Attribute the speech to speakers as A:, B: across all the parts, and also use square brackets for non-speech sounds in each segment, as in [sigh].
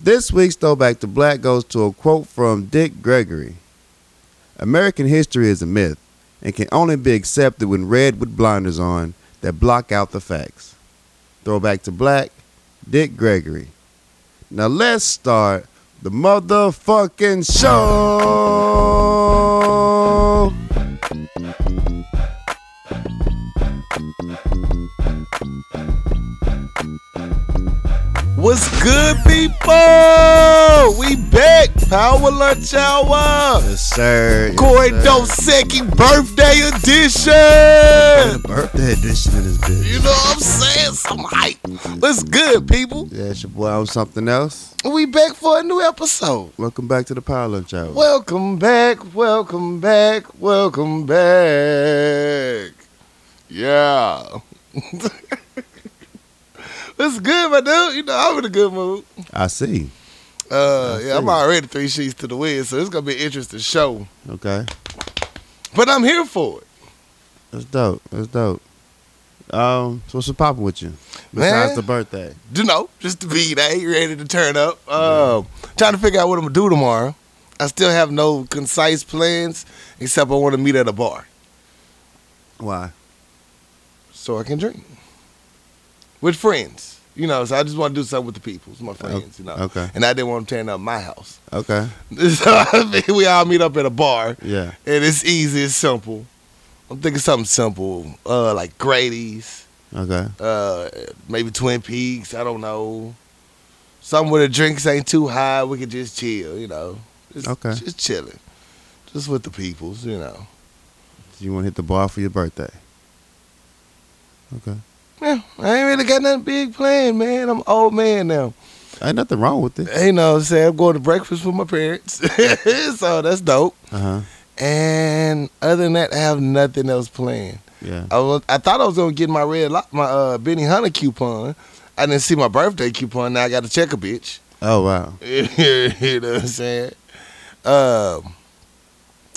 A: This week's Throwback to Black goes to a quote from Dick Gregory American history is a myth and can only be accepted when read with blinders on that block out the facts. Throwback to Black, Dick Gregory. Now let's start the motherfucking show.
B: What's good, people? We back. Power Lunch Hour.
A: Yes, sir. Yes,
B: Corey
A: sir.
B: Dosecki Birthday Edition.
A: The birthday edition of this bitch.
B: You know what I'm saying? Some hype. What's good, people?
A: Yeah, it's your boy. I'm something else.
B: We back for a new episode.
A: Welcome back to the Power Lunch Hour.
B: Welcome back, welcome back, welcome back. Yeah. [laughs] What's good, my dude? You know, I'm in a good mood.
A: I see.
B: Uh, yeah, I'm already three sheets to the wind, so it's gonna be an interesting show.
A: Okay.
B: But I'm here for it.
A: That's dope. That's dope. Um, so what's popping with you? Besides
B: Man.
A: the birthday.
B: You know, just to be there, ready to turn up. Um, trying to figure out what I'm gonna do tomorrow. I still have no concise plans, except I want to meet at a bar
A: Why?
B: so I can drink with friends. You know, so I just want to do something with the people, with my friends. You know,
A: okay.
B: And I didn't want to turn up my house, [laughs]
A: Okay.
B: so I think we all meet up at a bar.
A: Yeah.
B: And it's easy, it's simple. I'm thinking something simple, uh, like Grady's,
A: Okay.
B: uh, maybe Twin Peaks. I don't know. Something where the drinks ain't too high. We could just chill, you know. Just,
A: Okay.
B: Just chilling, just with the peoples, you know.
A: So you want to hit the bar for your birthday? Okay.
B: Yeah, I ain't really got nothing big planned, man. I'm an old man now.
A: Ain't nothing wrong with it.
B: You know what I'm saying? I'm going to breakfast with my parents. [laughs] so that's dope.
A: Uh huh.
B: And other than that, I have nothing else planned.
A: Yeah.
B: I, was, I thought I was gonna get my red lock, my uh, Benny Hunter coupon. I didn't see my birthday coupon. Now I got to check a bitch.
A: Oh wow.
B: [laughs] you know what I'm saying? Um,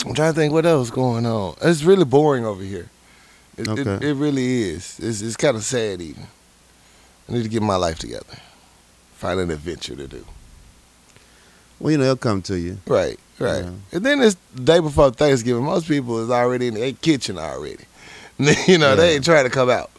B: I'm trying to think what else going on. It's really boring over here. It, it- it,
A: Okay.
B: really is. It's, it's kind of sad even. I need to get my life together. Find an adventure to do.
A: Well, you know, it'll come to you.
B: Right, right.
A: Yeah.
B: And then it's the day before Thanksgiving. Most people is already in their kitchen already. [laughs] you know,
A: Yeah.
B: they ain't trying to come out.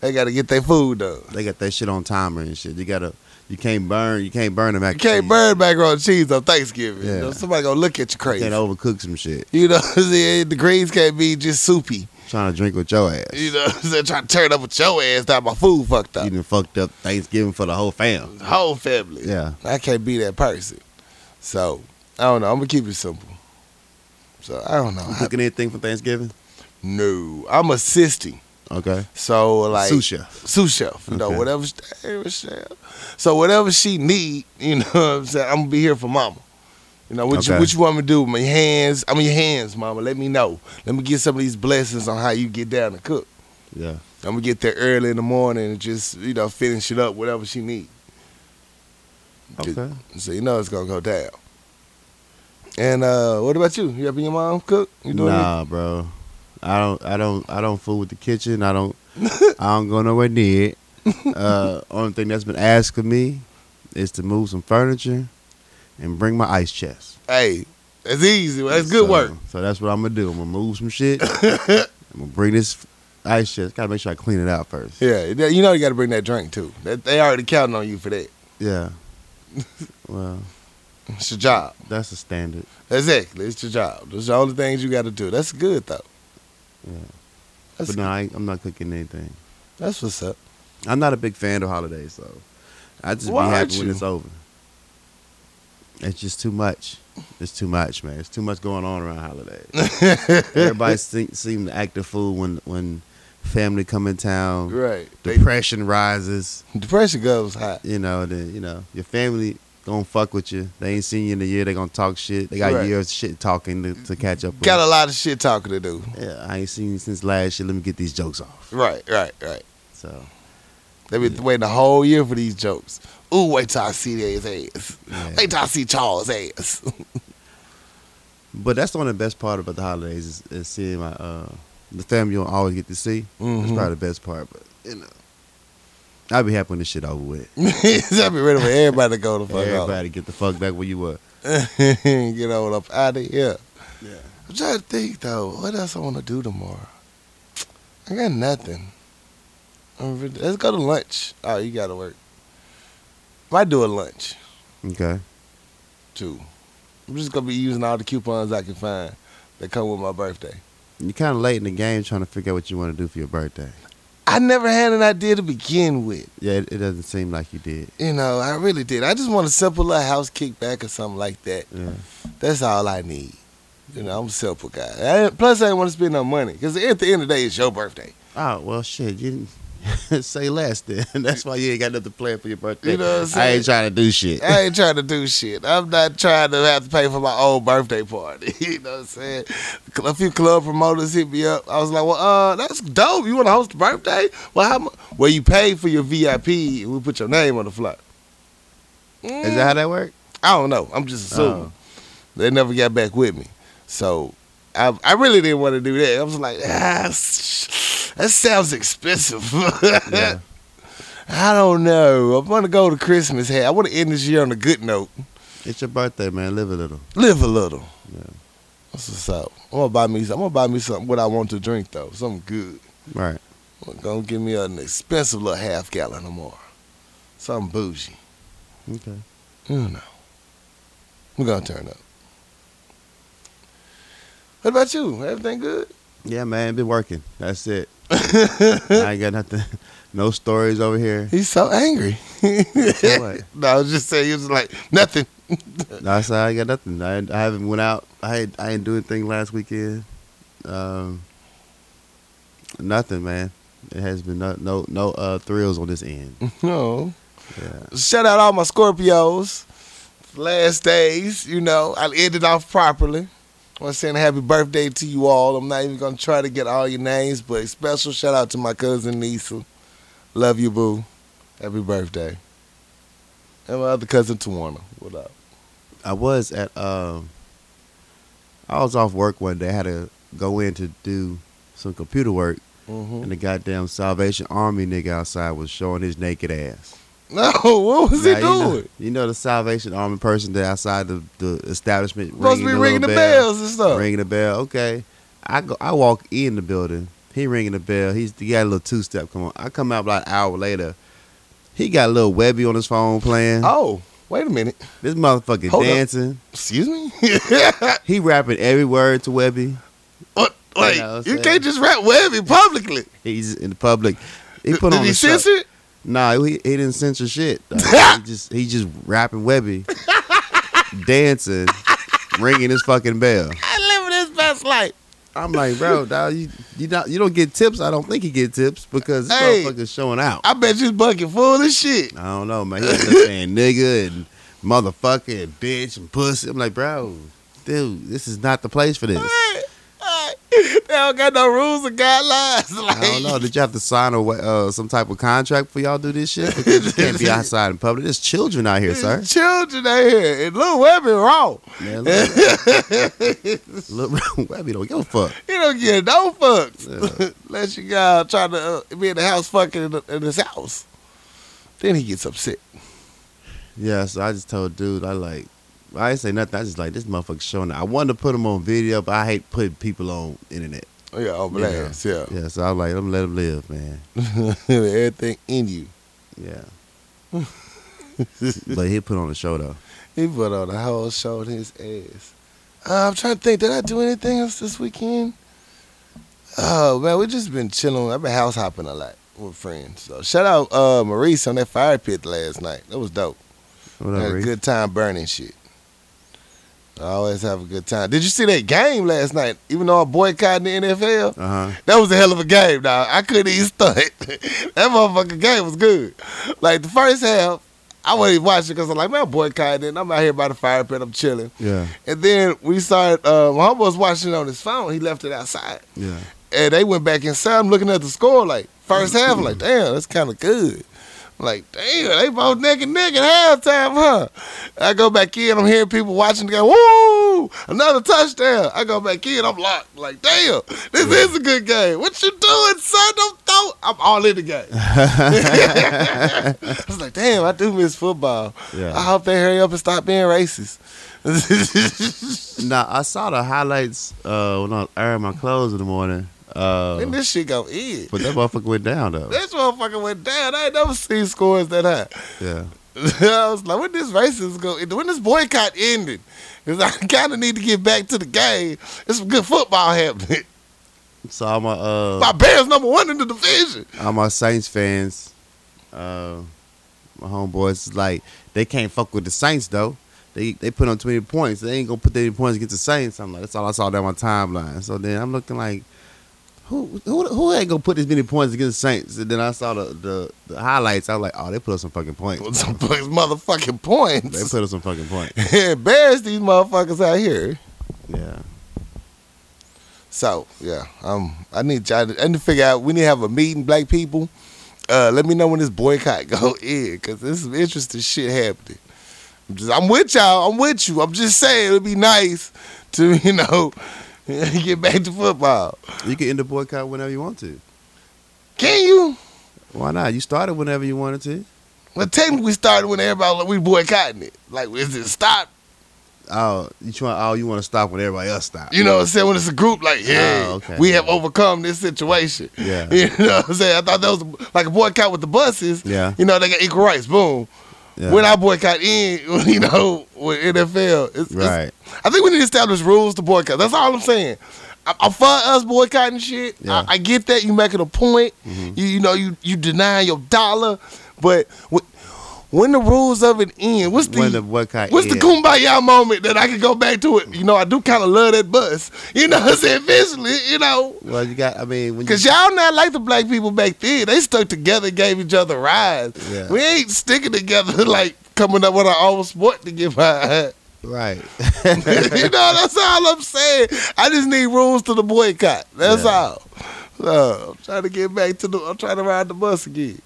B: They got to get their food done.
A: They got that shit on timer and shit. You gotta. You can't burn. You can't burn them.
B: You can't burn macaroni and cheese on Thanksgiving. You
A: Yeah.
B: know, somebody gonna look at you
A: You
B: crazy.
A: can't overcook some shit.
B: you know, what I'm saying? the greens can't be just soupy.
A: Trying to drink with your ass.
B: You know, what I'm saying? trying to turn up with your ass that my food fucked up.
A: You done fucked up Thanksgiving for the whole fam.
B: The whole family.
A: Yeah.
B: I can't be that person. So I don't know. I'm gonna keep it simple. So I don't know. I,
A: Cooking anything for Thanksgiving?
B: no, I'm assisting.
A: Okay.
B: So like
A: Sous chef.
B: sous chef, you know,
A: Okay.
B: whatever. she- hey, Rochelle. So whatever she need, you know, what I'm saying I'm gonna be here for mama. You know what you
A: Okay.
B: what you want me to do? with My hands, I'm your hands, mama. Let me know. Let me get some of these blessings on how you get down to cook.
A: Yeah.
B: I'm gonna get there early in the morning and just you know finish it up whatever she need. Just-
A: Okay.
B: So you know it's gonna go down. And uh, what about you? You helping your mom cook? You doing
A: nah, bro. I don't. I don't. I don't fool with the kitchen. I
B: [laughs]
A: don't. I don't go nowhere near it. Uh, only thing that's been asked of me is to move some furniture and bring my ice chest.
B: it? Hey, that's easy. That's good
A: So-
B: work.
A: So that's what I'm gonna do. I'm gonna move some
B: [laughs]
A: shit. I'm gonna bring this ice chest. Gotta make sure I clean it out first.
B: Yeah, you know you got to bring that drink too. That, they already counting on you for that.
A: Yeah. Well,
B: It's your job.
A: that's a standard.
B: Exactly. It's your job. Those are the only things you got to do. That's good though.
A: Yeah.
B: That's,
A: but no, I, ain't- I'm not cooking anything.
B: that's what's up.
A: I'm not a big fan of holidays, so I just
B: Why
A: be
B: aren't
A: happy when
B: you?
A: it's over. It's just too much. It's too much, man. It's too much going on around
B: [laughs]
A: holidays. Everybody se- seem to act a fool when when family come in town.
B: Right. They-
A: Depression rises.
B: depression goes high.
A: You know, then you know your family gonna fuck with you. They ain't seen you in a year. They gonna talk shit. They got
B: Right.
A: years of shit talking to, to catch up. With.
B: Got a lot of shit talking to do.
A: yeah, I ain't seen you since last year. Let me get these jokes off.
B: Right. Right. Right.
A: So
B: They been waiting a whole year for these jokes. Ooh, wait till I see his ass.
A: Yeah.
B: Wait till I see Charles' ass. [laughs]
A: But that's the one of the best part about the holidays is, is seeing my uh the family you don't always get to see. It's
B: Mhm.
A: probably the best part, but you know. I'll be happy when this shit over with.
B: I'd be ready for everybody to go the fuck off.
A: Everybody get the fuck back where you were.
B: [laughs] Get on up out of here.
A: Yeah.
B: I'm trying to think though, what else I want to do tomorrow? I got nothing. I'm re- Let's go to lunch. Oh, you gotta work. Might do a lunch
A: Okay.
B: too. I'm just gonna be using all the coupons I can find that come with my birthday.
A: You're kind of late in the game trying to figure out what you want to do for your birthday.
B: I never had an idea to begin with.
A: Yeah, it, it doesn't seem like you did.
B: You know, I really did. I just want a simple little house kickback or something like that.
A: Yeah.
B: That's all I need. You know, I'm a simple guy. I ain't- plus, I didn't want to spend no money because at the end of the day, it's your birthday.
A: Oh well, shit. You didn't [laughs] say less then. That's why you ain't got nothing planned for your birthday.
B: You know what I'm
A: I
B: saying?
A: ain't trying to do shit. [laughs]
B: I ain't trying to do shit. I'm not trying to have to pay for my own birthday party. [laughs] You know what I'm saying? A few club promoters hit me up. I was like, well, uh, that's dope. You want to host a birthday? Well, how much? Well, you pay for your VIP and we put your name on the flyer.
A: Is that how that work?
B: I don't know. I'm just assuming.
A: Oh.
B: They never got back with me. So I, I really didn't want to do that. I was like, ah, sh- that sounds expensive. [laughs]
A: Yeah.
B: I don't know. I want to go to Christmas. Hey, I want to end this year on a good note.
A: It's your birthday, man. Live a little.
B: Live a little.
A: Yeah.
B: That's what's up. I'm gonna buy me. I'm gonna buy me something. What I want to drink though, something good.
A: Right.
B: I'm gonna give me an expensive little half gallon or more. Something bougie.
A: Okay.
B: You know. We're gonna turn up. What about you? Everything good?
A: Yeah, man. Been working. That's it. I ain't got nothing. [laughs] No stories over here.
B: He's so angry.
A: So what?
B: [laughs] no, I was just saying. He was like nothing.
A: No, I said I ain't got nothing. I, I haven't went out. I ain't- I didn't do anything last weekend. Um, nothing, man. It has been no no, no uh, thrills on this end.
B: No.
A: Yeah.
B: Shout out all my Scorpios. Last days, you know, I ended off properly. I'm saying happy birthday to you all. I'm not even gonna try to get all your names, but special shout out to my cousin Nisa. Love you, boo. Happy birthday. And my other cousin Tawana. What up?
A: I was at um, I was off work one day. I had to go in to do some computer work,
B: Mm-hmm.
A: and the goddamn Salvation Army nigga outside was showing his naked ass.
B: No, [laughs] what was
A: Now,
B: he
A: you know- You know,
B: doing?
A: the Salvation Army person that outside the, the establishment
B: Supposed to be
A: the
B: ringing the
A: little bell.
B: bells and stuff.
A: ringing the bell. Okay, I go. I walk in the building. He ringing the bell. He's he got a little two step. Come on. I come out about an hour later. He got a little Webby on his phone playing.
B: Oh, wait a minute.
A: This motherfucker
B: Hold up.
A: dancing.
B: Excuse me. [laughs]
A: He rapping every word to Webby.
B: what? Like
A: You know what I'm
B: you
A: saying?
B: can't just rap Webby publicly.
A: He's in the public. He
B: Did-
A: put
B: Did
A: on
B: he
A: a show.
B: censor? it?
A: Nah, he, he didn't censor
B: [laughs]
A: shit. Like, he just he just rapping Webby, dancing, ringing his fucking bell.
B: I living his best life.
A: I'm like,
B: [laughs]
A: bro, dawg, you you not you don't get tips. I don't think he get tips because this
B: Hey.
A: motherfucker's showing out.
B: I bet you bucket full of shit.
A: I don't know, man. He was just saying nigga and motherfucker and bitch and pussy. I'm like, bro, dude, this is not the place for this.
B: Alright, alright. They don't got no rules or guidelines. [laughs] Like,
A: I don't know. Did you have to sign a wa- uh, some type of contract for y'all do this shit? Because you can't
B: [laughs]
A: be outside in public. There's children out here, [laughs] sir.
B: There's Children out here. And Lil Webby wrong.
A: Man, look,
B: [laughs]
A: look, [laughs] bro, Webby don't give a fuck.
B: He don't get no fucks.
A: Yeah.
B: [laughs] Unless you got trying to uh, be in the house fucking in, the, in his house. Then he gets upset.
A: Yeah, so I just told dude, I like, I didn't say nothing. I just like this motherfucker showing. Up. I wanted to put him on video, but I hate putting people on internet.
B: Oh, Yeah, on
A: Yeah.
B: blast. Yeah.
A: Yeah, so I was like, I'm let him live, man.
B: [laughs] Everything in you.
A: Yeah.
B: [laughs]
A: but he put on a show though.
B: He put on a whole show on his ass. Uh, I'm trying to think. Did I do anything else this weekend? Oh man, we just been chilling. I've been house hopping a lot with friends. So shout out uh, Maurice on that fire pit last night. That was dope.
A: What
B: Had
A: up,
B: a
A: Reese?
B: good time burning shit. I always have a good time. Did you see that game last night? Even though I boycotted the NFL,
A: Uh huh.
B: that was a hell of a game. Now I couldn't even stunt. [laughs] that motherfucking game was good. Like the first half, I wasn't even watching because I'm like, man, I'm boycotting. it. I'm out here by the fire pit. I'm chilling.
A: Yeah.
B: And then we started, uh, my homeboy was watching it on his phone. He left it outside.
A: Yeah.
B: And they went back inside. I'm looking at the score, like, first half, I'm like, damn, that's kind of good. I'm Like, damn, they both neck and neck at halftime, huh? I go back in, I'm hearing people watching the game. Woo! Another touchdown. I go back in, I'm locked. Like, damn, this is a good game. What you doing, son? Don't throw. I'm all in the game. I was like, damn, I do miss football.
A: Yeah.
B: I hope they hurry up and stop being racist. [laughs]
A: Now I saw the highlights uh, when I was ironing my clothes in the morning. Uh,
B: and this shit go in.
A: but that motherfucker went down though.
B: This motherfucker went down. I ain't never seen scores that high. [laughs]
A: Yeah.
B: I was like, when this racism go, when this boycott ended, because I [laughs] kind of need to get back to the game. It's some good football happening. [laughs]
A: So all my
B: My
A: uh,
B: Bears number one in the division. [laughs]
A: all my Saints fans, uh, my homeboys, is like they can't fuck with the Saints though. They they put on twenty points. They ain't gonna put any points against the Saints. I'm like that's all I saw down my timeline. So then I'm looking like. Who, who who ain't gonna put this many points against the Saints? And then I saw the, the, the highlights. I was like, oh, they put up some fucking points.
B: With some fucking motherfucking
A: They
B: points.
A: put up some fucking
B: [laughs]
A: points.
B: Embarrass these motherfuckers out here.
A: Yeah.
B: So yeah, um, I need y'all. To, I need to figure out. We need to have a meeting, black people. Uh, let me know when this boycott [laughs] go in, cause this is interesting shit happening. I'm, just, I'm with y'all. I'm with you. I'm just saying it'd be nice to [laughs] you know get back to football.
A: You can end the boycott whenever you want to.
B: Can you?
A: Why not? You started whenever you wanted to.
B: Well, technically, we started when everybody we boycotting it. Like, is it stop?
A: Oh, you trying? Oh, you want to stop when everybody else stops?
B: You know what I'm saying? When it's a group, like, hey,
A: Oh, okay.
B: we have overcome this situation.
A: Yeah.
B: [laughs] You know what I'm saying? I thought that was like a boycott with the buses.
A: Yeah.
B: You know, they got equal rights. Boom.
A: Yeah.
B: When I boycott in, [laughs] you know, with NFL. It's, it's-
A: Right.
B: I think we need to establish rules to boycott. That's all I'm saying. I- I'm for us boycotting shit.
A: Yeah. Mm-hmm.
B: I, I get that. You making a point. You, you know, you, you denying your dollar. But wh- when the rules of it end, what's the,
A: when the boycott.
B: What's the
A: ends.
B: kumbaya moment that I can go back to it? You know, I do kind of love that bus. You know what I'm saying? Eventually, you know.
A: Well, you got. I mean, when you,
B: Because y'all not like the black people back then. They stuck together and gave each other rides.
A: Yeah.
B: We ain't sticking together [laughs] like coming up with our own sport to get by. [laughs]
A: right. [laughs]
B: you know, that's all I'm saying. I just need rules to the boycott. That's
A: Yeah.
B: all. So I'm trying to get back to the, I'm trying to ride the bus again.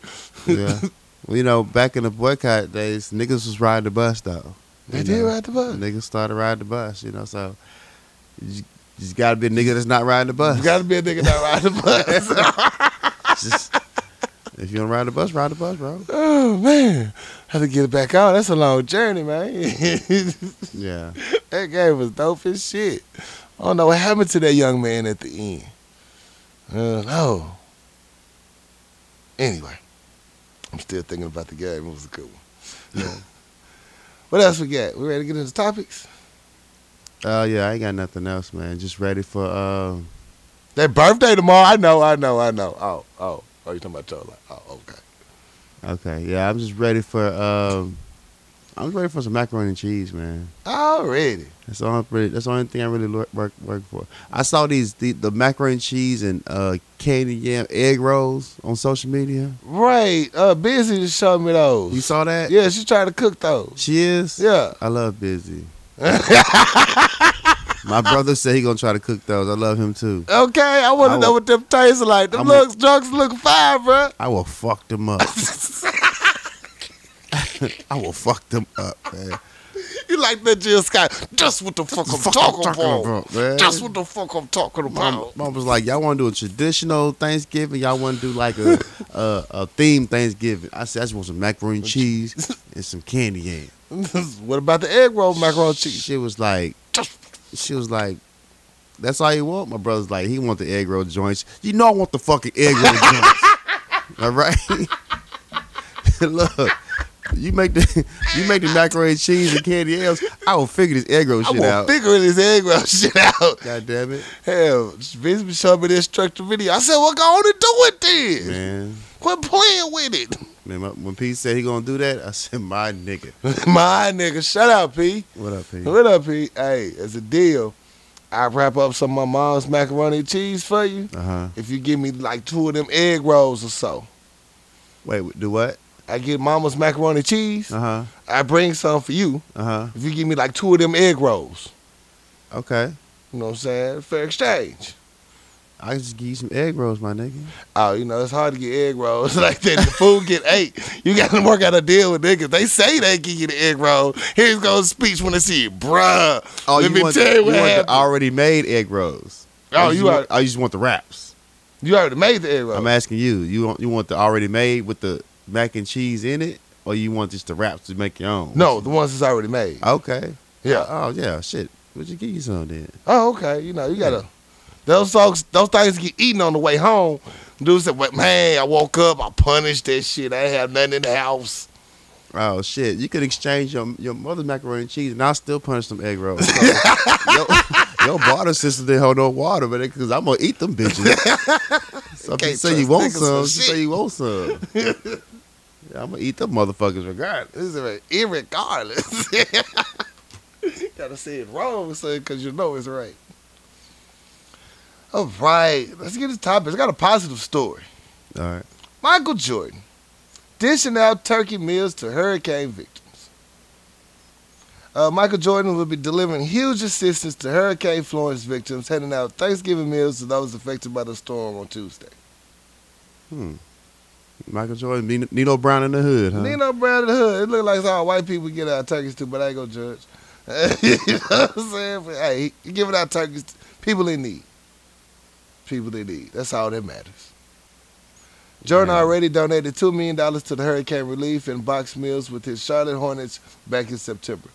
A: yeah. Well, you know, back in the boycott days, niggas was riding the bus though.
B: They
A: You
B: did
A: know,
B: ride the bus.
A: Niggas started riding the bus. You know, so you, you just gotta be a nigga that's not riding the bus.
B: You gotta be a nigga that ride the
A: [laughs]
B: bus. [laughs]
A: Just- if you don't ride the bus, ride the bus, bro.
B: Oh man, how to get it back on? That's a long journey, man. [laughs] that
A: Yeah.
B: game was dope as shit. I don't know what happened to that young man at the end. I don't know. Anyway, I'm still thinking about the game. It was a good one. [laughs] what else we got? We ready to get into topics?
A: Oh yeah, I ain't got nothing else, man. Just ready for. Uh,
B: That birthday tomorrow. I know. I know. I know. Oh, oh. Oh, you talking about Joe? Like, oh, okay.
A: Okay, yeah, I'm just ready for um, I'm ready for some macaroni and cheese, man.
B: Already.
A: That's all. I'm really, that's the only thing I really lo- work work for. I saw these the, the macaroni and cheese and uh candy yam egg rolls on social media.
B: Right. Uh, busy just showed me those.
A: You saw that?
B: Yeah, she tried to cook those.
A: She is.
B: Yeah.
A: I love
B: [laughs]
A: busy. My brother said he gonna try to cook those. I love him too.
B: Okay, I want
A: I
B: to know
A: will-
B: what them tastes like. Them
A: I'm a-
B: looks drugs look fine, bro.
A: I will fuck them
B: [laughs]
A: up. I will fuck them up, man.
B: You like that Jill Scott? Just what the fuck I'm talking, about.
A: man.
B: Just Oh, what the fuck I'm talking about.
A: Mom was like, "Y'all want to do a traditional Thanksgiving? Y'all want to do like a, a a theme Thanksgiving?" I said, "I just want some macaroni and
B: [laughs]
A: cheese and some candy yam."
B: what about the egg roll macaroni and cheese?
A: She was like, "She was like, that's all you want." My brother's like, "He want the egg roll joints. You know, I want the fucking egg roll
B: [laughs]
A: joints. all right, [laughs] look." You make the you make the macaroni and cheese and candy yams. I will figure this egg roll
B: I'm
A: shit
B: gonna
A: out.
B: figure this egg roll [laughs] shit out.
A: God damn it,
B: Hell, bitch been showing me the instructor video. I said, well, go on and do it then.
A: man.
B: Quit playing with it. [laughs]
A: Man, my- when Pete said he gonna do that, I said, "My nigga,
B: My nigga, shut up, P.
A: what up, Pete?"
B: What up, P? Hey, it's a deal. I wrap up some of my mom's macaroni and cheese for you.
A: Uh huh.
B: if you give me like two of them egg rolls or so.
A: Wait, do what?
B: I get mama's macaroni and cheese.
A: Uh huh.
B: I bring some for you
A: Uh huh.
B: if you give me like two of them egg rolls.
A: Okay.
B: You know what I'm saying? Fair exchange.
A: I can just give you some egg rolls, my nigga.
B: Oh, you know, it's hard to get egg rolls [laughs] like that. The food get [laughs] ate. You got to work out a deal with niggas. They say they give you the egg roll. Here's goes speech when they see it, bruh.
A: Oh,
B: Let
A: you
B: me
A: want,
B: tell you what
A: you want
B: happened.
A: the already made egg rolls. I
B: oh,
A: just
B: you Oh.
A: want,
B: already,
A: I just want the wraps.
B: you already made the egg roll.
A: I'm asking you. You want you want the already made with the mac and cheese in it, or you want just the wraps to make your own?
B: no, the ones that's already made.
A: Okay.
B: yeah.
A: Oh yeah. Shit. Would you give you some then?
B: Oh, okay. You know, you gotta. Those folks, those things get eaten on the way home. Dude said, "Well, "Man, I woke up. I punished that shit. I ain't have nothing in the house."
A: Oh shit! You could exchange your your mother's macaroni and cheese, and I'll still punch some egg rolls.
B: [laughs]
A: So, your, your barter system didn't hold no water, but because I'm gonna eat them
B: [laughs]
A: bitches. so if you
B: Can't
A: say you
B: trust
A: want
B: niggas for
A: some, just
B: shit.
A: say you want some.
B: [laughs]
A: yeah, I'm gonna eat them motherfuckers regardless.
B: This is right, irregardless. [laughs] gotta say it wrong, son, because you know it's right. All right, let's get to the topic. I got a positive story.
A: All right.
B: Michael Jordan dishing out turkey meals to hurricane victims. Uh, Michael Jordan will be delivering huge assistance to Hurricane Florence victims, handing out Thanksgiving meals to those affected by the storm on Tuesday.
A: Hmm. Michael Jordan, Nino, Nino Brown in the hood, huh?
B: Nino Brown in the hood. It look like it's all white people get out turkeys too, but I ain't gonna judge. [laughs] you know what I'm saying? But, hey, he giving out turkeys to people in need. People in need. That's all that matters. Jordan
A: Yeah.
B: already donated $2 million to the hurricane relief and box meals with his Charlotte Hornets back in September.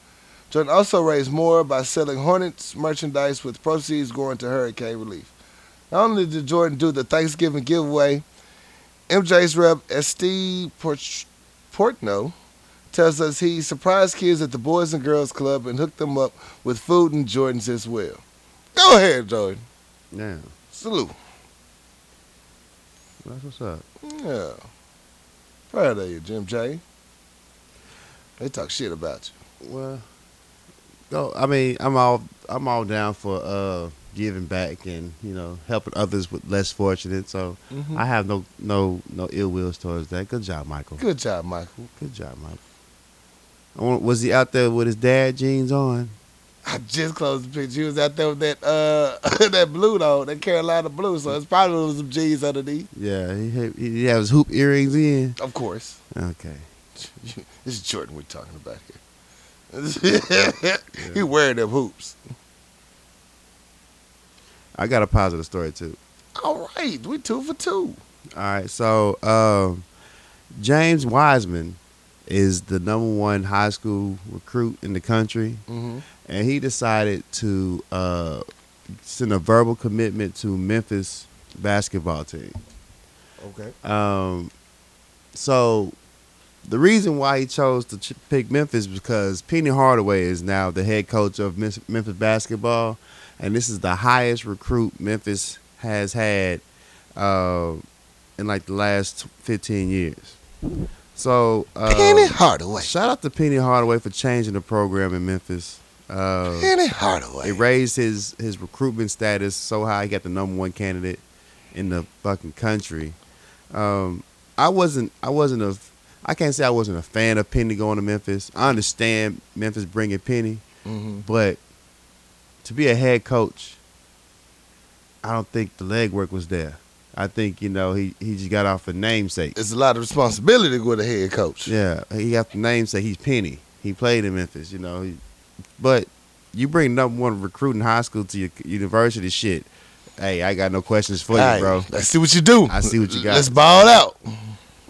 B: Jordan also raised more by selling Hornets merchandise with proceeds going to hurricane relief. Not only did Jordan do the Thanksgiving giveaway, MJ's rep Steve Port- Portno tells us he surprised kids at the Boys and Girls Club and hooked them up with food and Jordans as well. Go ahead, Jordan.
A: Yeah.
B: Salute.
A: That's what's up.
B: Yeah. Proud of you, Jim J. They talk shit about you.
A: Well, no, I mean, I'm all I'm all down for uh, giving back and you know helping others with less fortunate. So
B: Mhm.
A: I have no no no ill wills towards that. Good job, Michael.
B: Good job, Michael. [laughs]
A: Good job, Michael. I want- Was he out there with his dad jeans on?
B: I just closed the picture. He was out there with that uh [laughs] that blue though, that Carolina blue. So it's probably some G's underneath.
A: Yeah, he had, he had his hoop earrings in.
B: Of course.
A: Okay,
B: This is Jordan we're talking about here. [laughs] he wearing them hoops.
A: I got a positive story too.
B: All right, we two for two.
A: All right, so um, James Wiseman is the number one high school recruit in the country.
B: Mm-hmm.
A: and he decided to uh, send a verbal commitment to Memphis basketball team.
B: Okay.
A: Um, so the reason why he chose to ch- pick Memphis is because Penny Hardaway is now the head coach of Mem- Memphis basketball, and this is the highest recruit Memphis has had uh, in like the last 15 years. So uh,
B: Penny Hardaway.
A: shout out to Penny Hardaway for changing the program in Memphis. Uh,
B: Penny
A: it
B: Hardaway.
A: raised his his recruitment status so high. He got the number one candidate in the fucking country. Um, I wasn't. I wasn't a. I can't say I wasn't a fan of Penny going to Memphis. I understand Memphis bringing Penny,
B: Mm-hmm.
A: but to be a head coach, I don't think the legwork was there. I think you know he he just got off a namesake.
B: It's a lot of responsibility with a head coach.
A: Yeah, he got the namesake. He's Penny. He played in Memphis, you know. He, but you bring number one recruit in high school to your university, shit. Hey, I got no questions for you,
B: All right,
A: bro.
B: Let's see what you do.
A: I see what you got.
B: Let's ball out.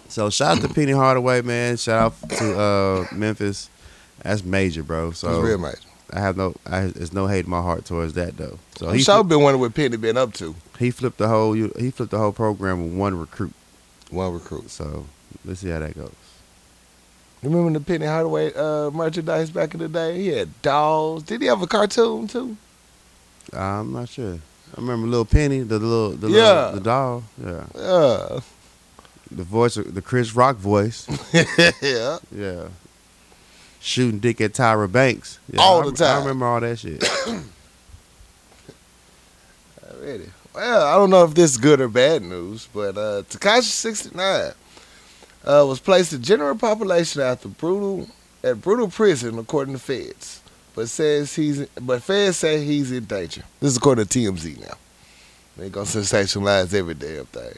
A: So shout out to Penny Hardaway, man. Shout out to uh, Memphis. That's major, bro. So
B: it's real, mate.
A: I have no, I, there's no hate in my heart towards that though. So
B: I'm
A: he
B: sure
A: flipped,
B: I've been wondering what Penny been up to.
A: he flipped the whole he flipped the whole program with one recruit.
B: One recruit.
A: So let's see how that goes.
B: Remember the Penny Hardaway uh, merchandise back in the day? He had dolls. Did he have a cartoon too?
A: I'm not sure. I remember little Penny, the little, the
B: Yeah.
A: little, the doll. Yeah.
B: Uh, [laughs]
A: The voice, the Chris Rock voice.
B: yeah.
A: Yeah. Shooting dick at Tyra Banks. Yeah,
B: All
A: I-
B: the time.
A: I remember all that shit.
B: Already. Well, I don't know if this is good or bad news, but uh, Takashi 69 uh, was placed in general population after brutal at brutal prison, according to feds. But says he's but feds say he's in danger. This is according to TMZ now. They gonna sensationalize every damn thing.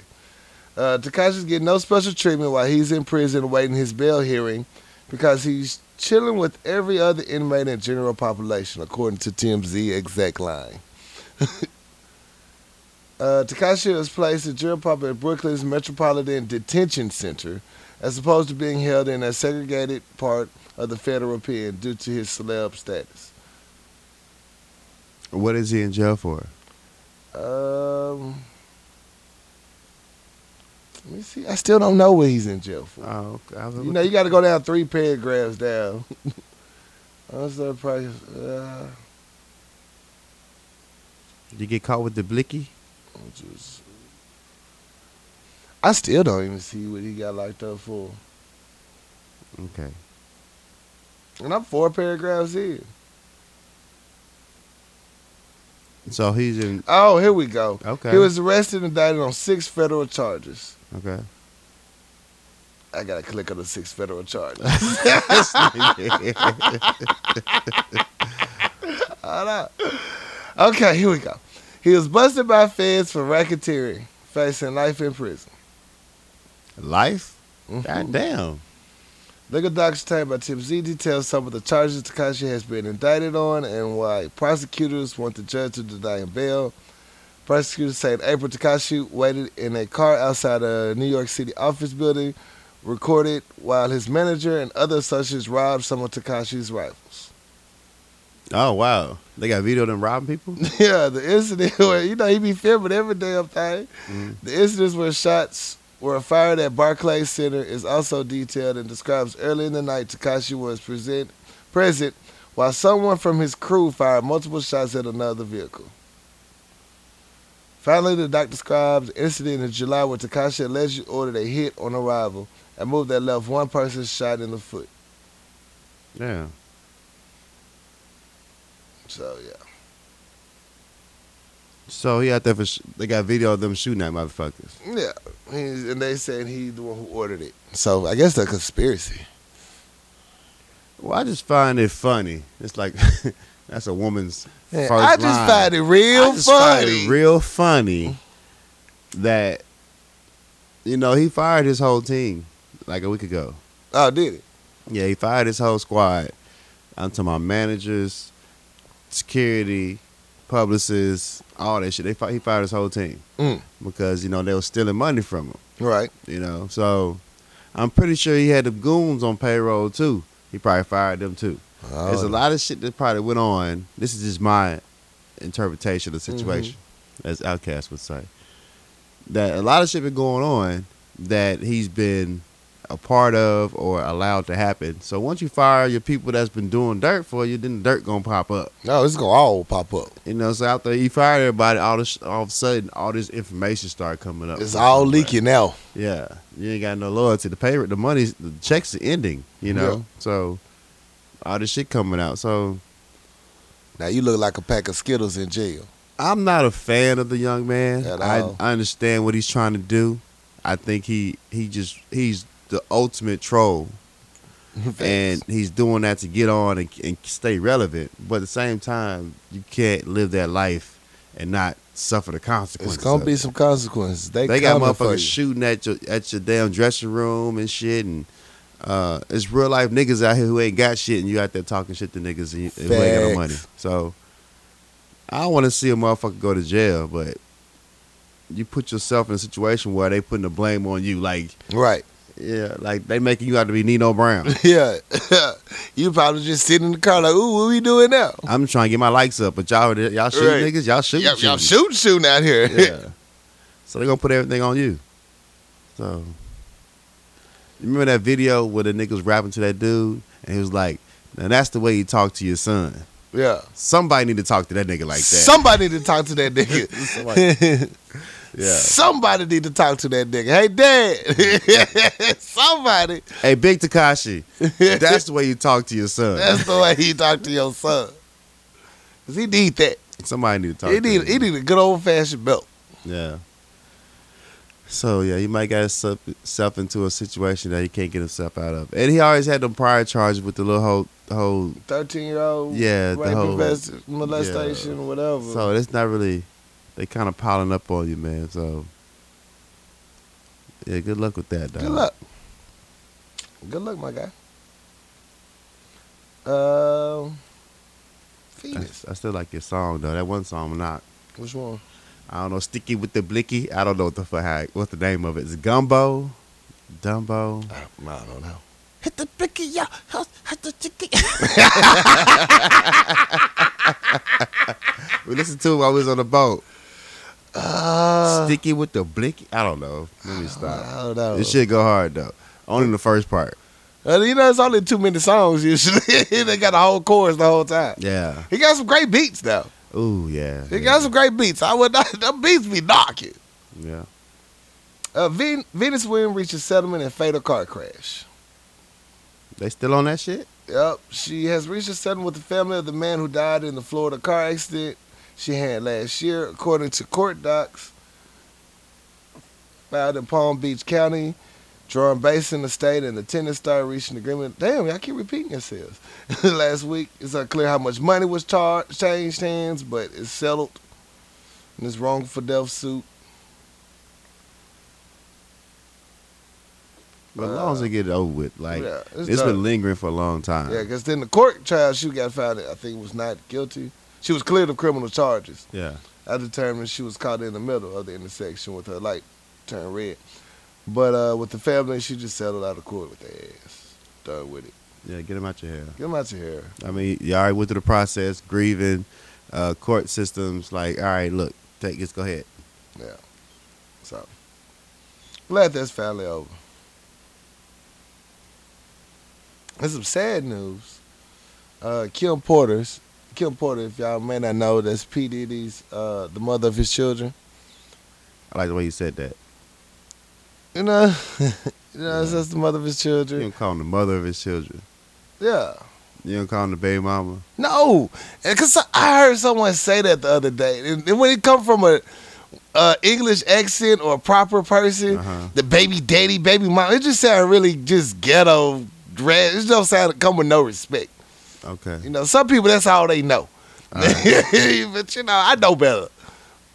B: Uh, Takashi's getting no special treatment while he's in prison awaiting his bail hearing because he's chilling with every other inmate and general population, according to TMZ exact line. uh, Takashi was placed at jail pop at Brooklyn's Metropolitan Detention Center as opposed to being held in a segregated part of the federal pen due to his celeb status.
A: What is he in jail for?
B: Um, let me see. I still don't know what he's in jail for.
A: Oh, okay. I was
B: You know, you got to go down three paragraphs down. [laughs] I'm surprised. Uh,
A: you get caught with the blicky.
B: I'm just- I still don't even see what he got locked up for.
A: Okay.
B: And I'm four paragraphs in.
A: So he's in.
B: Oh, here we go.
A: Okay.
B: He was arrested and indicted on six federal charges. [laughs]
A: okay.
B: I gotta click on the six federal charges. Hold up. Okay, here we go. He was busted by feds for racketeering, facing life in prison.
A: Life.
B: Mhm.
A: God damn.
B: Legal documents obtained by Tim Z details some of the charges Takashi has been indicted on and why prosecutors want the judge to deny him bail. Prosecutors say in April Takashi waited in a car outside a New York City office building, recorded while his manager and other associates robbed some of Takashi's rivals.
A: Oh wow. They got vetoed and robbing
B: [laughs]
A: people.
B: yeah, the incident [laughs] where you know he be filming every damn thing.
A: Mhm.
B: The incidents where shots were fired at Barclays Center is also detailed and describes early in the night Takashi was present present while someone from his crew fired multiple shots at another vehicle. Finally, the doc describes the incident in July where Takashi allegedly ordered a hit on arrival and move that left one person shot in the foot.
A: Yeah.
B: So yeah.
A: So he out there for. Sh- they got video of them shooting at motherfuckers.
B: Yeah, he's, and they said he the one who ordered it. So I guess the conspiracy.
A: Well, I just find it funny. It's like [laughs] that's a woman's
B: Yeah,
A: first
B: I just
A: line.
B: find it real
A: I just
B: funny.
A: find it real funny that you know he fired his whole team like a week ago.
B: oh, did it?
A: Yeah, he fired his whole squad. I'm talking about managers, security, publicists, all that shit. They fi- he fired his whole team
B: Mm.
A: because you know they were stealing money from him.
B: Right.
A: You know, so I'm pretty sure he had the goons on payroll too. He probably fired them too. There's
B: Oh.
A: a lot of shit that probably went on. This is just my interpretation of the
B: Mm-hmm.
A: situation, as Outkast would say. That a lot of shit been going on that he's been a part of or allowed to happen. So once you fire your people that's been doing dirt for you, then the dirt gonna pop up.
B: No, it's gonna all pop up.
A: You know, so after he fired everybody, all this all of a sudden all this information started coming up.
B: It's all leaking now.
A: Yeah, you ain't got no loyalty. The pay, the money's, the checks are ending. You know,
B: Yeah.
A: so all this shit coming out. So
B: Now you look like a pack of Skittles in jail.
A: I'm not a fan of the young man.
B: At
A: I,
B: all.
A: I understand what he's trying to do. I think he he just he's the ultimate troll, and he's doing that to get on and, and stay relevant. But at the same time, you can't live that life and not suffer the
B: it's
A: consequences.
B: gonna
A: of
B: be
A: it.
B: some consequences. They,
A: They got
B: coming for you.
A: motherfuckers shooting at your at your damn dressing room and shit, and uh, it's real life niggas out here who ain't got shit, and you out there talking shit to niggas and you, who ain't got no
B: Facts.
A: money. So I don't want to see a motherfucker go to jail, but you put yourself in a situation where they putting the blame on you, like
B: Right. [laughs]
A: yeah, like they making you out to be Nino Brown.
B: Yeah. [laughs] you probably just sitting in the car like, ooh, what we doing now?
A: I'm trying to get my likes up, but y'all y'all shoot
B: Right.
A: niggas, y'all shoot,
B: Y'all, y'all
A: shooting.
B: shooting, shooting out here.
A: yeah. [laughs] So they're gonna put everything on you. So you remember that video where the nigga was rapping to that dude and he was like, Now that's the way you talk to your son.
B: [laughs] yeah.
A: Somebody need to talk to that nigga like that.
B: Somebody need to talk to that nigga.
A: Somebody- [laughs]
B: [laughs]
A: yeah.
B: Somebody need to talk to that nigga. Hey, Dad. [laughs] Somebody.
A: Hey Big Takashi, that's the way you talk to your son.
B: That's the way he talk to your son. Cause he need that.
A: Somebody need to talk
B: He
A: to
B: need,
A: him.
B: he need a good old fashioned belt.
A: Yeah. So yeah, he might got himself self into a situation that he can't get himself out of. And he always had them prior charges with the little whole whole
B: Thirteen year old.
A: Yeah, the
B: Rape
A: whole- uh,
B: invest- molestation, whatever.
A: So it's not really they kind of piling up on you, man. So yeah, good luck with that, dog.
B: Good luck. Good luck, my guy. Um,
A: I,
B: Phoenix.
A: I still like your song though. That one song, I'm not.
B: Which one?
A: I don't know. Sticky with the blicky. I don't know what the fuck. how- What the name of it? It's gumbo, Dumbo.
B: I don't, I don't know.
A: Hit the blicky, yeah. Hit the sticky. [laughs] we listened to it while we was on the boat.
B: Uh,
A: Sticky with the blicky. I don't know. Let me
B: I
A: stop.
B: don't know.
A: This shit go hard though. Only the first part.
B: Uh, you know, it's only two minute songs [laughs] usually. they got a whole chorus the whole time.
A: Yeah.
B: He got some great beats though.
A: Ooh yeah.
B: He got some great beats. I would not. Them beats be knocking.
A: Yeah.
B: Uh, Ven- Venus Williams reaches settlement in fatal car crash.
A: They still on that shit?
B: Yep, she has reached a settlement with the family of the man who died in the Florida car accident she had last year, according to court docs filed in Palm Beach County. Drawing Basin Estate and the tenants started reaching agreement. Damn, y'all keep repeating yourselves. [laughs] Last week, it's unclear how much money was char- changed hands, but it's settled in this wrongful death suit.
A: But as long as they get it over with, like
B: yeah, it's
A: it's
B: done.
A: been lingering for a long time.
B: Yeah, because then the court trial, she got found, I think, was not guilty. She was cleared of criminal charges.
A: Yeah.
B: I determined she was caught in the middle of the intersection with her light turned red. But uh, with the family, she just settled out of court with their ass. Done with it.
A: Yeah, get them out your hair.
B: Get them out your hair.
A: I mean, you all already went through the process, grieving, uh, court systems. Like, all right, look, take this. Go ahead.
B: Yeah. So, glad that's finally over. There's some sad news. Uh, Kim Porter's, Kim Porter, if y'all may not know, that's P. Diddy's, uh, the mother of his children.
A: I like the way you said that.
B: You know, [laughs] you know, that's the mother of his
A: You
B: children.
A: don't call him the mother of his children.
B: Yeah.
A: You don't call him the baby mama.
B: No, because I heard someone say that the other day, and, and when it come from a, a English accent or a proper person,
A: Uh-huh.
B: the baby daddy, baby mom, it just sound really just ghetto. Dread. It don't sound come with no respect. You
A: Okay.
B: know, some people that's all they know.
A: Uh-huh.
B: [laughs] but you know, I know better.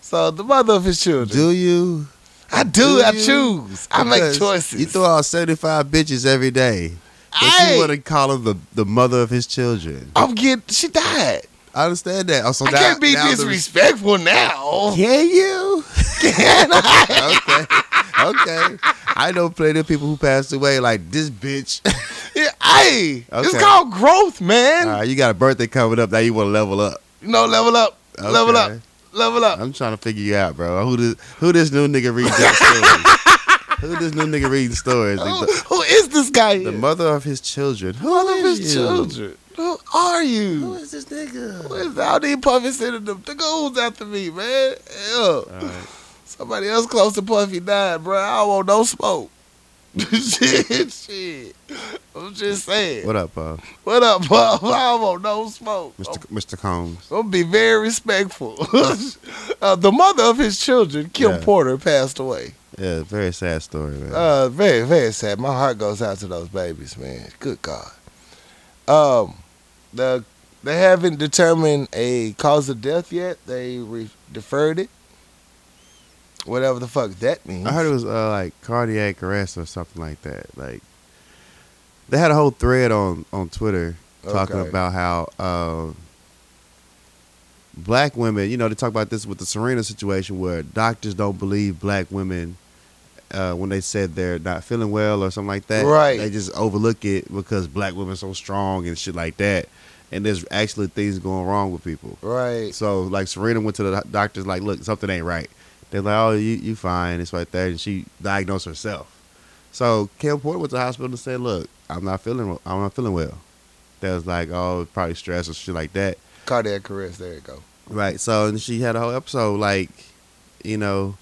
B: So the mother of his children,
A: Do you?
B: I do. I
A: you?
B: choose. I make
A: Because
B: choices.
A: You throw out seventy-five bitches every day, but
B: Aye.
A: you want to call him the, the mother of his children.
B: I'm getting. She died.
A: I understand that. Oh, Also,
B: I can't be disrespectful
A: [laughs]
B: now.
A: Can you?
B: Can I?
A: okay. [laughs] Okay. I know plenty of people who passed away like this
B: [laughs]
A: bitch.
B: [laughs] Yeah, Hey, it's
A: Okay.
B: called growth, man.
A: All right, you got a birthday coming up. Now you want to level up.
B: You know, level up, level up,
A: Okay.
B: level up.
A: I'm trying to figure you out, bro. Who this who this new nigga reading that
B: [laughs]
A: stories? Who this new nigga reading stories?
B: Who,
A: The,
B: who is this guy?
A: the
B: here?
A: mother of his children. Who
B: All of
A: is
B: his
A: you?
B: children. Who are
A: Who
B: you?
A: is this nigga?
B: Who is all these puffy sending them the goons after me, man? Ew.
A: All right.
B: Somebody else close to Puffy died, bro. I don't want no smoke. [laughs] shit, shit. I'm just saying.
A: What
B: What,
A: up, uh,
B: up, Puff? I don't want no smoke.
A: Mr. Mr. Combs?
B: I'm gonna be very respectful. [laughs] uh, the mother of his children, Kim
A: Yeah.
B: Porter, passed away.
A: Yeah, very sad story, man.
B: Uh, very, very sad. My heart goes out to those babies, man. Good God. Um, the they haven't determined a cause of death yet. They re- deferred it. Whatever the fuck that means.
A: I heard it was uh, like cardiac arrest or something like that. Like they had a whole thread on on Twitter talking
B: Okay.
A: about how um, black women. You know, they talk about this with the Serena situation where doctors don't believe black women. Uh, when they said they're not feeling well or something like that,
B: Right.
A: They just overlook it because black women are so strong and shit like that. And there's actually things going wrong with people.
B: Right.
A: So like Serena went to the doctors like, look, something ain't right. They're like, oh, you you fine, it's right there, and she diagnosed herself. So Kim Porter went to the hospital and said, look, I'm not feeling, I'm not feeling well. That was like, oh, probably stress or shit like that.
B: Cardiac arrest. There you go.
A: Right. So and she had a whole episode like, you know,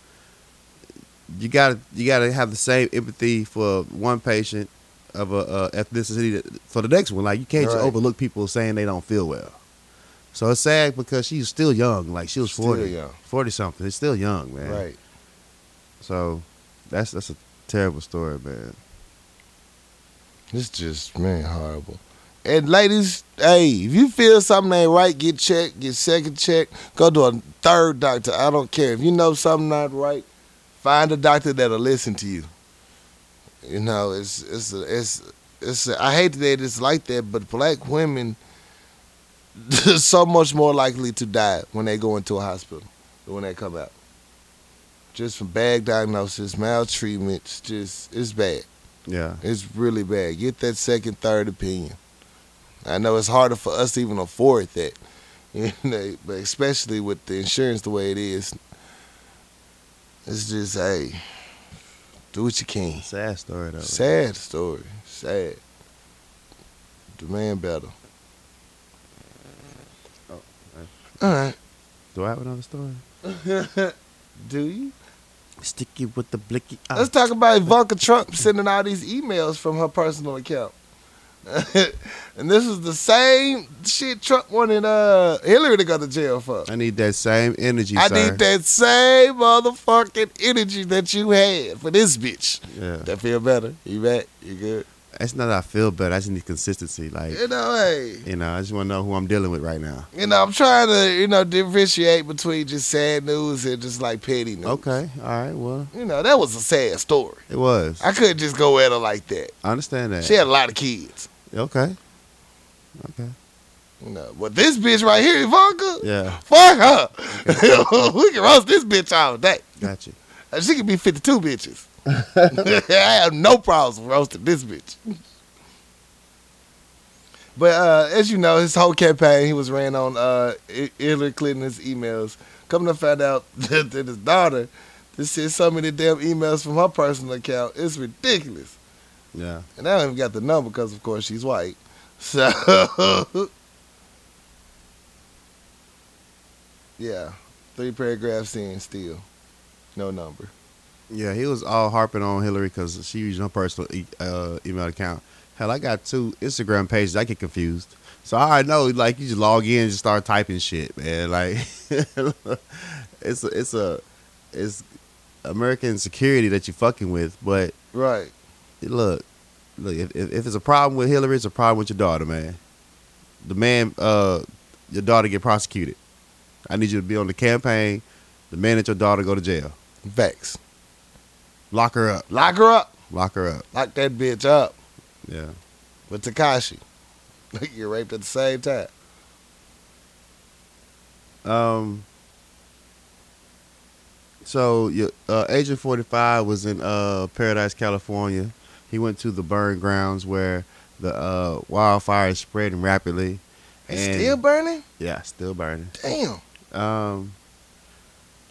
A: you gotta you gotta have the same empathy for one patient of a uh, ethnicity that- for the next one. Like you can't just
B: Right.
A: overlook people saying they don't feel well. So it's sad because she's still young. Like she was
B: Still
A: forty,
B: young.
A: forty something. It's still young, man.
B: Right.
A: So that's that's a terrible story, man.
B: It's just man horrible. And ladies, hey, if you feel something ain't right, get checked, get second checked, go to a third doctor. I don't care. If you know something not right, find a doctor that'll listen to you. You know, it's it's a, it's it's. A, I hate that it's like that, but black women [laughs] are so much more likely to die when they go into a hospital than when they come out. Just from bad diagnosis, maltreatments, just it's bad.
A: Yeah.
B: It's really bad. Get that second, third opinion. I know it's harder for us to even afford that, [laughs] you know, but especially with the insurance the way it is, it's just hey, do what you can.
A: Sad story though.
B: Sad story, sad. Demand better.
A: Oh,
B: All right.
A: Do I have another story?
B: Do you?
A: Sticky with the blicky eye.
B: Let's talk about Ivanka Trump sending all these emails from her personal account. [laughs] and this is the same shit Trump wanted uh, Hillary to go to jail for.
A: I need that same energy.
B: I
A: sir.
B: need that same motherfucking energy that you had for this bitch.
A: Yeah.
B: That feel better? You back? You good?
A: It's not that I feel better. I just need consistency. Like
B: You know, hey.
A: you know, I just want to know who I'm dealing with right now.
B: You know, I'm trying to, you know, differentiate between just sad news and just like petty news.
A: Okay. All right. Well,
B: You know, that was a sad story.
A: it was.
B: I couldn't just go at her like that.
A: I understand that.
B: She had a lot of kids.
A: Okay. Okay.
B: You know, but this bitch right here, Ivanka,
A: Yeah.
B: fuck her. [laughs] we can roast this bitch all day.
A: Gotcha.
B: And She could be 52 bitches. [laughs] I have no problems roasting this bitch. But uh, as you know, his whole campaign, he was ran on uh, Hi- Hillary Clinton's emails. Come to find out [laughs] that, that his daughter just sent so many damn emails from her personal account. It's ridiculous.
A: Yeah.
B: And I don't even got the number because, of course, she's white. [laughs] So, yeah, three paragraphs in still. No number.
A: Yeah. He was all harping on Hillary because she used her personal e- uh, email account. Hell, I got two Instagram pages. I get confused. So I know, like, you just log in and just start typing shit, man. Like, [laughs] it's a, it's a it's American security that you fucking with, but
B: Right.
A: look, look. If, if if it's a problem with Hillary, it's a problem with your daughter, man. The man, uh, your daughter get prosecuted. I need you to be on the campaign. The man that your daughter go to jail.
B: Vex.
A: Lock her up.
B: Lock her up.
A: Lock her up.
B: Lock that bitch up
A: Yeah.
B: with Takashi. [laughs] You get raped at the same time.
A: Um. So your uh, Agent Forty Five was in uh, Paradise, California. He went to the burn grounds where the uh, wildfire is spreading rapidly.
B: It's still burning?
A: yeah, still burning.
B: [laughs] Damn.
A: um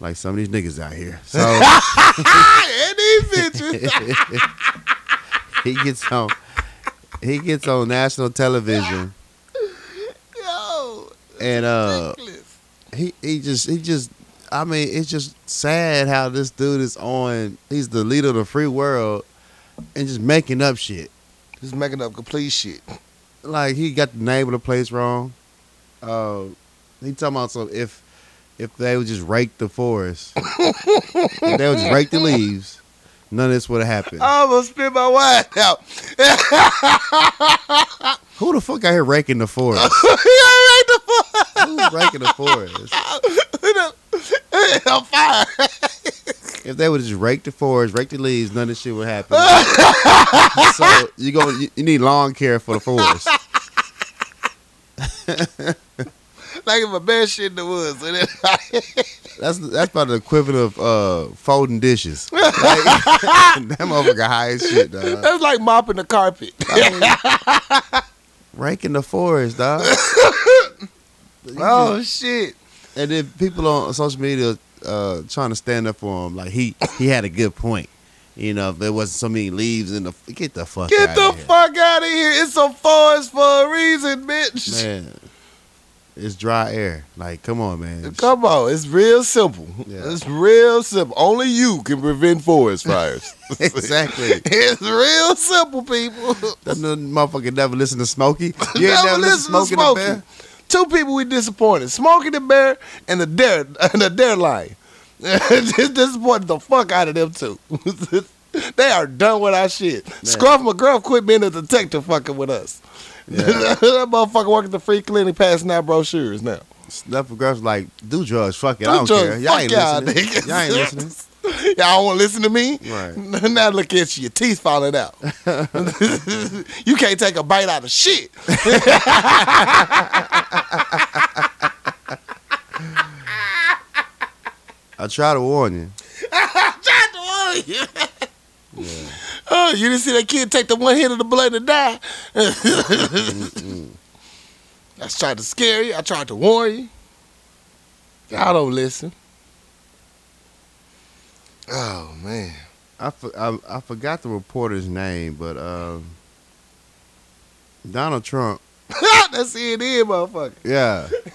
A: like some of these niggas out here. So
B: and these bitches. [laughs]
A: he gets on he gets on national television
B: Yo.
A: and uh
B: Ridiculous.
A: he he just he just I mean it's just sad how this dude is on he's the leader of the free world and just making up shit.
B: Just making up complete shit.
A: Like he got the name of the place wrong. Uh he talking about some if if they would just rake the forest, if they would just rake the leaves, none of this would have
B: [laughs]
A: happened.
B: I almost spit my wine [laughs] out.
A: Who the fuck out here raking the
B: [laughs]
A: forest?
B: You all right the fuck?
A: Who's raking the forest?
B: I'm [laughs] fire.
A: If they would just rake the forest, rake the leaves, none of this shit would happen. [laughs] so you go, you, you need lawn care for the forest.
B: Like if a bear shit in the woods. [laughs] And then
A: That's that's about the equivalent of uh, folding
B: [laughs]
A: dishes. Like, [laughs] that motherfucker high as shit, dog.
B: that's like mopping the carpet. [laughs]
A: Raking the forest, dog.
B: oh, shit.
A: And then people on social media uh, trying to stand up for him. Like he he had a good point. You know, if there wasn't so many leaves in the get the fuck
B: Get
A: outta
B: the
A: here.
B: fuck out of here. It's a forest for a reason, bitch.
A: man. It's dry air. Like, come on, man.
B: Come on, it's real simple.
A: Yeah.
B: It's real simple. Only you can prevent
A: [laughs]
B: forest fires.
A: [laughs] exactly.
B: it's real simple, people.
A: That n- motherfucker never listen to Smokey.
B: [laughs]
A: You ain't
B: Never
A: never, listen to Smokey. the
B: Smokey.
A: Bear?
B: Two people we disappointed: Smokey the Bear and the Dare and the Dare Lion. [laughs] Just disappointed the fuck out of them [laughs] too. they are done with our shit. Scruff McGruff quit being a detective fucking with us. [laughs] that motherfucker working the free clinic passing out brochures now.
A: Left for girls like do drugs. Fuck it. I
B: Do
A: don't
B: drugs,
A: care. Y'all
B: fuck
A: ain't
B: y'all
A: listening.
B: niggas.
A: Y'all ain't
B: [laughs]
A: listening.
B: Y'all don't want to listen to me?
A: Right.
B: [laughs] now look at you, your teeth falling out. [laughs] you can't take a bite out of shit.
A: I try to warn you.
B: Tried to warn you. Oh, you didn't see that kid take the one hit of the blood and die. [laughs] I tried to scare you. I tried to warn you. Y'all don't listen. Oh man.
A: I, for, I, I forgot the reporter's name, but um, Donald Trump.
B: [laughs] That's CNN, motherfucker.
A: [laughs] Yeah,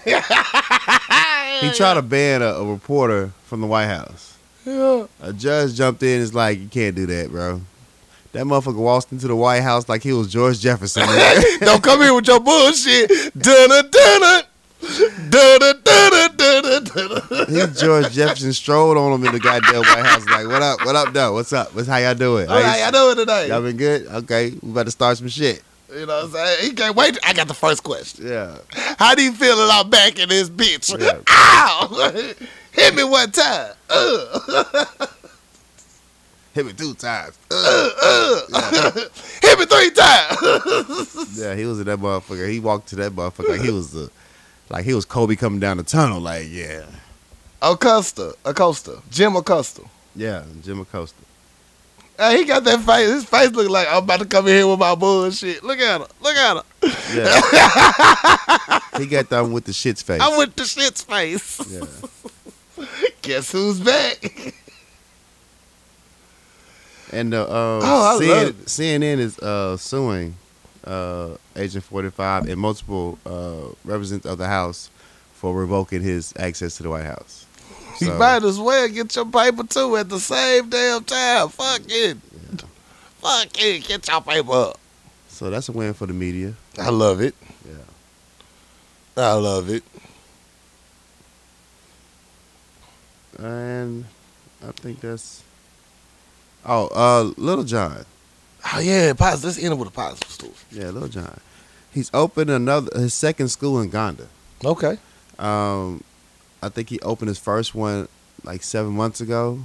A: he tried to ban a, a reporter from the White House.
B: Yeah.
A: A judge jumped in. and is like you can't do that, bro. That motherfucker waltzed into the White House like he was George Jefferson. man. [laughs]
B: Don't come here with your bullshit. Dunna dunna. Dunna dunna dunna dunna.
A: he George Jefferson strolled on him in the goddamn White House. Like, what up? What up? though? what's up? What's how y'all doing?
B: All right, I know it today.
A: Y'all been good? Okay, we about to start some shit.
B: You know what I'm saying? He can't wait. I got the first question.
A: Yeah.
B: How do you feel about back in this bitch?
A: Yeah.
B: Ow! Hit me one time. Ugh.
A: Hit me two times. [laughs]
B: Hit me three times. [laughs]
A: Yeah, he was in that motherfucker. He walked to that motherfucker like he was the, like he was Kobe coming down the tunnel. Like, yeah,
B: Acosta, Acosta, Jim Acosta.
A: yeah, Jim Acosta.
B: Hey, he got that face. His face look like I'm about to come in here with my bullshit. Look at him. Look at him.
A: Yeah, [laughs] he got that one with the shits face.
B: I'm with the shit's face. [laughs]
A: yeah,
B: Guess who's back?
A: and the uh,
B: Oh, I
A: CN-
B: love
A: CNN is uh, suing uh, Agent Forty Five and multiple uh, representatives of the House for revoking his access to the White House.
B: You
A: So-
B: might as well get your paper too at the same damn time. Fuck it. Fuck it. Get your paper up.
A: So that's a win for the media.
B: I love it.
A: Yeah.
B: I love it.
A: And I think that's. Oh, uh, Little John.
B: Oh yeah, positive. Let's end it with a positive story.
A: Yeah, Little John. He's opened another his second school in Gonda.
B: Okay.
A: Um, I think he opened his first one like seven months ago.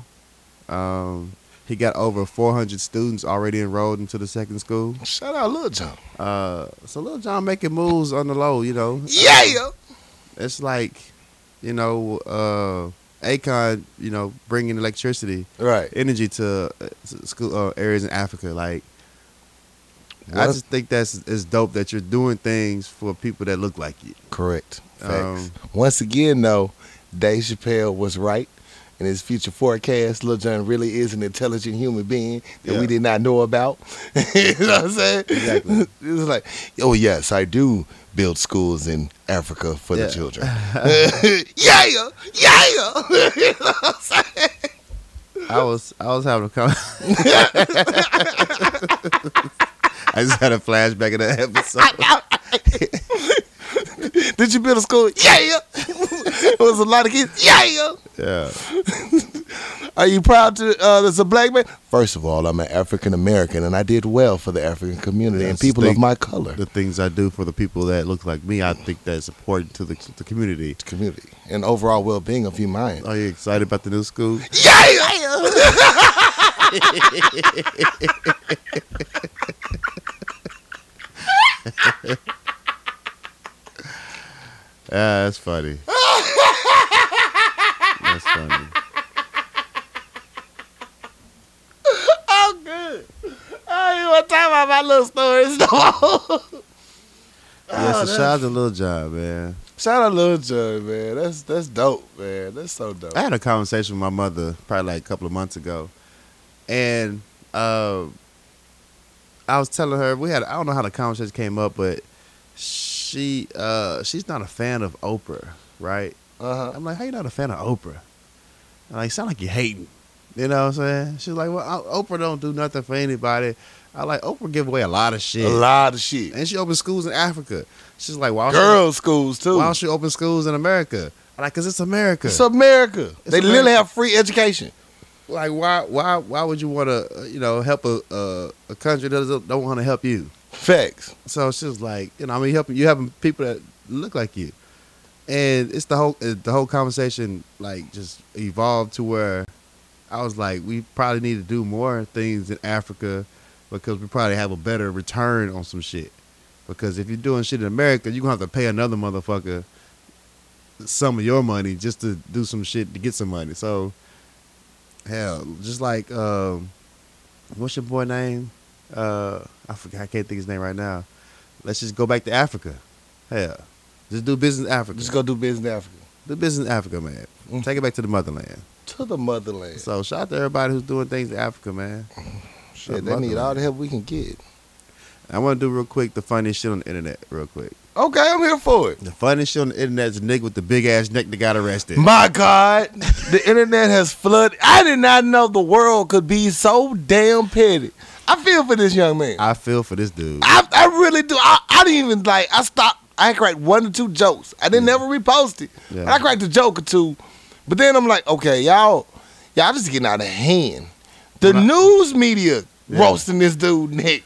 A: Um, he got over 400 students already enrolled into the second school.
B: Shout out Lil John.
A: Uh, so Little John making moves on the low, you know. Um,
B: Yeah.
A: It's like, you know, uh, Akon, you know, bringing electricity.
B: Right.
A: energy to, uh, to school uh, areas in Africa. Like, I
B: What?
A: just think that's it's dope that you're doing things for people that look like you.
B: Correct. Facts.
A: Um,
B: Once again though, Dave Chappelle was right. In his future forecast, Lil John really is an intelligent human being that
A: Yeah.
B: we did not know about. [laughs] you know what I'm saying?
A: Exactly.
B: [laughs] It was like, oh yes, I do build schools in Africa for
A: Yeah.
B: the
A: [laughs]
B: children. [laughs] yeah, yeah. You know what I'm saying?
A: I was I was having a con. [laughs] I just had a flashback of that episode.
B: Did you build a school? Yeah, yeah. [laughs] it was a lot of kids. Yeah, [laughs] yeah.
A: Yeah,
B: Are you proud to uh, as a black man? First of all, I'm an African American, and I did well for the African community and
A: That's
B: people
A: the-
B: of my color
A: the things I do for the people that look like me, I think that's important to the the community.
B: community and overall well-being of humanity.
A: Are you excited about the new school?
B: [laughs] Yeah, yeah. [laughs]
A: Ah, that's funny. that's funny.
B: Oh, good. I don't even want to talk about my little stories no more.
A: Yeah, so shout out to Lil John, man.
B: Shout out Lil Jon, man. That's that's dope, man. That's so dope.
A: I had a conversation with my mother probably like a couple of months ago, and uh, I was telling her we had I don't know how the conversation came up, but she uh, she's not a fan of Oprah, right?
B: Uh-huh.
A: I'm like, how you not a fan of Oprah? I'm like, sound like you hating. You know what I'm saying? She's like, well, I- Oprah don't do nothing for anybody. I like Oprah give away a lot of shit,
B: A lot of shit.
A: and she opened schools in Africa. She's like, why don't
B: Girls' schools
A: she,
B: too.
A: why don't she open schools in America? I'm like, cause it's America.
B: It's America.
A: It's
B: they
A: America.
B: literally have free education.
A: uh, like why why why would you want to you know help a a, a country that doesn't- don't want to help you
B: Facts.
A: So she was like, you know, I mean, helping you helping people that look like you, and it's the whole uh, the whole conversation like just evolved to where I was like, we probably need to do more things in Africa because we probably have a better return on some shit. Because if you're doing shit in America, you're gonna have to pay another motherfucker some of your money just to do some shit to get some money. So hell, just like um, what's your boy name? Uh, I forgot. I can't think his name right now. Let's just go back to Africa. Hell, just do business in Africa.
B: Just go do business in Africa.
A: do business in Africa, man.
B: Mm.
A: Take it back to the motherland.
B: To the motherland.
A: So shout out to everybody who's doing things in Africa, man.
B: Shit, they
A: motherland.
B: need all the help we can get.
A: I want to do real quick the funniest shit on the internet, real quick.
B: Okay, I'm here for it.
A: The funniest shit on the internet is a nigga with the big ass neck that got arrested.
B: My God, the internet has flooded. I did not know the world could be so damn petty. I feel for this young man.
A: I feel for this dude.
B: I, I really do. I, I didn't even like. I stopped. I cracked one or two jokes. I didn't never repost it.
A: Yeah.
B: But I cracked a joke or two. But then I'm like, okay, y'all, y'all just getting out of hand. The
A: When I-
B: news media
A: Yeah.
B: roasting this dude Nick.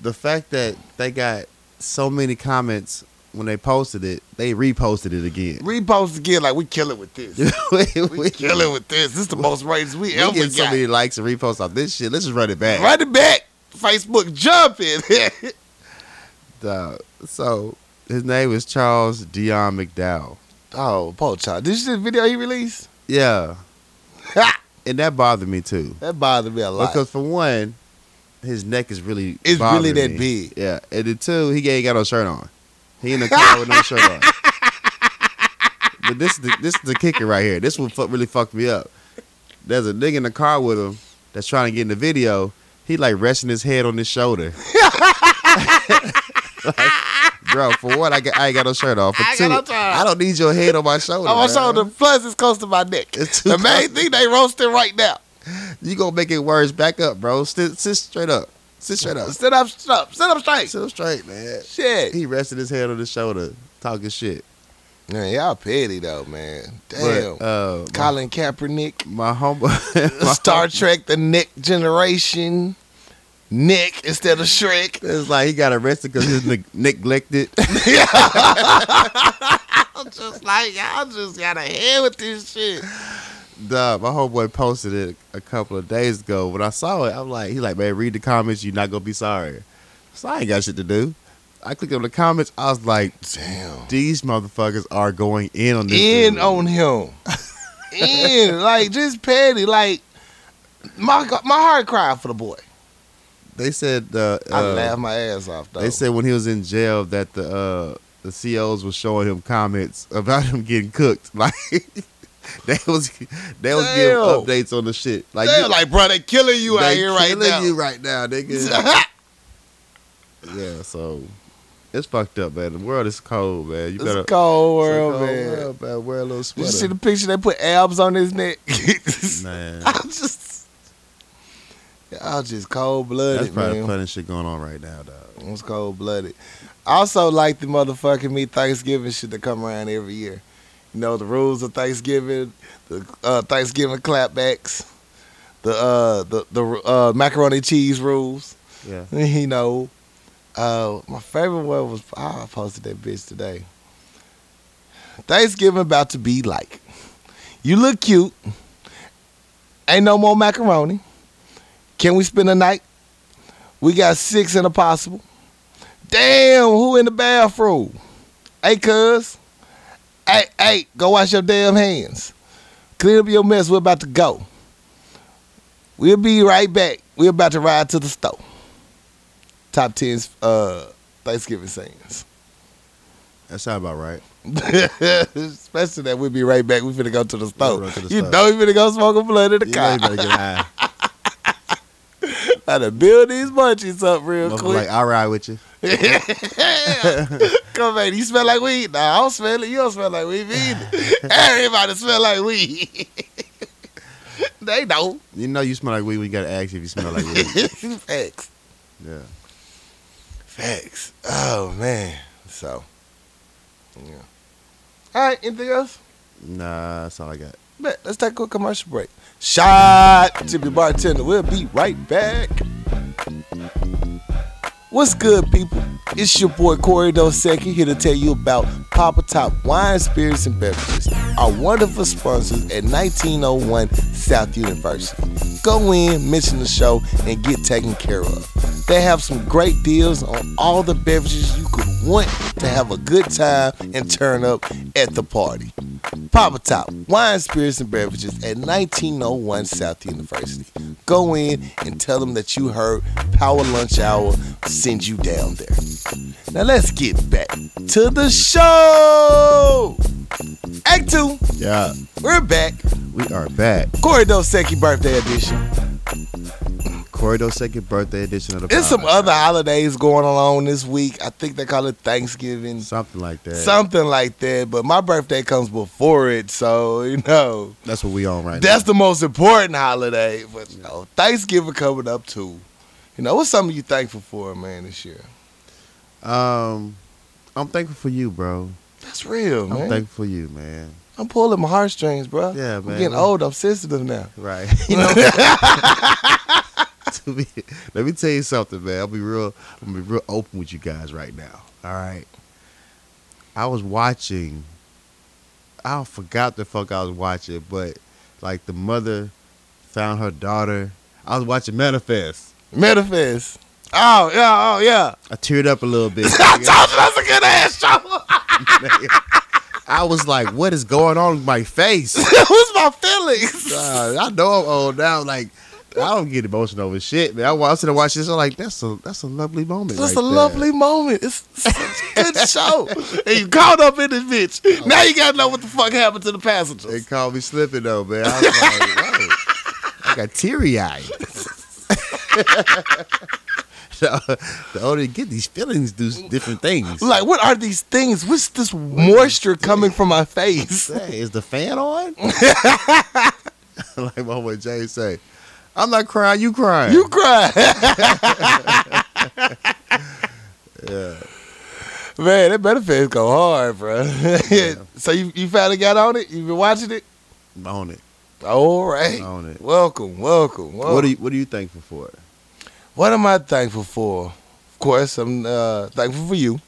A: the fact that they got so many comments when they posted it, they reposted it again.
B: Repost again, like we kill it
A: [laughs]
B: with this.
A: we,
B: We kill it with this. This is the most ratings we,
A: we
B: ever
A: get
B: got.
A: so many likes and reposts off this shit. Let's just run it back.
B: Right it back, Facebook jumping. [laughs]
A: Dog. so his name is Charles Dion McDowell.
B: oh, poor child. Did you see the video he released?
A: Yeah,
B: Ha!
A: and that bothered me too.
B: That bothered me a lot.
A: Because for one, his neck is really
B: It's really
A: bothering
B: that
A: me.
B: big.
A: Yeah, and then two, he ain't got no shirt on. He in the car with no shirt
B: [laughs]
A: on. But this is the, this is the kicker right here. This one fuck, really fucked me up. There's a nigga in the car with him that's trying to get in the video. He like resting his head on his
B: [laughs]
A: shoulder. Like, bro, for one, I, got, I ain't got no shirt on. For
B: I ain't
A: two,
B: got no shirt on.
A: I don't need your head on my shoulder.
B: on my
A: bro.
B: shoulder, plus it's close to my neck.
A: It's too
B: The main
A: close.
B: thing they roasting right now.
A: You gonna make it worse? Back up, bro. Sit, sit straight up. Sit straight up.
B: Sit up, sit up, sit up straight.
A: Sit up straight, man.
B: Shit.
A: He rested his head on his shoulder, talking shit.
B: Man, y'all petty though, man. Damn.
A: But, uh, my,
B: Colin Kaepernick, [laughs]
A: my homeboy, [laughs] my
B: Star Trek: The Next Generation, Nick instead of Shrek.
A: It's like he got arrested because he was neg-
B: [laughs]
A: neglected.
B: I'm just like y'all just got a head with this shit.
A: Duh, my homeboy posted it a couple of days ago. When I saw it, I'm like, he like, man, read the comments. You're not gonna be sorry. So I ain't got shit to do. I clicked on the comments. I was like,
B: Damn.
A: these motherfuckers are going in on this.
B: in
A: dude.
B: on him. [laughs] in like just petty. Like my go- my heart cried for the boy.
A: They said. Uh,
B: I
A: uh,
B: laughed my ass off though.
A: They said when he was in jail that the uh, the COs was showing him comments about him getting cooked. [laughs] Like they was they was
B: Damn.
A: giving updates on the shit. Like
B: They're
A: you-
B: like, bro, they killing you out
A: they
B: here right
A: killing
B: now. [laughs]
A: you right now, nigga. yeah, so it's fucked up, man. The world is cold, man. You
B: It's
A: gotta
B: a cold
A: it's a
B: world,
A: cold
B: man.
A: world, man. Wear a little
B: Did you
A: sweater,
B: see the picture they put abs on his neck? [laughs]
A: man.
B: I just, y'all just cold
A: That's
B: blooded,
A: probably
B: man.
A: plenty of shit going on right now, dog.
B: It's cold blooded. Also, like the motherfucking me Thanksgiving shit that come around every year. You know the rules of Thanksgiving, the uh, Thanksgiving clapbacks, the uh, the the uh, macaroni cheese rules.
A: Yeah,
B: [laughs] You know, uh, my favorite one was I posted that bitch today. Thanksgiving about to be like, you look cute. Ain't no more macaroni. Can we spend a night? We got six in a possible. Damn, who in the bathroom? Hey, cuz. Hey, hey, go wash your damn hands. Clean up your mess. We're about to go. We'll be right back. We're about to ride to the store top ten uh, Thanksgiving sayings. [laughs]
A: that sound about right.
B: Especially that we'll be right back. We finna go to the store.
A: run to the
B: you
A: store.
B: know we finna go smoke a blunt in the
A: You know you
B: car. [laughs]
A: better get high.
B: I done build these munchies up real
A: Motherfucker
B: quick.
A: Like I ride with you.
B: [laughs] Come back. You smell like weed. Nah, I don't smell it. You don't smell like weed either. [laughs] Everybody smell like weed. [laughs] they know.
A: You know you smell like weed. We gotta ask if you smell like weed.
B: [laughs] Facts.
A: Yeah.
B: Facts. Oh man. So. Yeah. All right. Anything else?
A: Nah, that's all I got.
B: Bet. Let's take a quick commercial break. Shot to your bartender. We'll be right back. What's good, people? It's your boy Corey Dosecki here to tell you about Papa Top Wine, Spirits, and Beverages, our wonderful sponsors at 1901 South University. Go in, mention the show, and get taken care of. They have some great deals on all the beverages you could want to have a good time and turn up at the party. Papa Top Wine, Spirits, and Beverages at 1901 South University. Go in and tell them that you heard Power Lunch Hour send you down there. Now let's get back to the show. Act two,
A: Yeah,
B: we're back.
A: we are back.
B: Corey Dosecki birthday edition.
A: Corey second birthday edition of the
B: There's some
A: podcast.
B: other holidays going along this week. I think they call it Thanksgiving,
A: something like that.
B: something like that. But my birthday comes before it, so you know.
A: That's what we on right
B: That's the most important holiday. But you know, Thanksgiving coming up too. You know, what's something you thankful for, man, this year?
A: now. Um, I'm thankful for you, bro.
B: That's real, man.
A: I'm
B: I'm,
A: thankful for you, man.
B: pulling my heartstrings, bro.
A: Yeah,
B: I'm
A: man.
B: getting old. I'm sensitive now. [laughs]
A: Right. You know. [laughs] To be- let me tell you something, man. I'll be real. I'm gonna be real open with you guys right now. All right. I was watching. I forgot the fuck I was watching, but like the mother found her daughter. I was watching Manifest.
B: Manifest. Oh yeah, oh yeah.
A: I teared up a little
B: [laughs]
A: bit.
B: I told you that's a good ass show. [laughs]
A: I was like, "What is going on with my face?"
B: it was my feelings.
A: Uh, I know I'm old now. Like, I don't get emotional over shit, man. I watch and watch this. I'm like, that's a that's a lovely moment.
B: That's
A: right
B: a
A: there.
B: lovely moment. It's such a
A: [laughs]
B: good show. And you caught up in this
A: Oh.
B: bitch. Now you gotta know what the fuck happened to the
A: They
B: passengers.
A: called me slipping though, man. I was like, [laughs] Whoa. I got teary eyed. so, [laughs] the older you get, these feelings do s- different things.
B: Like, what are these things? What's this moisture coming from
A: [laughs]
B: my face?
A: Say, is the fan
B: [laughs]
A: on? [laughs] like my boy Jay say, I'm not crying, you crying.
B: You cry. Man, that benefits go hard, bro. [laughs] So you, you finally got on it? you been watching it?
A: on it,
B: All right.
A: on it.
B: Welcome, welcome, welcome.
A: What are you What are you thankful for?
B: What am I thankful for? Of course, I'm uh, thankful for you.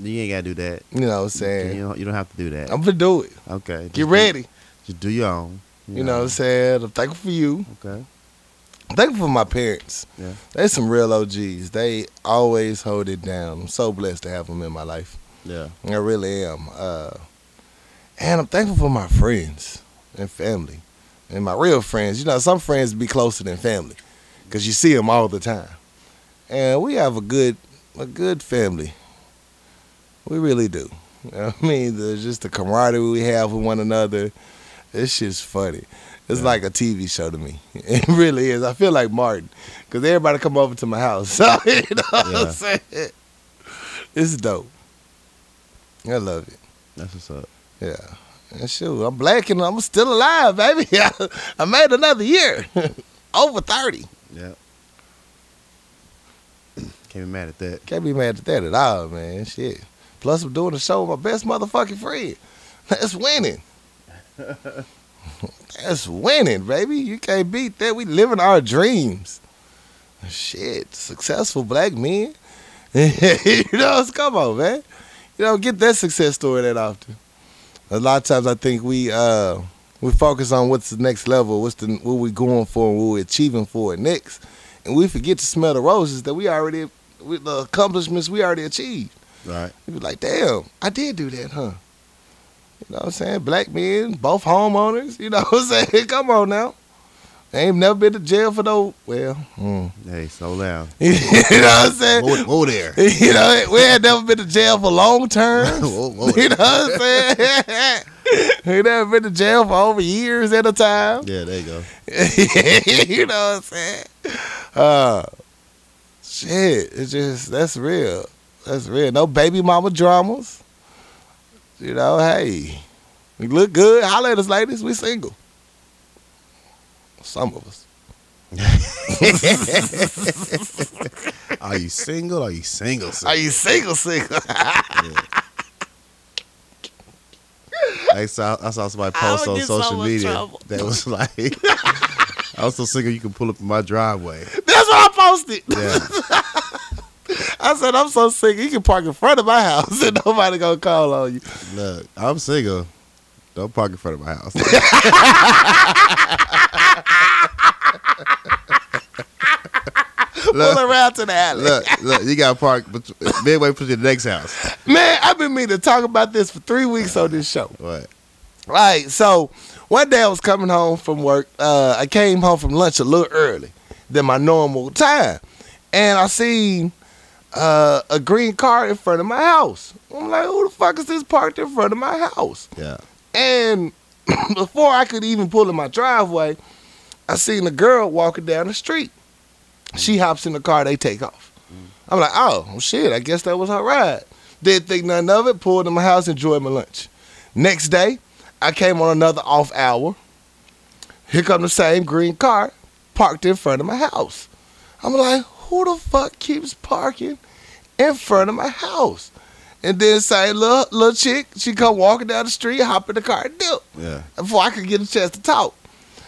A: You ain't gotta do that.
B: You know what I'm
A: You
B: saying?
A: don't, you don't have to do that.
B: I'm gonna do it.
A: okay. just
B: Get
A: do-
B: ready.
A: Just do your own.
B: You know what I'm saying? I'm thankful for you. [laughs]
A: Okay.
B: I'm thankful for my parents.
A: Yeah.
B: They some real OGs. They always hold it down. I'm so blessed to have them in my life.
A: Yeah.
B: I really am. Uh, and I'm thankful for my friends and family and my real friends. You know, some friends be closer than family because you see them all the time. And we have a good, a good family. We really do. [laughs] You know what I mean, there's just the camaraderie we have with one another. This shit's funny. It's like a TV show to me. [laughs] It really is. I feel like Martin because everybody come over to my house. [laughs] So, you know what
A: Yeah.
B: I'm saying? It's dope. I love it.
A: That's what's up.
B: Yeah. And shoot, I'm black and I'm still alive, baby. [laughs] I made another year. [laughs] Over 30.
A: Yeah. [clears throat] Can't be mad at that.
B: Can't be mad at that at all, man. Shit. Plus, I'm doing the show with my best motherfucking friend. [laughs] That's winning. [laughs] That's winning, baby. You can't beat that. We living our dreams. Shit. Successful black men. [laughs] you know, it's- come on, man. You don't get that success story that often. A lot of times I think we uh we focus on what's the next level, what's the what we going for and what we achieving for next. And we forget to smell the roses that we already with the accomplishments we already achieved.
A: Right.
B: You be like, damn, I did do that, huh? You know what I'm saying? Black men, both homeowners, you know [laughs] what I'm saying? Come on now. I ain't never been to jail for no, well, mm.
A: Hey, slow down.
B: [laughs] you know what I'm saying?
A: Whoa, whoa
B: [laughs]
A: there.
B: You know, we ain't never been to jail for long
A: [laughs]
B: terms.
A: Whoa, whoa
B: [laughs]
A: there.
B: You know what I'm saying? [laughs] we never been to jail for over years at a time.
A: Yeah, there you go.
B: [laughs] you know what I'm saying? Uh, shit, it's just that's real. That's real. No baby mama dramas. You know, hey, we look good. Holla at us, ladies. We single. Some of us.
A: Are you single? Are you single?
B: Are
A: single?
B: you single? Single? [laughs]
A: I saw I saw somebody
B: I
A: post
B: would
A: on
B: get so
A: social
B: much
A: media
B: trouble.
A: that was like, [laughs] "I'm so single, you can pull up in my driveway."
B: That's what I posted.
A: Yeah,
B: I I said, I'm so sick. You can park in front of my house [laughs] and nobody gonna call on you.
A: Look, I'm single. Don't park in front of my house.
B: Pull around to the alley.
A: look, look, you got to park bet- midway between the next house.
B: Man, I've been meaning to talk about this for three weeks on this show.
A: What?
B: Right. So one day I was coming home from work. Uh, I came home from lunch a little early than my normal time, and I seen uh, a green car in front of my house. I'm like, who the fuck is this parked in front of my house?
A: Yeah.
B: And [clears throat] before I could even pull in my driveway, I seen a girl walking down the street. She hops in the car, they take off. I'm like, oh well, shit, I guess that was her ride. Didn't think nothing of it, pulled in my house, enjoyed my lunch. Next day, I came on another off hour. Here come the same green car parked in front of my house. I'm like, who the fuck keeps parking in front of my house? And then say little little chick, she come walking down the street, hop in the car and dip
A: Yeah.
B: before I could get a chance to talk.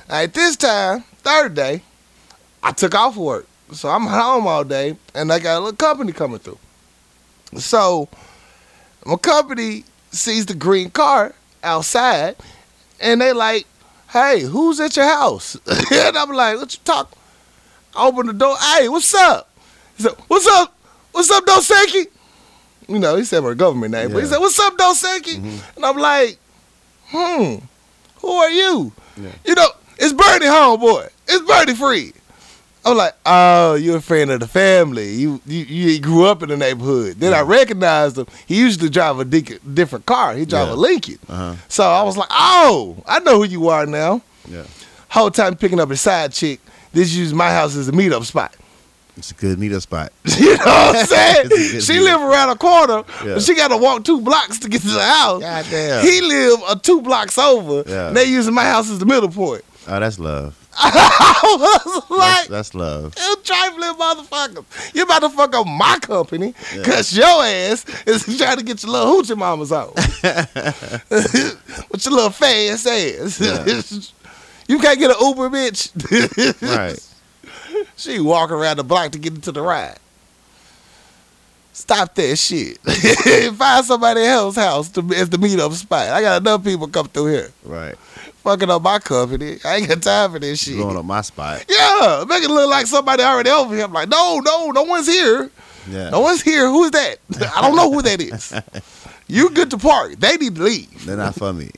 B: All right, this time, third day, I took off work. So I'm home all day and I got a little company coming through. So my company sees the green car outside and they like, hey, who's at your house? [laughs] and I'm like, what you talk? I open the door, hey, what's up? He said, what's up? What's up, Doseki? You know, he said my government name, but he
A: Yeah.
B: said, what's up, Doseki? And I'm like, hmm, who are you?
A: Yeah.
B: You know, it's Bernie homeboy. It's Bernie Freed. I'm like, oh, you're a friend of the family. You you, you grew up in the neighborhood. Then I recognized him. He used to drive a dic- different car. He drove
A: Yeah.
B: a Lincoln.
A: Uh huh.
B: So I was like, oh, I know who you are now.
A: Yeah.
B: Whole time picking up his side chick. This used my house as a meetup spot. [laughs]
A: It's a good meetup spot.
B: You know what
A: [laughs]
B: I'm saying?
A: It's a good
B: she
A: meetup.
B: live around a corner,
A: Yeah.
B: but she got to walk two blocks to get to the house.
A: Goddamn.
B: He live uh, two blocks over.
A: Yeah.
B: and They using my house as the middle point. [laughs]
A: Oh, that's love.
B: I was
A: That's,
B: like,
A: that's love.
B: you trifling motherfuckers. You about to fuck up my company
A: Yeah.
B: because your ass is [laughs] trying to get your little hoochie mamas out. With your little fast ass. [laughs] you can't get an Uber, bitch. [laughs]
A: Right.
B: She walking around the block to get into the ride. Stop that shit. [laughs] Find somebody else's house to, as the meetup spot. I got enough people come through here
A: Right.
B: fucking up my company. I ain't got time for this shit.
A: Going on my spot.
B: Yeah, make it look like somebody already over here. I'm like, no, no, no one's here.
A: Yeah.
B: No one's here. Who's that? I don't know who that is. You good to park. They need to leave.
A: They're not for me.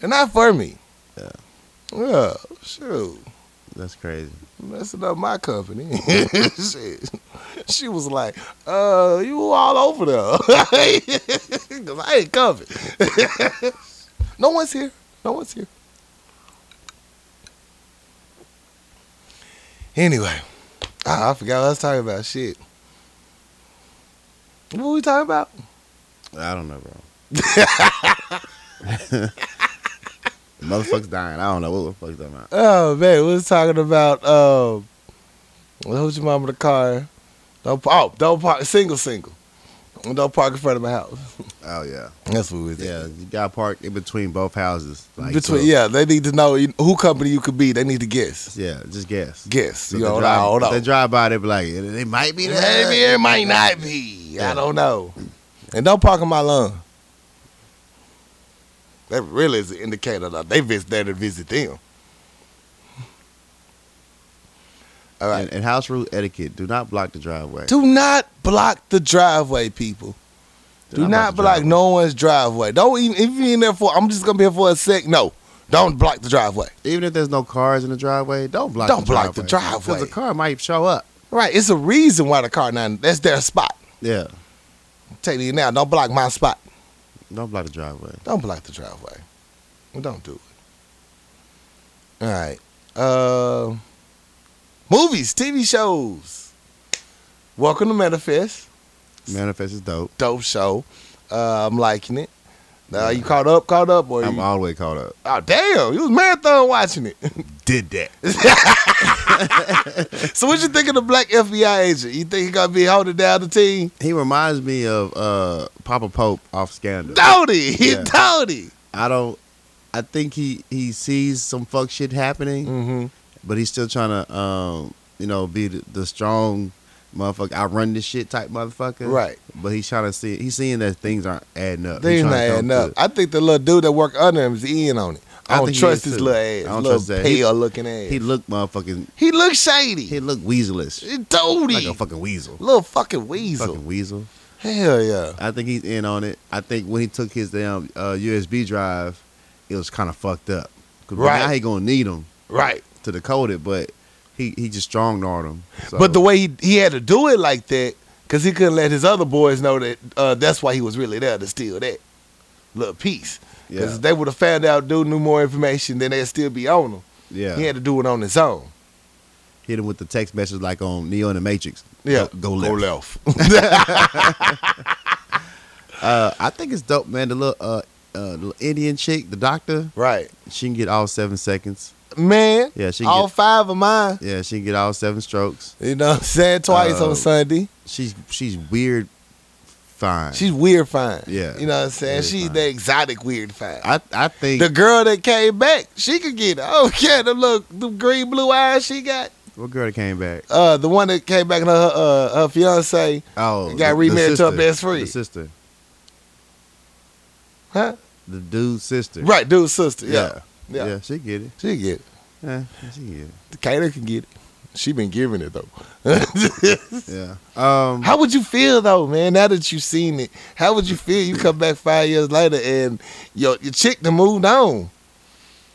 B: They're not for me.
A: Yeah.
B: Yeah, shoot.
A: That's crazy.
B: Messing up my company. [laughs] Shit. She was like, uh, you all over there. [laughs] Because I ain't coming. [laughs] no one's here. No one's here. Anyway, ah, I forgot what I was talking about. Shit. What were we talking about?
A: I don't
B: [laughs]
A: know, bro. Motherfuckers dying. I don't know what the fuck's that about.
B: Oh man, we was talking about um, who's your mom in the car? Don't park. Oh, don't park. Single, single. Don't park in front of my house.
A: Oh yeah,
B: That's what we was.
A: yeah. You got to park in between both houses. Like,
B: Between
A: so-
B: yeah, they need to know you- who company you could be. They need to guess.
A: yeah. Just guess.
B: Guess.
A: So
B: you
A: they
B: know,
A: drive,
B: hold on.
A: They drive by. They be like, "Yeah, they might be there.
B: Maybe it might not be. I don't know. And don't park on my lawn. That really is an indicator that they visit there to visit them. All right.
A: And, and house rule etiquette: Do not block the driveway.
B: Do not block the driveway, people. Do, not,
A: the
B: block
A: driveway.
B: no one's driveway. Don't even if you're in there for I'm just gonna be here for a sec. No. Don't block the driveway.
A: Even if there's no cars in the driveway, don't block.
B: Don't
A: the
B: block the
A: driveway.
B: driveway.
A: Because the car might show up.
B: Right. It's a reason why the car now that's their spot.
A: Yeah.
B: Take it now. Don't block my spot.
A: Don't block the driveway.
B: Don't block the driveway. Well, Don't do it. All right. Uh, movies, TV shows. Welcome to Manifest.
A: Manifest is dope.
B: Dope show. Uh, I'm liking it. Now you caught up, caught up, or
A: I'm
B: you,
A: all the way caught up.
B: oh damn, you was marathon watching it. [laughs]
A: Did that.
B: so what you think of the black FBI agent? You think he gonna be holding down the team?
A: He reminds me of uh, Papa Pope off Scandal.
B: Tony, he
A: Yeah.
B: Tony.
A: I don't. I think he he sees some fuck shit happening,
B: Mm-hmm.
A: but he's still trying to, um, you know, be the, the strong motherfucker, I run this shit type motherfucker.
B: Right.
A: But he's trying to see, he's seeing that things aren't adding up.
B: They
A: He's
B: not
A: trying to come
B: adding up.
A: through.
B: I think the little dude that work under him is in on it. I,
A: I
B: don't
A: think he is,
B: trust his
A: too.
B: little ass.
A: I don't
B: little
A: trust that. He-
B: pale looking ass.
A: He
B: He,
A: look motherfucking,
B: looks shady.
A: he
B: He,
A: look weaselish.
B: toady.
A: Like a fucking weasel.
B: little fucking weasel.
A: Fucking weasel.
B: Hell yeah.
A: I think he's in on it. I think when he took his damn uh, USB drive, it was kind of fucked up. 'Cause
B: Right.
A: now he gonna need him
B: Right.
A: to decode it, but he he just strong armed him. So,
B: But the way he, he had to do it like that, because he couldn't let his other boys know that uh, that's why he was really there to steal that little piece. Because
A: yeah,
B: if they would have found out dude knew more information, then they'd still be on him.
A: yeah,
B: He had to do it on his own.
A: hit him with the text message like on Neo and the Matrix.
B: Yeah.
A: go, go left.
B: left. [laughs]
A: Uh, I think it's dope, man. The little uh, uh little Indian chick, the doctor,
B: right.
A: she can get all seven seconds.
B: Man,
A: Yeah, she can
B: all
A: get,
B: five of mine.
A: yeah she can get all seven strokes.
B: You know what I'm saying? Twice
A: Uh,
B: on Sunday.
A: She's she's weird, fine.
B: She's weird fine.
A: yeah.
B: You know what I'm saying?
A: Weird
B: She's
A: fine.
B: the exotic weird fine.
A: I I think
B: the girl that came back, she could get it. Oh yeah, the look, the green blue eyes she got.
A: what girl that came back?
B: Uh, the one that came back and her uh, her fiance,
A: Oh,
B: Got
A: the- the
B: remarried to her
A: sister.
B: best friend.
A: The sister,
B: huh?
A: the dude's sister.
B: Right, dude's sister. Yeah,
A: Yeah.
B: yeah.
A: Yeah. she get it.
B: She get it.
A: Yeah, she
B: [laughs]
A: get it.
B: Kayla can get it. She been giving it though.
A: Mm-hmm. Yeah. Um,
B: How would you feel though, man? Now that you've seen it, how would you feel? You come back five years later and your your chick done moved on.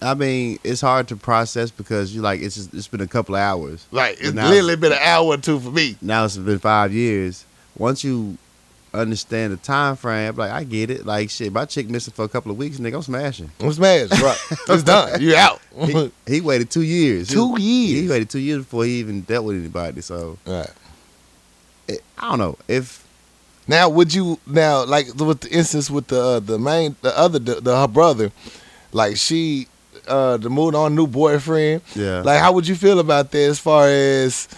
A: I mean, it's hard to process because you like it's just, it's been a couple of hours.
B: Like it's
A: Now-
B: literally been an hour or two for me.
A: Now it's been five years. Once you understand the time frame, I'm like I get it. Like shit, my chick missing for a couple of weeks, nigga, I'm smashing.
B: I'm smashed. Right, [laughs] it's done. You out.
A: He,
B: [laughs]
A: he waited two years.
B: Two
A: He,
B: years.
A: he waited two years before he even dealt with anybody. So
B: Right.
A: it, I don't know if
B: Now, would you now like the- with the instance with the uh, the main the other the, the her brother, like she uh the moved on new boyfriend.
A: yeah.
B: Like, how would you feel about that as far as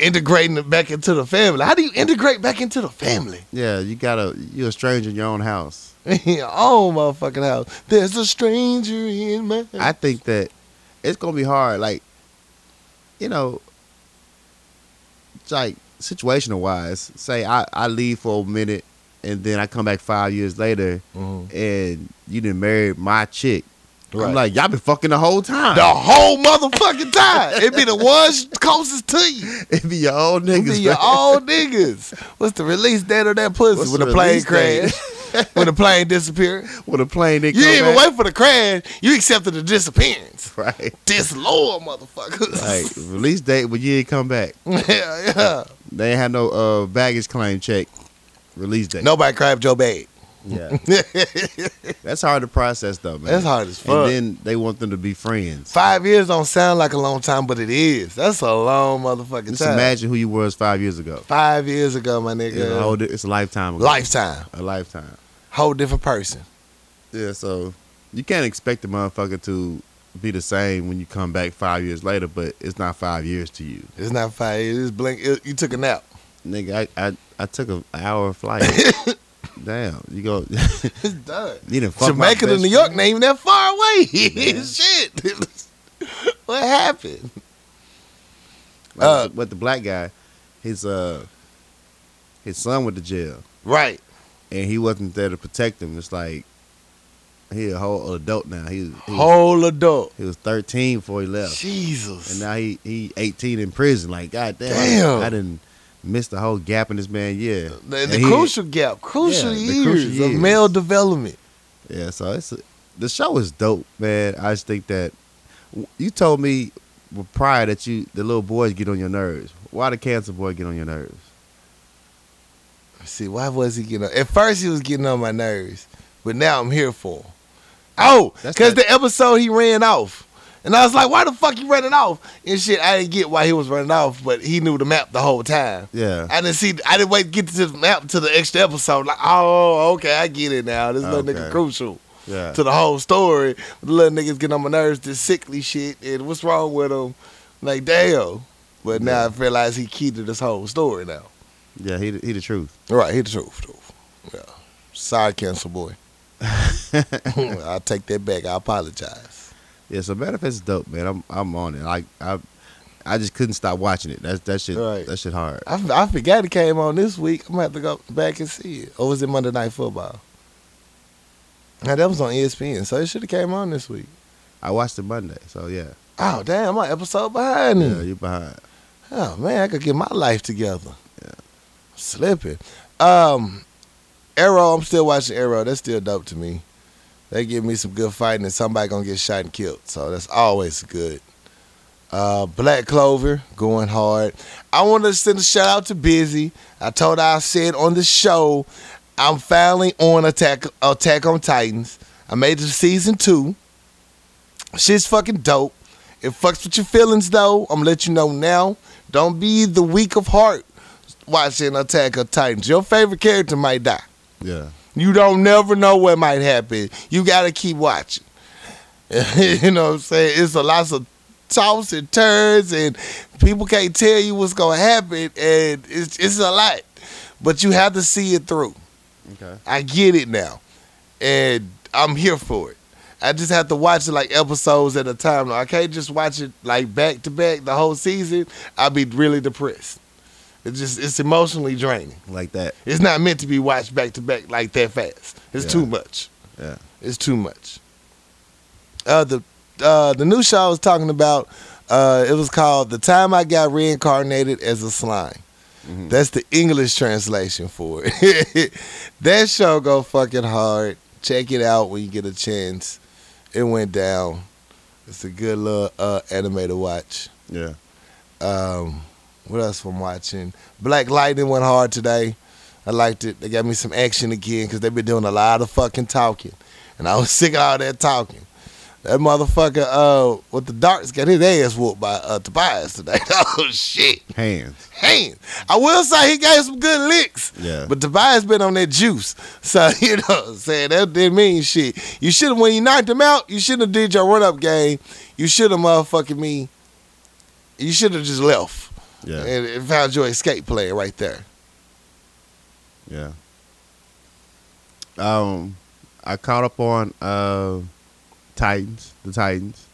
B: integrating it back into the family? How do you integrate back into the family? [laughs]
A: yeah, you gotta you're a stranger in your own house.
B: In your own Oh, motherfucking house. There's a stranger in my.
A: I think that it's gonna be hard. Like, you know, it's like situational wise, say I, I leave for a minute and then I come back five years later
B: Mhm.
A: and you didn't marry my chick.
B: Right.
A: I'm like, y'all been fucking the whole time.
B: The whole motherfucking time. It'd be the ones [laughs] closest to you.
A: [laughs] It be your old
B: It'd
A: niggas. [laughs]
B: be your
A: man.
B: old niggas. What's the release date of that pussy
A: What's
B: when
A: the
B: the
A: release
B: plane
A: date?
B: crash? [laughs] when the plane disappeared?
A: With a plane that come
B: You didn't even
A: back.
B: wait for the crash. You accepted the disappearance.
A: [laughs] Right.
B: Disloyal motherfuckers.
A: Like release date, but you didn't come back.
B: [laughs] yeah, yeah.
A: They ain't had no uh, baggage claim check. Release date.
B: Nobody grabbed your bag.
A: Yeah. [laughs] That's hard to process though, man.
B: That's hard as fuck.
A: And then they want them to be friends.
B: Five years don't sound like a long time, but it is. That's a long motherfucking
A: Just
B: time.
A: imagine who you was five years ago.
B: Five years ago, my
A: It's, a,
B: nigga.
A: whole, di- it's a lifetime ago.
B: Lifetime.
A: A lifetime.
B: Whole different person.
A: Yeah, so you can't expect the motherfucker to be the same when you come back five years later, but it's not five years to you.
B: It's not five years. It's blink. It, you took a nap. [laughs]
A: Nigga, I I, I took an hour flight. Damn, you go. [laughs]
B: It's done.
A: you didn't fuck my
B: Jamaica to
A: best
B: New York, not even that far away. [laughs]
A: Yeah.
B: Shit. [laughs] what happened?
A: friend. Like,
B: Uh,
A: but the black guy, his uh, his son went to jail,
B: Right.
A: and he wasn't there to protect him. It's like he a whole adult now. He was, he was,
B: Whole adult.
A: he was thirteen before he left.
B: Jesus.
A: And now he he 18 in prison. Like, god damn,
B: Damn.
A: I, didn't miss the whole gap in this man year.
B: The,
A: And
B: the
A: he-
B: crucial gap, crucial
A: Yeah, the
B: years
A: crucial
B: of
A: years.
B: male development.
A: Yeah, so it's the show is dope, man. I just think that you told me prior that you the little boys get on your nerves. Why the cancer boy get on your nerves?
B: See, why was he getting on? At first, he was getting on my nerves, but now I'm here for him. Oh,
A: That's
B: because
A: not-
B: the episode he ran off. And I was like, why the fuck you running off? And shit, I didn't get why he was running off, but he knew the map the whole time.
A: Yeah.
B: I didn't see, I didn't wait to get to the map to the extra episode. Like, oh, okay, I get it now. This little nigga
A: Okay. Uh.
B: crucial
A: Yeah.
B: to the whole story. The little niggas getting on my nerves, this sickly shit, and what's wrong with him? Like, damn. But now I realize he key to this whole story now.
A: yeah, he the- he the truth.
B: Right, he the truth, truth. Yeah. Side cancel boy. [laughs] I take that back. I apologize.
A: Yeah, so manifest is dope, man. I'm I'm on it. Like I I just couldn't stop watching it. That's that shit.
B: Right.
A: That shit hard.
B: I, f- I forgot it came on this week. I'm gonna have to go back and see it. Or was it Monday Night Football? Now that was on E ESPN, so it should have came on this week.
A: I watched it Monday, so yeah.
B: Oh damn, I'm an episode behind
A: Yeah,
B: it.
A: you behind.
B: Oh man, I could get my life together.
A: Yeah.
B: Slipping. Um Arrow, I'm still watching Arrow. That's still dope to me. They give me some good fighting and somebody gonna get shot and killed. So that's always good. Uh, Black Clover going hard. I want to send a shout out to Busy. I told her I said on the show, I'm finally on Attack Attack on Titans. I made it to season two. Shit's fucking dope. It fucks with your feelings though. I'm gonna let you know now. Don't be the weak of heart watching Attack of Titans. Your favorite character might die.
A: Yeah.
B: You don't never know what might happen. You gotta keep watching. [laughs] you know what I'm saying? It's a lots of toss and turns, and people can't tell you what's gonna happen, and it's it's a lot. But you have to see it through.
A: Okay.
B: I get it now, and I'm here for it. I just have to watch it like episodes at a time. I can't just watch it like back to back the whole season. I'll be really depressed. It's just it's emotionally draining.
A: Like that.
B: It's not meant to be watched back to back like that fast. It's
A: Yeah.
B: too much.
A: Yeah.
B: It's too much. Uh, the uh, the new show I was talking about, uh, it was called "The Time I Got Reincarnated as a Slime."
A: Mhm.
B: That's the English translation for it. [laughs] that show go fucking hard. Check it out when you get a chance. It went down. It's a good little uh, anime to watch.
A: Yeah.
B: Um, what else from watching? Black Lightning went hard today. I liked it. They got me some action again because they've been doing a lot of fucking talking, and I was [laughs] sick of all that talking. That motherfucker uh, with the darts got his ass whooped by uh, Tobias today. [laughs] oh shit,
A: Hands.
B: hands. I will say he gave some good licks.
A: Yeah.
B: But Tobias been on that juice. [laughs] So, you know what I'm saying? That didn't mean shit. You should have, when you knocked him out, you should have did your run up game. You should have motherfucking me. You should have just left
A: yeah.
B: and, and found your escape plan right there.
A: Yeah. Um, I caught up on uh, Titans, the Titans.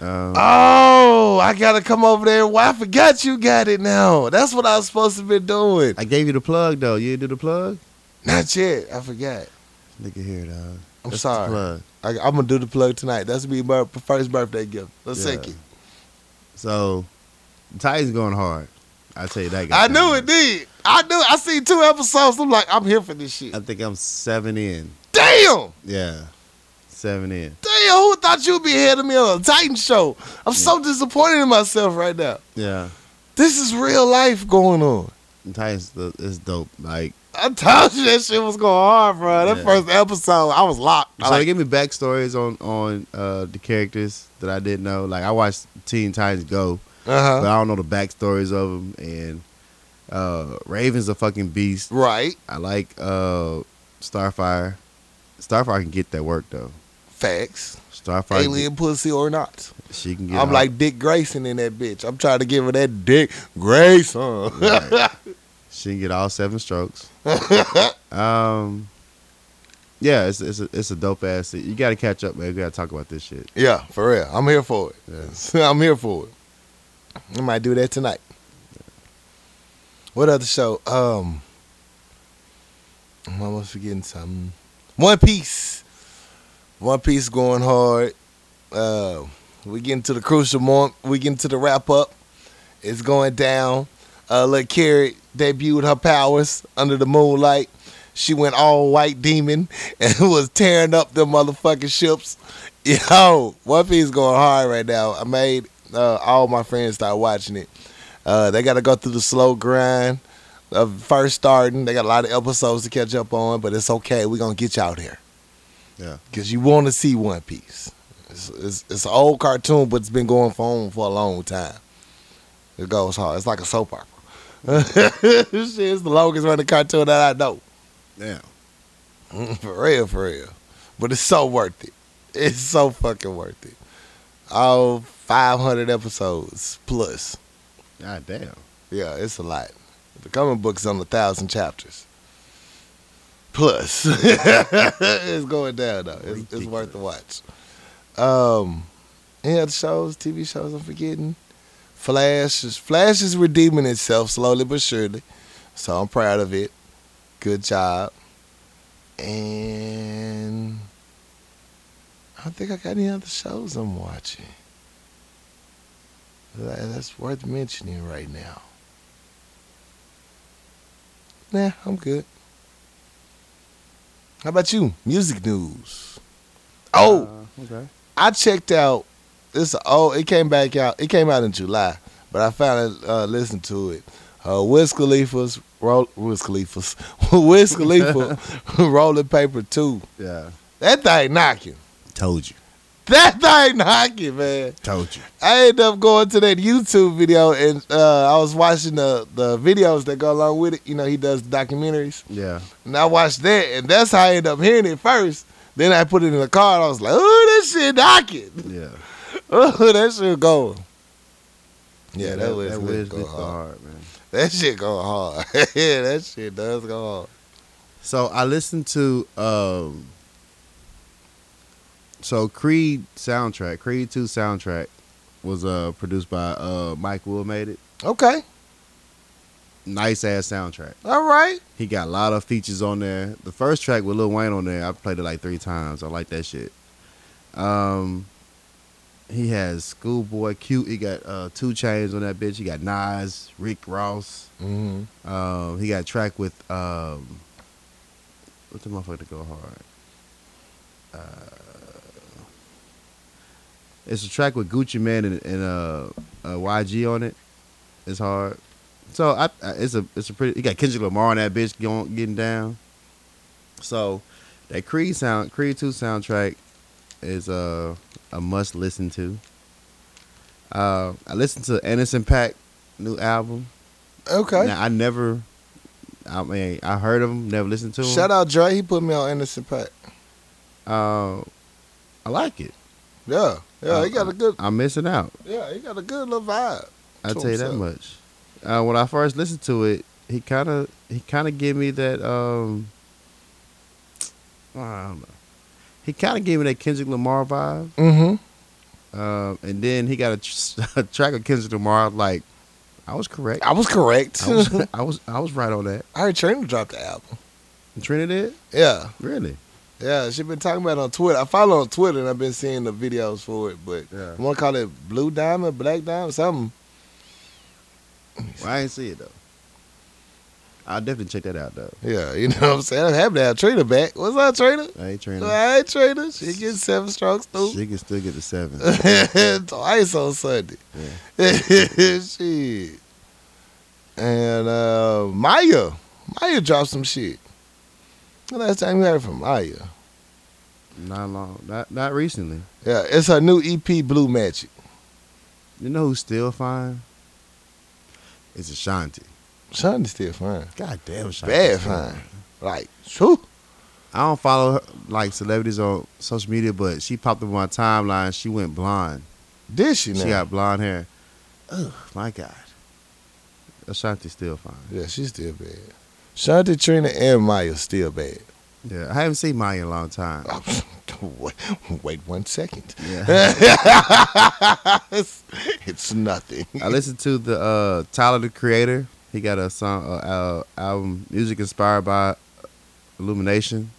A: Um,
B: Oh, I got to come over there. Why I forgot you got it now. That's what I was supposed to be doing.
A: I gave you the plug though. You didn't do the plug.
B: Not yet. I forgot.
A: Nigga here, dog.
B: I'm
A: uh, That's the
B: sorry.
A: plug.
B: I, I'm going to do the plug tonight. That's going to be my first birthday gift. Let's
A: Yeah.
B: take it.
A: So, the Titans going hard. I tell you that.
B: I
A: goddamn
B: knew
A: much.
B: it did. I knew. I seen two episodes. I'm like, I'm here for this shit.
A: I think I'm seven in.
B: Damn,
A: Yeah, seven in.
B: damn. Who thought you'd be ahead of me on a Titan show? I'm so disappointed in myself right now.
A: Yeah,
B: This is real life going on.
A: the Titans the- is dope. Like,
B: I told you that shit was going hard, bro. That
A: Yeah.
B: first episode, I was locked. I
A: so they
B: like,
A: give me backstories on on uh, the characters that I didn't know. Like, I watched Teen Titans Go.
B: uh
A: but
B: huh.
A: I don't know the backstories of them. And uh, Raven's a fucking beast.
B: Right.
A: I like uh, Starfire. Starfire can get that work though.
B: Facts.
A: Starfire,
B: Alien pussy or not.
A: get- she can get.
B: I'm
A: all-
B: like Dick Grayson in that bitch. I'm trying to give her that Dick Grayson.
A: Right. she can get all seven [laughs] strokes. um, yeah, it's it's a, it's a dope ass. se- You got to catch up, man. We got to talk about this shit.
B: yeah, for real. I'm here for it.
A: Yeah.
B: [laughs] I'm here for it. I might do that tonight. What other show? Um, I'm almost forgetting something. One Piece. One Piece going hard. Uh, we getting to the crucial moment. We getting to the wrap up. It's going down. Uh, Lil Carrot debuted her powers under the moonlight. She went all white demon [laughs] and was tearing up the motherfucking ships. [laughs] Yo, One Piece going hard right now. I made uh, all my friends start watching it. Uh, they got to go through the slow grind of first starting. They got a lot of episodes to catch up on, but it's okay. We're going to get y'all there.
A: Yeah.
B: Because you want to see One Piece. It's, it's, it's an old cartoon, but it's been going on for a long time. It goes hard. It's like a soap opera. [laughs] Shit, it's the longest running cartoon that I know.
A: Damn.
B: Mm, For real, for real. But it's so worth it. It's so fucking worth it. All 500 episodes plus.
A: God damn.
B: Yeah, it's a lot. The comic book's on a thousand chapters. Plus, [laughs] it's going down though. It's, it's worth the watch. Um, any other shows, TV shows I'm forgetting? Flash is Flash is redeeming itself slowly but surely. So I'm proud of it. Good job. And I don't think I got any other shows I'm watching. That- That's worth mentioning right now. Nah, I'm good. How about you? Music news. Oh,
A: Uh, okay.
B: I checked out this oh it came back out it came out in July, but I finally uh, listened to it. Uh, Wiz Khalifa's roll, Wiz Khalifa's [laughs] Wiz Khalifa Rolling Paper Two.
A: Yeah.
B: That thing knocking.
A: Told you.
B: That thing knocking, man.
A: Told you.
B: I ended up going to that YouTube video and uh, I was watching the the videos that go along with it. You know he does documentaries.
A: Yeah.
B: And I watched that, and that's how I ended up hearing it first. Then I put it in the car, and I was like, "Ooh, that shit knocking!
A: Yeah.
B: Ooh, Oh, [laughs] that shit going." Yeah, that, was
A: that
B: that,
A: Wiz
B: go
A: Khalifa
B: hard.
A: hard, man.
B: that shit go hard. [laughs] yeah, that shit does go hard.
A: So I listened to um so Creed soundtrack, Creed 2 soundtrack was uh produced by uh Mike Will made it.
B: Okay,
A: Nice ass soundtrack.
B: all right.
A: He got a lot of features on there. The first track with Lil Wayne on there, I played it like three times. I like that shit. Um he has Schoolboy Q, he got uh two chains on that bitch, he got Nas, Rick Ross.
B: Mm-hmm.
A: Um, he got a track with um, what the motherfucker go hard. Uh, it's a track with Gucci Man and, and uh, uh, YG on it. It's hard. So I, I it's a it's a pretty. You got Kendrick Lamar on that bitch going getting down. So that Creed sound Creed Two soundtrack is uh, a must listen to. Uh, I listened to Anderson Pack new album.
B: Okay.
A: Now, I never. I mean, I heard of him, never listened to him.
B: Shout out Dre. He put me on Innocent Pack.
A: Uh, I like it.
B: Yeah, yeah. he got a good.
A: I'm missing out.
B: Yeah, he got a good little vibe.
A: I
B: To
A: tell you that
B: himself.
A: much. Uh, when I first listened to it, he kind of he kind of gave me that. Um, I don't know. He kind of gave me that Kendrick Lamar vibe,
B: Mm-hmm.
A: Um and then he got a, tr- [laughs] a track of Kendrick Lamar. I was Like, I was correct.
B: I was correct. [laughs]
A: I was, I was I was right on that.
B: I heard Trina dropped the album.
A: Trinidad,
B: Yeah.
A: really?
B: Yeah, she been talking about it on Twitter. I follow her on Twitter and I've been seeing the videos for it, but
A: Yeah.
B: I want to call it Blue Diamond, Black Diamond, something.
A: Well, I ain't see it though. I'll definitely check that out though.
B: Yeah, you [laughs] know what I'm saying? I'm happy to have Trina back. What's up, Trina?
A: I ain't training.
B: All right, Trina. She gets seven strokes, too.
A: She can still get the seven.
B: [laughs] Twice on Sunday. [laughs] shit. And uh, Maya. Maya dropped some shit. The last time you heard from Maya.
A: not long. Not not recently.
B: Yeah, it's her new EP, Blue Magic.
A: You know who's still fine? It's Ashanti.
B: Shonda's still fine.
A: God damn Ashanti.
B: Bad fine. Like, whew.
A: I don't follow her, like celebrities on social media, but she popped up on my timeline. She went blonde.
B: Did she now?
A: She got blonde hair. Oh my God. Ashanti's still fine.
B: Yeah, she's still bad. Shante, Trina, and Maya still bad.
A: Yeah, I haven't seen Maya in a long time.
B: Wait, Oh, [laughs] wait one second.
A: Yeah.
B: it's, [laughs] it's nothing.
A: I listened to the uh, Tyler the Creator. He got a song, uh, uh, album, music inspired by Illumination.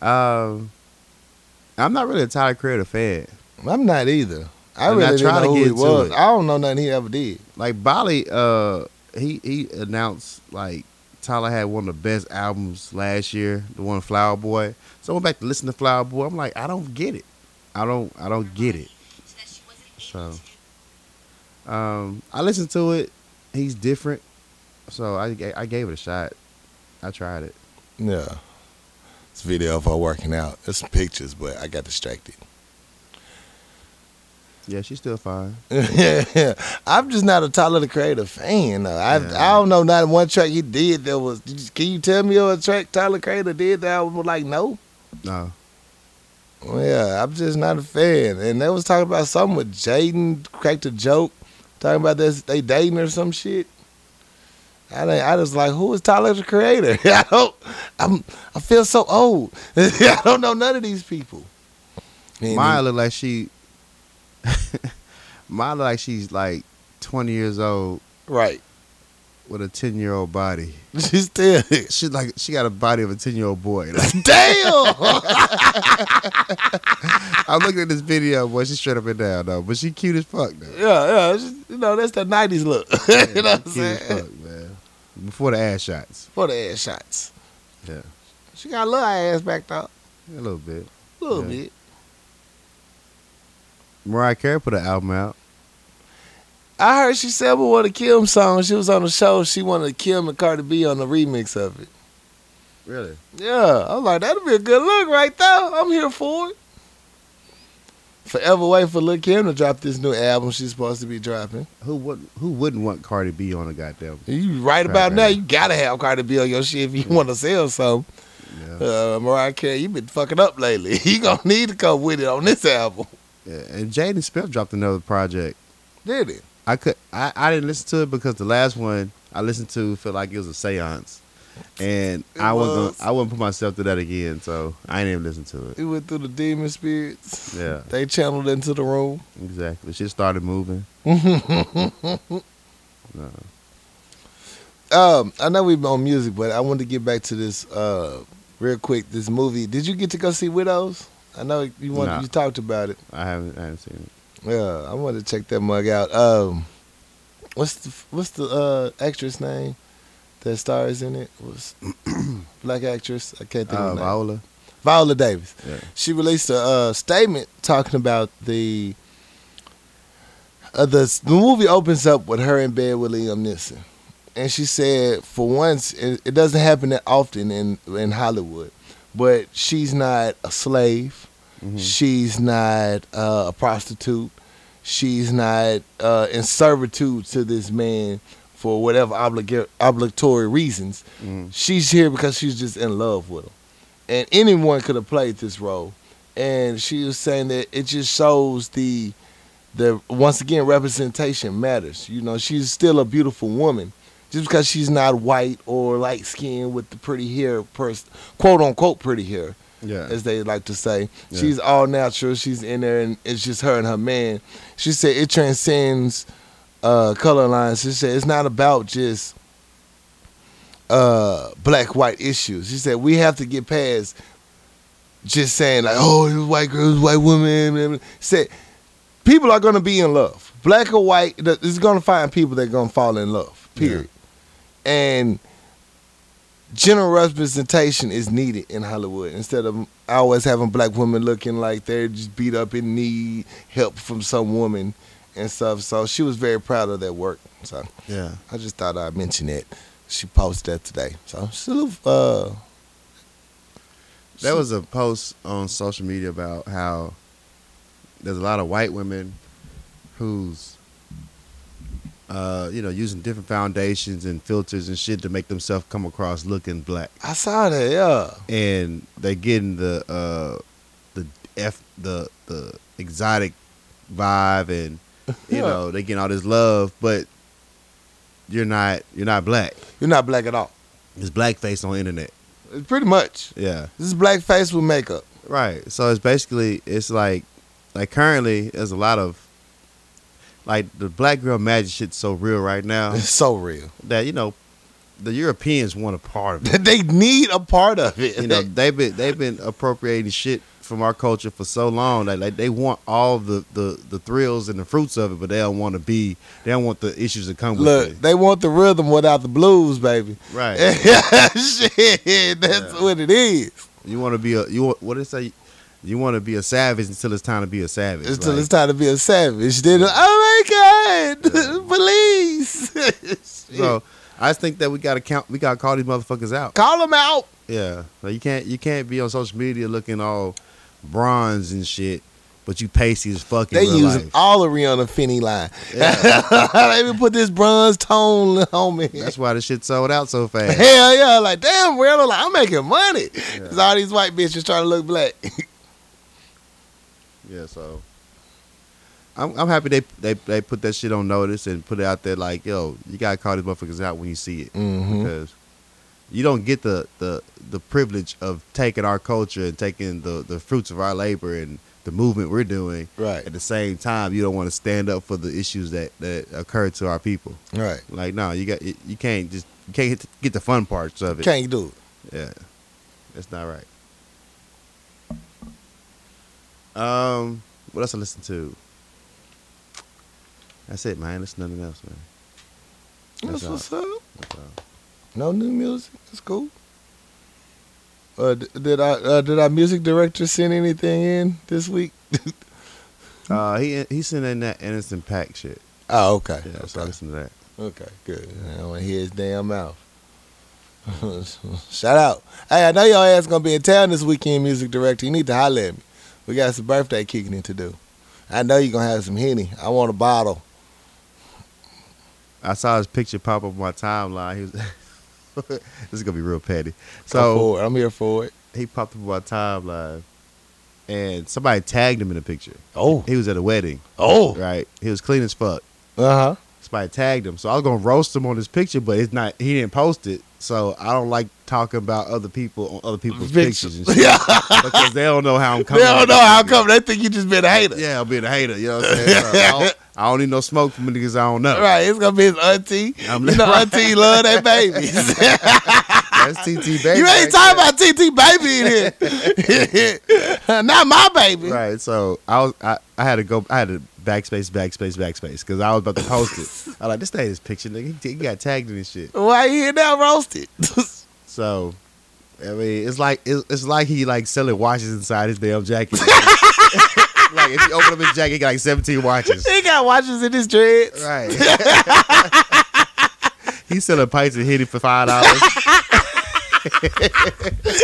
A: Um, I'm not really a Tyler Creator fan.
B: I'm not either. I
A: I'm not
B: really didn't
A: trying
B: know
A: to
B: who
A: get
B: he
A: into
B: was.
A: it.
B: I don't know nothing he ever did.
A: Like Bali, uh, he he announced like Tyler had one of the best albums last year, the one Flower Boy. So I went back to listen to Flower Boy. I'm like, I don't get it. I don't I don't get it. So um, I listened to it. He's different. So I ga- I gave it a shot. I tried it.
B: Yeah. It's a video of her working out. It's some pictures, but I got distracted.
A: [laughs] Yeah, she's still fine.
B: I'm just not a Tyler the Creator fan. Though. I
A: Yeah.
B: I don't know not one track he did that was. Can you tell me a track Tyler Creator did that I was like no?
A: No.
B: Well, yeah, I'm just not a fan. And they was talking about something with Jaden cracked a joke, talking about this they dating or some shit. I didn't, I was like, who is Tyler the Creator? [laughs] I don't. I'm. I feel so old. [laughs] I don't know none of these people.
A: [laughs]
B: And
A: Maya look like she Maya look like she's like 20 years old
B: Right. [laughs]
A: with a 10 year old body.
B: She still.
A: She like she got a body of a 10 year old boy.
B: [laughs]
A: Like, [laughs]
B: Damn.
A: I'm looking at this video, boy. She's straight up and down though, but she cute as fuck though.
B: yeah, yeah. she- you know that's the '90s look. [laughs] you know what I'm
A: She cute as
B: saying?
A: fuck, man. Before the ass shots,
B: For the ass shots.
A: Yeah.
B: She got a little ass back though.
A: a little bit.
B: A little
A: Yeah.
B: bit.
A: Mariah Carey put an album out.
B: I heard she said with the Kim song. She was on the show. She wanted Kim and Cardi B on the remix of it.
A: Really?
B: Yeah, I'm like that'd be a good look right there. I'm here for it. Forever wait for Lil Kim to drop this new album she's supposed to be dropping.
A: Who would who wouldn't want Cardi B on a goddamn?
B: You
A: Right,
B: right about now.
A: right.
B: You gotta have Cardi B on your shit if you want to sell something.
A: Yeah.
B: Uh, Mariah Carey, you been fucking up lately. [laughs] you gonna need to come with it on this album.
A: yeah. And Jaden Smith dropped another project.
B: Did it?
A: I could I, I didn't listen to it because the last one I listened to felt like it was a seance. And
B: It
A: I wasn't
B: was.
A: gonna, I wouldn't put myself through that again, so I ain't even listen to it.
B: It went through the demon spirits.
A: Yeah.
B: They channeled into the room.
A: Exactly. Shit started moving.
B: Um, I know we've been on music, but I wanted to get back to this uh, real quick. This movie. Did you get to go see Widows? I know you want
A: Nah.
B: you talked about it.
A: I haven't I haven't seen it.
B: Yeah, I wanted to check that mug out. Um, what's the what's the uh, actress name that stars in it? Was [clears throat] black actress? I can't think
A: Uh,
B: of her name.
A: Viola.
B: Viola Davis.
A: Yeah.
B: She released a uh, statement talking about the uh, the the movie opens up with her in bed with Liam Neeson, and she said, for once, it, it doesn't happen that often in in Hollywood, but she's not a slave,
A: Mm-hmm,
B: she's not uh, a prostitute, she's not uh, in servitude to this man for whatever obliga- obligatory reasons.
A: Mhm.
B: She's here because she's just in love with him and anyone could have played this role. And she was saying that it just shows the the once again representation matters. You know, she's still a beautiful woman. Just because she's not white or light skinned with the pretty hair, pers- quote unquote pretty hair,
A: Yeah.
B: as they like to say.
A: Yeah.
B: She's all natural. She's in there, and it's just her and her man. She said it transcends uh, color lines. She said it's not about just uh, black white issues. She said we have to get past just saying like, oh, it was white girls, it was white women. blah, blah. Said people are gonna be in love, black or white. th- It's gonna find people that gonna fall in love.
A: Yeah.
B: Period. And general representation is needed in Hollywood instead of always having black women looking like they're just beat up and need help from some woman and stuff. So she was very proud of that work. So
A: yeah.
B: I just thought I'd mention it. She posted that today. So salute. Uh,
A: There was a post on social media about how there's a lot of white women who's uh, you know, using different foundations and filters and shit to make themselves come across looking black.
B: I saw that. Yeah.
A: And they're getting the uh the F the the exotic vibe and you [laughs]
B: Yeah.
A: know, they getting all this love, but you're not you're not black.
B: You're not black at all.
A: It's blackface on the internet.
B: Pretty much.
A: Yeah.
B: This is blackface with makeup.
A: Right. So it's basically it's like like currently there's a lot of like the black girl magic shit's so real right
B: [laughs]
A: now
B: It's so real.
A: that you know the Europeans want a part
B: [laughs]
A: of it.
B: they need a part of it. [laughs]
A: You know they've been they've been appropriating shit from our culture for so long that like they want all the the the thrills and the fruits of it, but they don't want to be they don't want the issues that come with
B: Look, Eh.
A: it.
B: they want the rhythm without the blues, baby.
A: Right.
B: [laughs] Shit, that's
A: Yeah.
B: what it is.
A: you want to be a you want what did it say? You want to be a savage until it's time to be a savage.
B: Until
A: like-
B: it's time to be a savage. Then, oh my God, [laughs] police. [laughs] Shit.
A: so I just think that we gotta count we gotta call these motherfuckers out.
B: Call them out.
A: Yeah, like you can't you can't be on social media looking all bronze and shit, but you pasty as fuck in
B: They
A: real
B: using
A: life.
B: all the Rihanna Finney line.
A: Yeah,
B: [laughs] they even put this bronze tone on me. [laughs]
A: that's why the shit sold out so fast.
B: Hell yeah, like damn, Rihanna, like I'm making money. 'Cause all these white bitches trying to look black. [laughs]
A: Yeah, so I'm I'm happy they they they put that shit on notice and put it out there like yo, you gotta call these motherfuckers out when you see it
B: mm-hmm.
A: because you don't get the the the privilege of taking our culture and taking the the fruits of our labor and the movement we're doing.
B: Right.
A: At the same time, you don't want to stand up for the issues that that occur to our people.
B: Right.
A: Like, no, you got you you can't just you can't hit the, get the fun parts of it.
B: Can't do it.
A: Yeah, that's not right. Um, what else I listen to? That's it, man. That's nothing else, man. That's
B: That's what's up.
A: That's all.
B: No new music. That's cool. Uh, d- did I uh, did our music director send anything in this week? Hmm.
A: Uh, he he sent in that innocent pack shit.
B: Oh, okay.
A: Yeah, so I
B: okay.
A: listen to that.
B: Okay, good. I want to hear his damn mouth. [laughs] Shout out. Hey, I know y'all ass gonna be in town this weekend, music director. You need to holler at me. We got some birthday kicking in to do. I know you're gonna have some henny. I want a bottle.
A: I saw his picture pop up on my timeline. He was [laughs] this is gonna be real petty. So
B: So I'm here for it.
A: he popped up on my timeline, and somebody tagged him in the picture.
B: Oh,
A: He was at a wedding,
B: oh,
A: right? He was clean as fuck.
B: uh huh.
A: Somebody tagged him, so I was gonna roast him on his picture, but it's not. He didn't post it, so I don't like talking about other people on other people's
B: Pictures.
A: pictures and
B: [laughs]
A: shit, because they don't know how I'm
B: They
A: coming.
B: don't
A: at
B: know how
A: it.
B: come. They think you just been a hater.
A: Yeah, I'm being a hater. You know what I'm saying?
B: [laughs]
A: So I, don't, I don't need no smoke from niggas I don't know.
B: Right, it's gonna be his auntie.
A: I'm
B: you know,
A: right.
B: auntie love their babies. [laughs]
A: That's TT baby.
B: you ain't
A: right there.
B: talking about TT baby in here. [laughs] Not my baby.
A: Right. So I was I, I had to go I had to backspace, backspace, backspace because I was about to post it. I like this ain't his picture, nigga. He, he got tagged in this shit.
B: Why you here now roasted?
A: So I mean, it's like it's, it's like he like selling watches inside his damn jacket. like if you open up his jacket, he got like seventeen watches.
B: [laughs] he got watches in his dreads.
A: Right. [laughs] He's selling pints and hitting for five dollars. [laughs]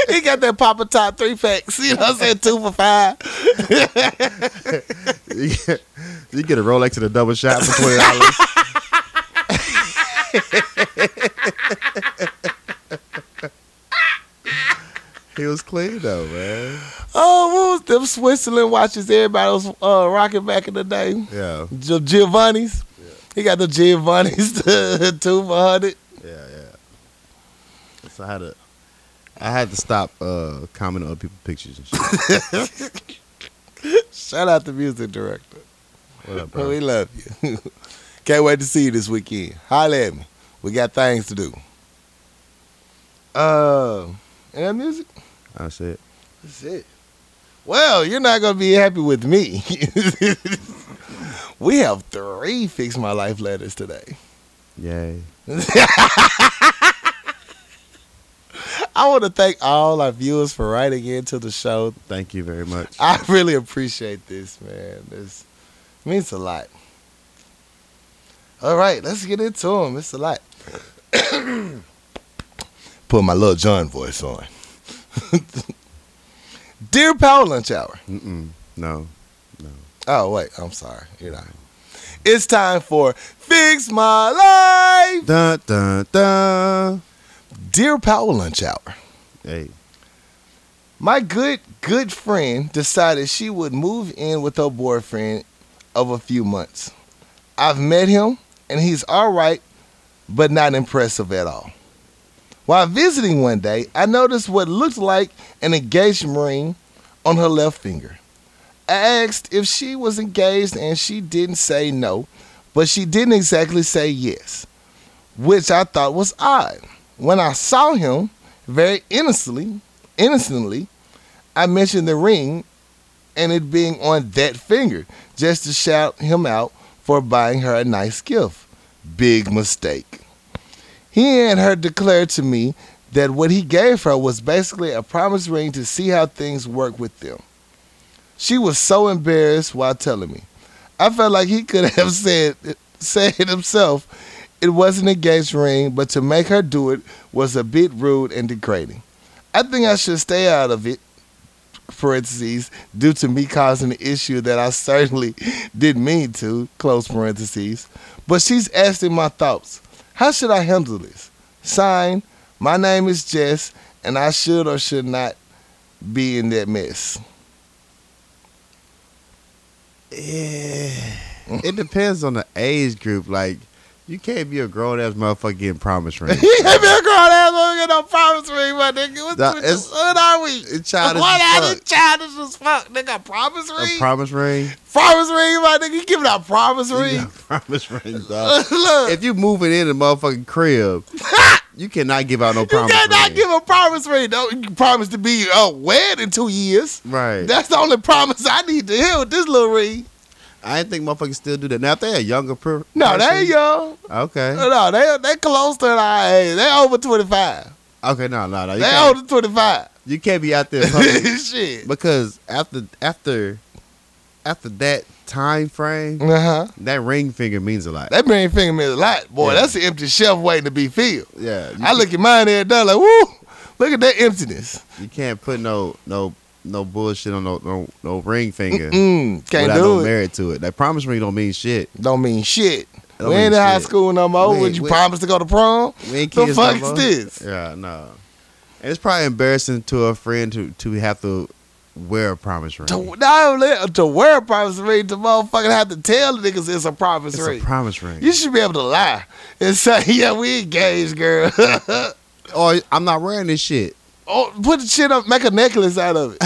B: he got that Papa Top three packs. You know what I'm saying? Two for five.
A: you get you get a Rolex and a double shot for twenty dollars. [laughs] he was clean though, man.
B: Oh, what was them Switzerland watches everybody was uh, rocking back in the day?
A: Yeah,
B: Gi- Giovanni's. He got the Giovanni's, [laughs] the two for hundred.
A: yeah, yeah. So I had to, I had to stop uh, commenting on people's pictures and shit.
B: Shout out the music director.
A: [laughs] What up, bro?
B: We love you. [laughs] Can't wait to see you this weekend. Holla at me. We got things to do. Uh, and that music?
A: I said,
B: That's it. Well, you're not gonna be happy with me. [laughs] we have three fix my life letters today.
A: yay.
B: I want to thank all our viewers for writing into the show.
A: Thank you very much.
B: I [laughs] really appreciate this, man. This means a lot. All right, let's get into them. It's a lot. [coughs] Put my little John voice on. [laughs] Dear Power Lunch Hour.
A: Mm-mm. No.
B: Oh wait, I'm sorry. You're not. It's time for Fix My Life.
A: Dun dun dun.
B: Dear Power Lunch Hour.
A: Hey.
B: My good good friend decided she would move in with her boyfriend of a few months. I've met him and he's alright, but not impressive at all. While visiting one day, I noticed what looked like an engagement ring on her left finger. I asked if she was engaged and she didn't say no, but she didn't exactly say yes, which I thought was odd. When I saw him, very innocently, innocently, I mentioned the ring and it being on that finger just to shout him out for buying her a nice gift. Big mistake. He and her declared to me that what he gave her was basically a promise ring to see how things work with them. She was so embarrassed while telling me. I felt like he could have [laughs] said said himself it wasn't a engaged ring, but to make her do it was a bit rude and degrading. I think I should stay out of it. Parentheses due to me causing an issue that I certainly didn't mean to. Close parentheses. But she's asking my thoughts. How should I handle this? Sign. My name is Jess, and I should or should not be in that mess.
A: Yeah. it depends on the age group. Like, You can't be a grown ass motherfucker getting promise
B: [laughs]
A: rings.
B: [laughs] He ain't been a grown ass woman get no promise ring, my nigga. What,
A: Nah,
B: what,
A: it's-
B: what are we?
A: it's childish
B: What
A: as
B: are the
A: fuck.
B: childish as fuck? Nigga, promise
A: a
B: ring?
A: promise ring.
B: promise ring, my nigga. You giving out
A: [laughs]
B: promise ring?
A: Yeah, promise rings,
B: Uh.
A: dog.
B: [laughs] Look,
A: if you moving in a motherfucking
B: [laughs]
A: crib, you cannot give out no
B: you
A: promise
B: cannot
A: ring.
B: give a promise ring. No, you promise to be uh, wed in two years.
A: right.
B: That's the only promise I need to hear with this little ring.
A: I ain't think motherfuckers still do that. Now, if they're a younger per-
B: No, they
A: person,
B: ain't young. Uh,
A: Okay.
B: No, they they close to our age. They over twenty five.
A: Okay, no, no, no. You
B: They
A: can't,
B: over twenty five.
A: you can't be out there public
B: [laughs] Shit.
A: because after after after that time frame,
B: Uh huh.
A: that ring finger means a lot.
B: That ring finger means a lot, boy.
A: Yeah.
B: That's an empty shelf waiting to be filled.
A: yeah, you,
B: I look at mine every day like, woo, look at that emptiness.
A: you can't put no no no bullshit on no no, no ring finger
B: Mm, can't
A: without
B: do
A: no
B: it.
A: merit to it. That promise ring don't mean shit.
B: Don't mean shit.
A: Don't
B: we
A: mean
B: ain't in high
A: shit.
B: school no more.
A: We
B: Would
A: ain't-
B: you
A: we-
B: promise to go to prom?
A: We ain't
B: The
A: kids
B: fuck
A: no
B: is
A: more.
B: this?
A: Yeah, no. And it's probably embarrassing to a friend to to have to wear a promise ring.
B: To, not only to wear a promise ring, to motherfucking have to tell the niggas it's a promise
A: it's
B: ring.
A: a promise ring.
B: you should be able to lie and say, [laughs] yeah, we engaged, girl. [laughs]
A: or Oh, I'm not wearing this shit.
B: oh, put the shit up, make a necklace
A: [laughs]
B: out of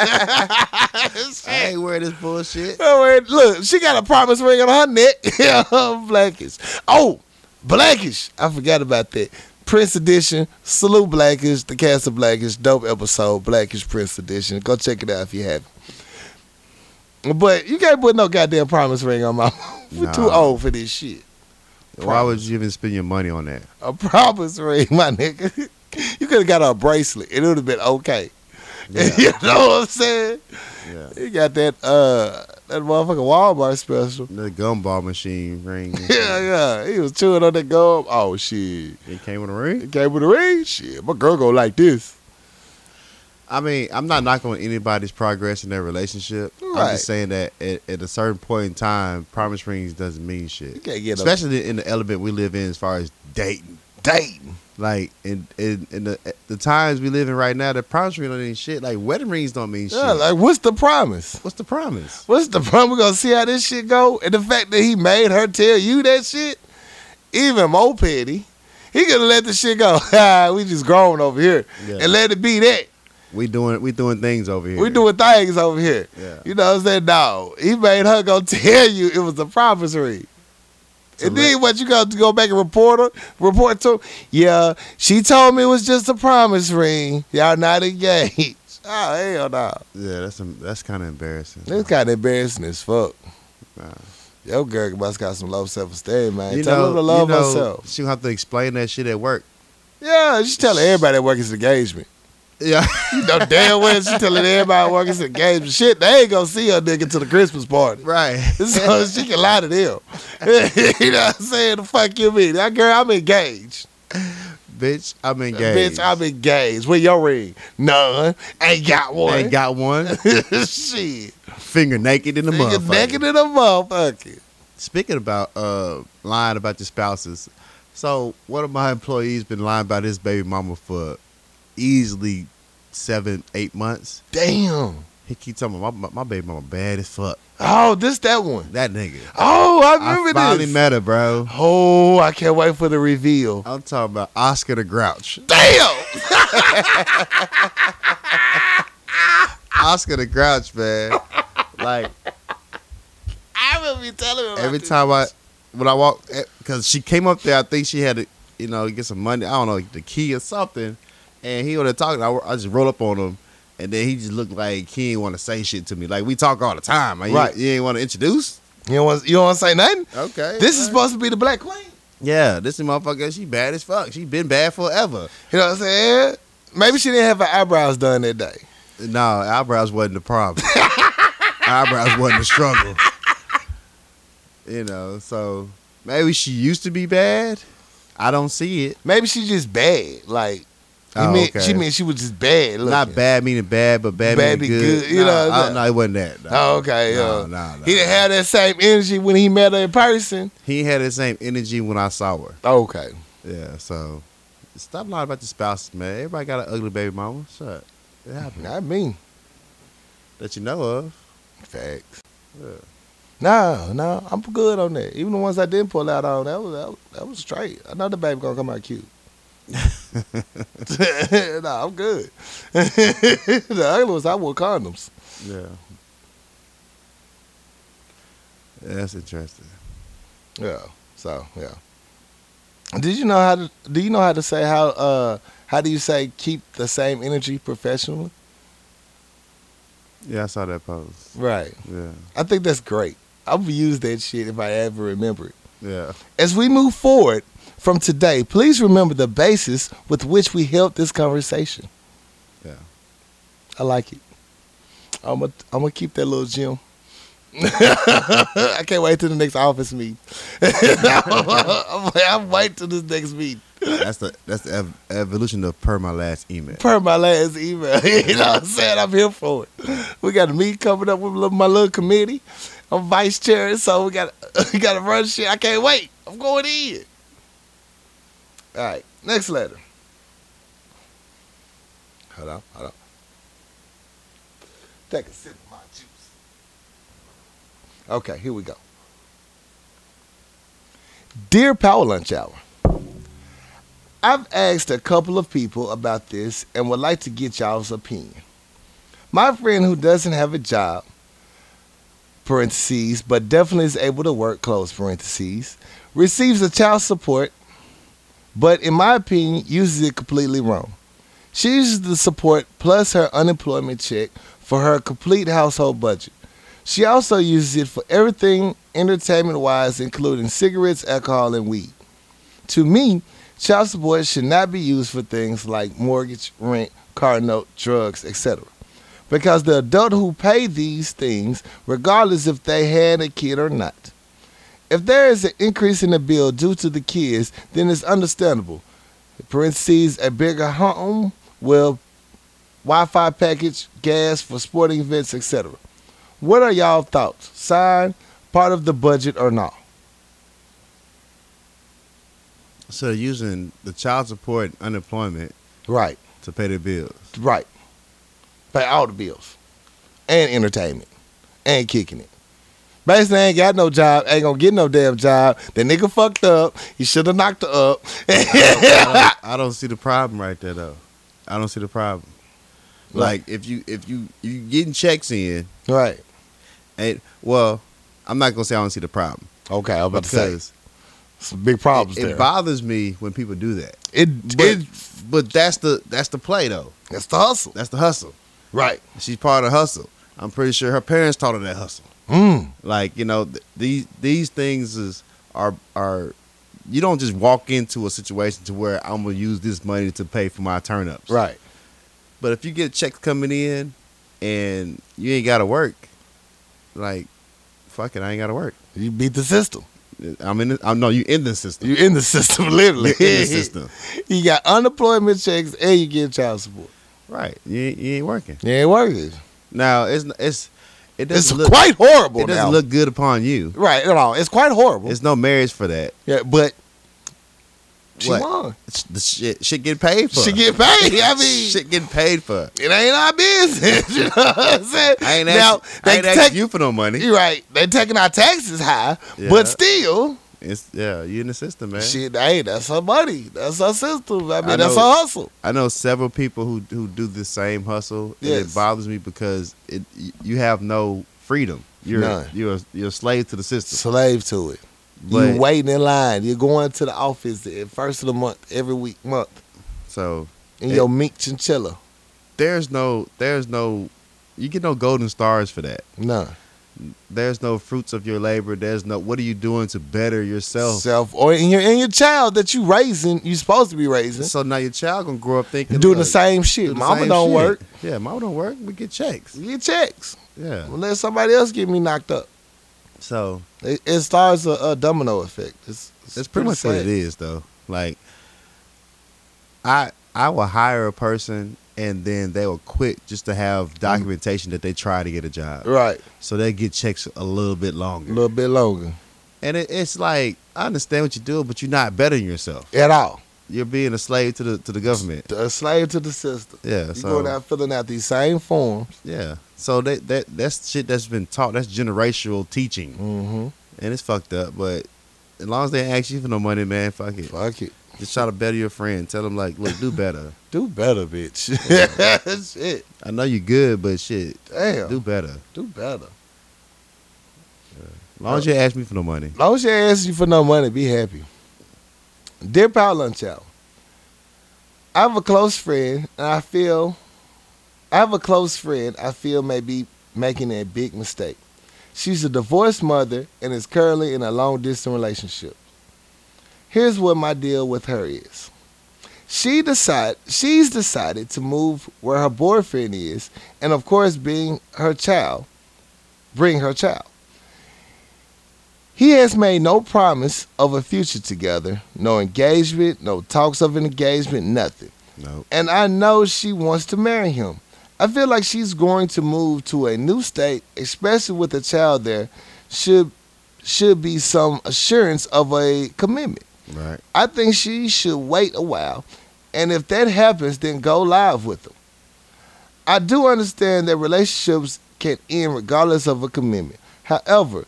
B: it.
A: I ain't wearing this
B: [laughs]
A: bullshit.
B: Don't worry. Look, she got a promise ring on her neck. [laughs] Yeah, Blackish. Oh, Blackish. I forgot about that. Prince Edition. Salute Blackish, the cast of Blackish. Dope episode, Blackish Prince Edition. Go check it out if you haven't. But you can't put no goddamn promise ring on my. [laughs] We're too
A: Nah.
B: old for this shit.
A: Why would you even spend your money on that?
B: A promise ring, my nigga. You could have got her a bracelet. It would have been okay. [laughs] you know what I'm saying?
A: Yeah.
B: You got that uh that motherfucking Walmart special. [laughs]
A: The gumball machine ring.
B: Yeah, yeah. He was chewing on that gum. Oh shit.
A: It came with a ring.
B: It came with a ring. Shit. My girl go like this.
A: I mean, I'm not knocking on anybody's progress in their relationship. I'm
B: Right.
A: just saying that at, at a certain point in time, promise rings doesn't mean
B: You
A: shit.
B: can't get no
A: Especially in the element we live in as far as dating.
B: dating.
A: Like in in, in the the times we live in right now, the promise ring don't mean shit. Like wedding rings don't mean shit.
B: Yeah, like what's the promise?
A: What's the promise?
B: What's the [laughs] promise? We're gonna see how this shit go. And the fact that he made her tell you that shit, even more petty. He could have let the shit go. [laughs] Ah, we just grown over here.
A: Yeah.
B: And let it be that.
A: We doing we doing things over here.
B: We doing things over here.
A: Yeah.
B: You know what I'm saying? No. He made her go [laughs] tell you it was a promise ring.
A: So
B: and
A: let-
B: then what you got to go back and report her, report to? Yeah, she told me it was just a promise ring. Y'all not engaged. [laughs] Oh hell no!
A: Yeah, that's um, that's kind of embarrassing.
B: That's kind of embarrassing as fuck.
A: Nah.
B: Yo, girl must got some low self esteem, man.
A: You
B: tell
A: know,
B: her to love
A: you know,
B: herself.
A: She gonna have to explain that shit at work.
B: Yeah, she's telling everybody at work it's engagement.
A: Yeah,
B: You know damn well she's telling everybody at work it's engagement. Shit, they ain't gonna see her nigga to the Christmas
A: [laughs]
B: party.
A: right.
B: [laughs] So she can lie to them. [laughs] you know what I'm saying? The fuck you mean? That girl, I'm engaged.
A: Bitch, I'm engaged.
B: Bitch, I'm engaged. Where your ring? None. Ain't got one.
A: Ain't got one
B: [laughs] Shit.
A: finger naked in the
B: Nigga
A: motherfucker.
B: naked in a motherfucker.
A: Speaking about uh lying about your spouses, so one of my employees been lying about his baby mama for easily seven, eight months.
B: Damn.
A: He keep talking about my, my baby mama bad as fuck.
B: Oh, this that one.
A: That nigga.
B: Oh, I
A: I
B: remember
A: finally
B: this.
A: met her, bro.
B: oh, I can't wait for the reveal.
A: I'm talking about Oscar the
B: [laughs]
A: Grouch.
B: Damn.
A: Oscar the Grouch, man. Like
B: I remember you telling me about
A: every
B: this.
A: time I when I walk because she came up there, I think she had to you know get some money. I don't know the key or something, and he was talking. I, I just rolled up on him, and then he just looked like he didn't want to say shit to me. Like we talk all the time. Like,
B: Right.
A: You, you ain't want to introduce.
B: You don't, want, you don't want to say nothing?
A: Okay.
B: This is supposed to be the Black Queen.
A: yeah. This is motherfucker. She bad as fuck. She been bad forever.
B: You know what I'm saying? Maybe she didn't have her eyebrows done that day.
A: No, eyebrows wasn't the problem. eyebrows wasn't the struggle. You know, so maybe she used to be bad. I don't see it.
B: Maybe she just bad. Like, you
A: Oh,
B: mean,
A: okay.
B: she mean she was just bad.
A: Not
B: looking.
A: bad meaning bad, but bad,
B: Bad
A: meaning
B: be
A: good.
B: good, you know,
A: I-
B: that-
A: no, it wasn't that. No.
B: Oh, okay.
A: No,
B: yeah.
A: no, no.
B: He didn't have that same energy when he met her in person.
A: He had the same energy when I saw her.
B: Okay.
A: Yeah, so stop lying about your spouses, man. Everybody got an ugly baby mama. Shut. It happened.
B: Not me.
A: That you know of.
B: Facts.
A: Yeah.
B: Nah, nah, I'm good on that. Even the ones I didn't pull out on, that was that was, that was straight. Another baby gonna come
A: [laughs]
B: out cute. [laughs] nah, I'm good. [laughs] the other ones I wore condoms.
A: Yeah. That's interesting.
B: Yeah. So yeah. Did you know how to? Do you know how to say how? Uh, how do you say keep the same energy professionally?
A: Yeah, I saw that post.
B: Right.
A: Yeah.
B: I think that's great. I'll use that shit if I ever remember it.
A: Yeah.
B: As we move forward from today, please remember the basis with which we held this conversation.
A: Yeah.
B: I like it. I'm gonna I'm gonna keep that little gym. [laughs] I can't wait till the next office meet. [laughs] I'm, I'm wait till this next meet.
A: That's the that's the ev- evolution of per my last email.
B: [laughs] Per my last email. [laughs] you know what I'm saying? I'm here for it. We got a meet coming up with little- my little committee. I'm vice chair, so we got [laughs] we got to run shit. I can't wait. I'm going in. All right, next letter. Hold on, hold on. Take a sip of my juice. Okay, here we go. Dear Power Lunch Hour, I've asked a couple of people about this and would like to get y'all's opinion. My friend who doesn't have a job, parentheses, but definitely is able to work, close parentheses, receives a child support, but in my opinion, uses it completely wrong. She uses the support plus her unemployment check for her complete household budget. She also uses it for everything entertainment wise, including cigarettes, alcohol, and weed. To me, Child support should not be used for things like mortgage, rent, car note, drugs, etc. Because the adult who pay these things, regardless if they had a kid or not. If there is an increase in the bill due to the kids, then it's understandable. Parentheses, a bigger home, well, Wi-Fi package, gas for sporting events, etc. What are y'all thoughts? Sign, part of the budget or not?
A: So using the child support and unemployment
B: Right.
A: to pay their bills.
B: Right. Pay all the bills. And entertainment. And kicking it. Basically, ain't got no job, ain't gonna get no damn job. The nigga fucked up. He should have knocked her up.
A: I, don't, I don't see the problem right there though. I don't see the problem. Like if you if you you getting checks in,
B: right.
A: and well, I'm not gonna say I don't see the problem
B: Okay, I'm about to say
A: because
B: some big problems
A: it,
B: there.
A: it bothers me when people do that.
B: it,
A: But,
B: it
A: but that's the that's the play though.
B: that's the hustle.
A: That's the hustle.
B: Right.
A: She's part of the hustle. I'm pretty sure her parents taught her that hustle.
B: Mm.
A: Like you know, th- these these things is are are you don't just walk into a situation to where I'm gonna use this money to pay for my turn ups.
B: Right.
A: But if you get checks coming in and you ain't gotta work, like fuck it, I ain't gotta work.
B: You beat the system.
A: I'm in. The, I'm no, you in the system.
B: [laughs] You in the system, literally.
A: You're in the [laughs] system,
B: [laughs] you got unemployment checks and you get child support.
A: right? You, ain't- you ain't working
B: You ain't working.
A: now. It's it's it
B: It's
A: doesn't look
B: quite horrible
A: it doesn't
B: now.
A: look good upon you.
B: right at all. It's quite horrible.
A: It's no marriage for that.
B: Yeah, but she
A: What?
B: won.
A: It's the shit shit get paid for.
B: She get paid. I mean,
A: [laughs] shit getting paid for.
B: it ain't our business. [laughs] You know what I'm saying?
A: I ain't
B: now
A: asking, I
B: they
A: ain't asking
B: take
A: you for no money.
B: you're right. They taking our taxes high,
A: Yeah.
B: but still,
A: It's yeah, you in the system, man.
B: shit. Hey, that's her money. That's her system. I mean,
A: I
B: that's her
A: know.
B: hustle.
A: I know several people who who do the same hustle, and
B: Yes.
A: it bothers me because it y- you have no freedom. You're
B: None.
A: you're a, you're a slave to the system.
B: Slave to it.
A: But,
B: you waiting in line. You're going to the office at first of the month every week month
A: so
B: in
A: It-
B: your meat chinchilla.
A: there's no there's no you get no golden stars for that.
B: No
A: There's no fruits of your labor. There's no what are you doing to better yourself?
B: self or in your and your child that you raising. You supposed to be raising.
A: So now your child gonna grow up thinking
B: Doing
A: look,
B: the same
A: do
B: shit.
A: the
B: Mama
A: same
B: don't
A: shit.
B: work.
A: Yeah, mama don't work. We get checks.
B: You get checks.
A: Yeah.
B: Unless somebody else get me knocked up.
A: So
B: It, it starts a, a domino effect. It's, it's
A: that's pretty much what it is, though. Like, I I will hire a person and then they will quit just to have documentation that they try to get a job,
B: Mm. Right.
A: so they get checks a little bit
B: A
A: longer.
B: little bit longer.
A: And it, it's like I understand what you do, but you're not bettering yourself.
B: At all.
A: you're being a slave to the to the government.
B: A slave to the system.
A: Yeah.
B: You
A: So
B: going out filling out these same forms.
A: yeah. So that that that's shit that's been taught. That's generational teaching,
B: Mm-hmm.
A: and it's fucked up. But as long as they ain't ask you for no money, man, fuck it.
B: Fuck it.
A: Just try to better your friend. Tell them like, look, do better.
B: Do better, bitch. [laughs] Shit.
A: I know you good, but shit,
B: Damn.
A: do
B: Do,
A: better.
B: better.
A: As long as you ain't ask me for no money.
B: As long as you ain't asking you for no money, be happy. Dear Power Lunch Hour, I have a close friend, and I feel, I have a close friend I feel may be making a big mistake. She's a divorced mother and is currently in a long distance relationship. Here's what my deal with her is. She decide she's decided to move where her boyfriend is, and of course, being her child, bring her child. He has made no promise of a future together, no engagement, no talks of an engagement, nothing.
A: No.
B: And I know she wants to marry him. I feel like she's going to move to a new state, especially with a child there, should should be some assurance of a commitment.
A: Right.
B: I think she should wait a while, and if that happens, then go live with them. I do understand that relationships can end regardless of a commitment. However,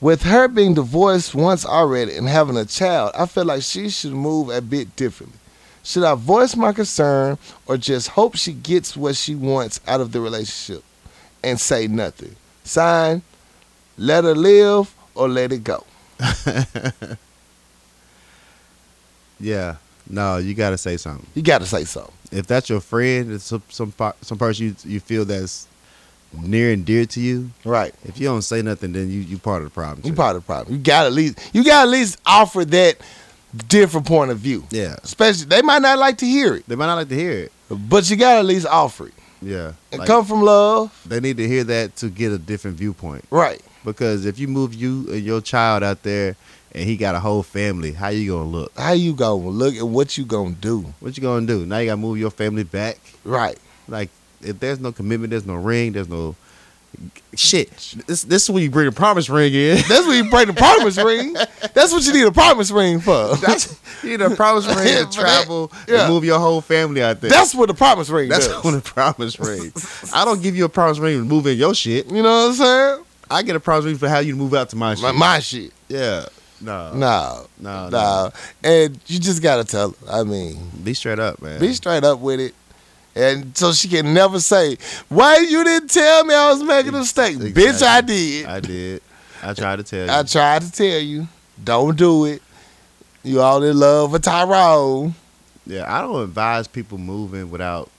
B: with her being divorced once already and having a child, I feel like she should move a bit differently. Should I voice my concern or just hope she gets what she wants out of the relationship and say nothing? Sign, let her live or let it go.
A: Yeah. No, you gotta say something.
B: You got to say something.
A: If that's your friend, it's some some po- some person you you feel that's near and dear to you.
B: Right.
A: If you don't say nothing, then you you part of the problem.
B: You
A: too.
B: part of the problem. You gotta at least you gotta at least offer that different point of view.
A: Yeah.
B: Especially they might not like to hear it,
A: They might not like to hear it.
B: but you gotta at least offer it.
A: Yeah.
B: It
A: Like,
B: come from love.
A: they need to hear that to get a different viewpoint.
B: Right.
A: Because if you move you and your child out there and he got a whole family, how you gonna look?
B: How you gonna look and what you gonna do.
A: What you gonna do? Now you gotta move your family back.
B: Right.
A: Like if there's no commitment, there's no ring, there's no shit. This this is when you bring the promise ring in.
B: That's when you break the [laughs] promise ring. That's what you need a promise ring for. That's,
A: [laughs] you need a promise [laughs] ring to travel
B: Yeah.
A: and move your whole family out there.
B: that's what the promise ring
A: That's
B: does.
A: on a promise ring. [laughs] I don't give you a promise ring for moving your shit.
B: you know what I'm saying?
A: I get a promise ring for how you move out to my shit.
B: My, my shit.
A: yeah. No.
B: No.
A: No,
B: No. And you just gotta tell her. I mean,
A: Be straight up, man.
B: Be straight up with it. And so she can never say, Why you didn't tell me I was making a mistake?
A: Exactly.
B: Bitch, I did. I,
A: I did. [laughs] I tried to tell you.
B: tried to tell you. Don't do it. You all in love with Tyrone.
A: yeah, I don't advise people moving without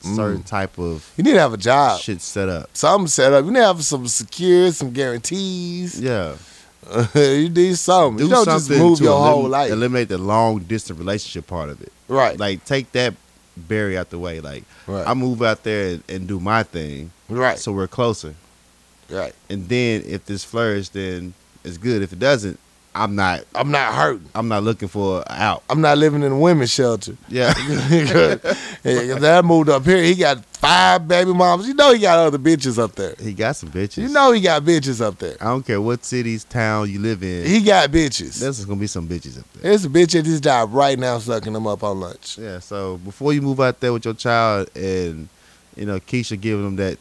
A: certain type of
B: You need to have a job.
A: shit set up.
B: Something set up. You need to have some secure, some guarantees.
A: Yeah.
B: [laughs] you need something.
A: Do
B: you don't just
A: something
B: move
A: to
B: your
A: elim-
B: whole life.
A: eliminate the long distance relationship part of it.
B: right.
A: Like take that barrier out the way. Like
B: Right.
A: I move out there and, and do my thing.
B: right.
A: So we're closer.
B: right.
A: And then if this flourishes, then it's good. If it doesn't, I'm not
B: I'm not hurting.
A: I'm not looking for a out.
B: I'm not living in a women's shelter.
A: Yeah.
B: [laughs] if that moved up here, he got five baby moms. You know he got other bitches up there.
A: [laughs] he got some bitches.
B: You know he got bitches up there.
A: I don't care what cities, town you live in.
B: He got bitches.
A: There's gonna be some bitches up there.
B: There's a bitch at his job right now sucking him up on lunch.
A: Yeah, so before you move out there with your child and you know Keisha giving them that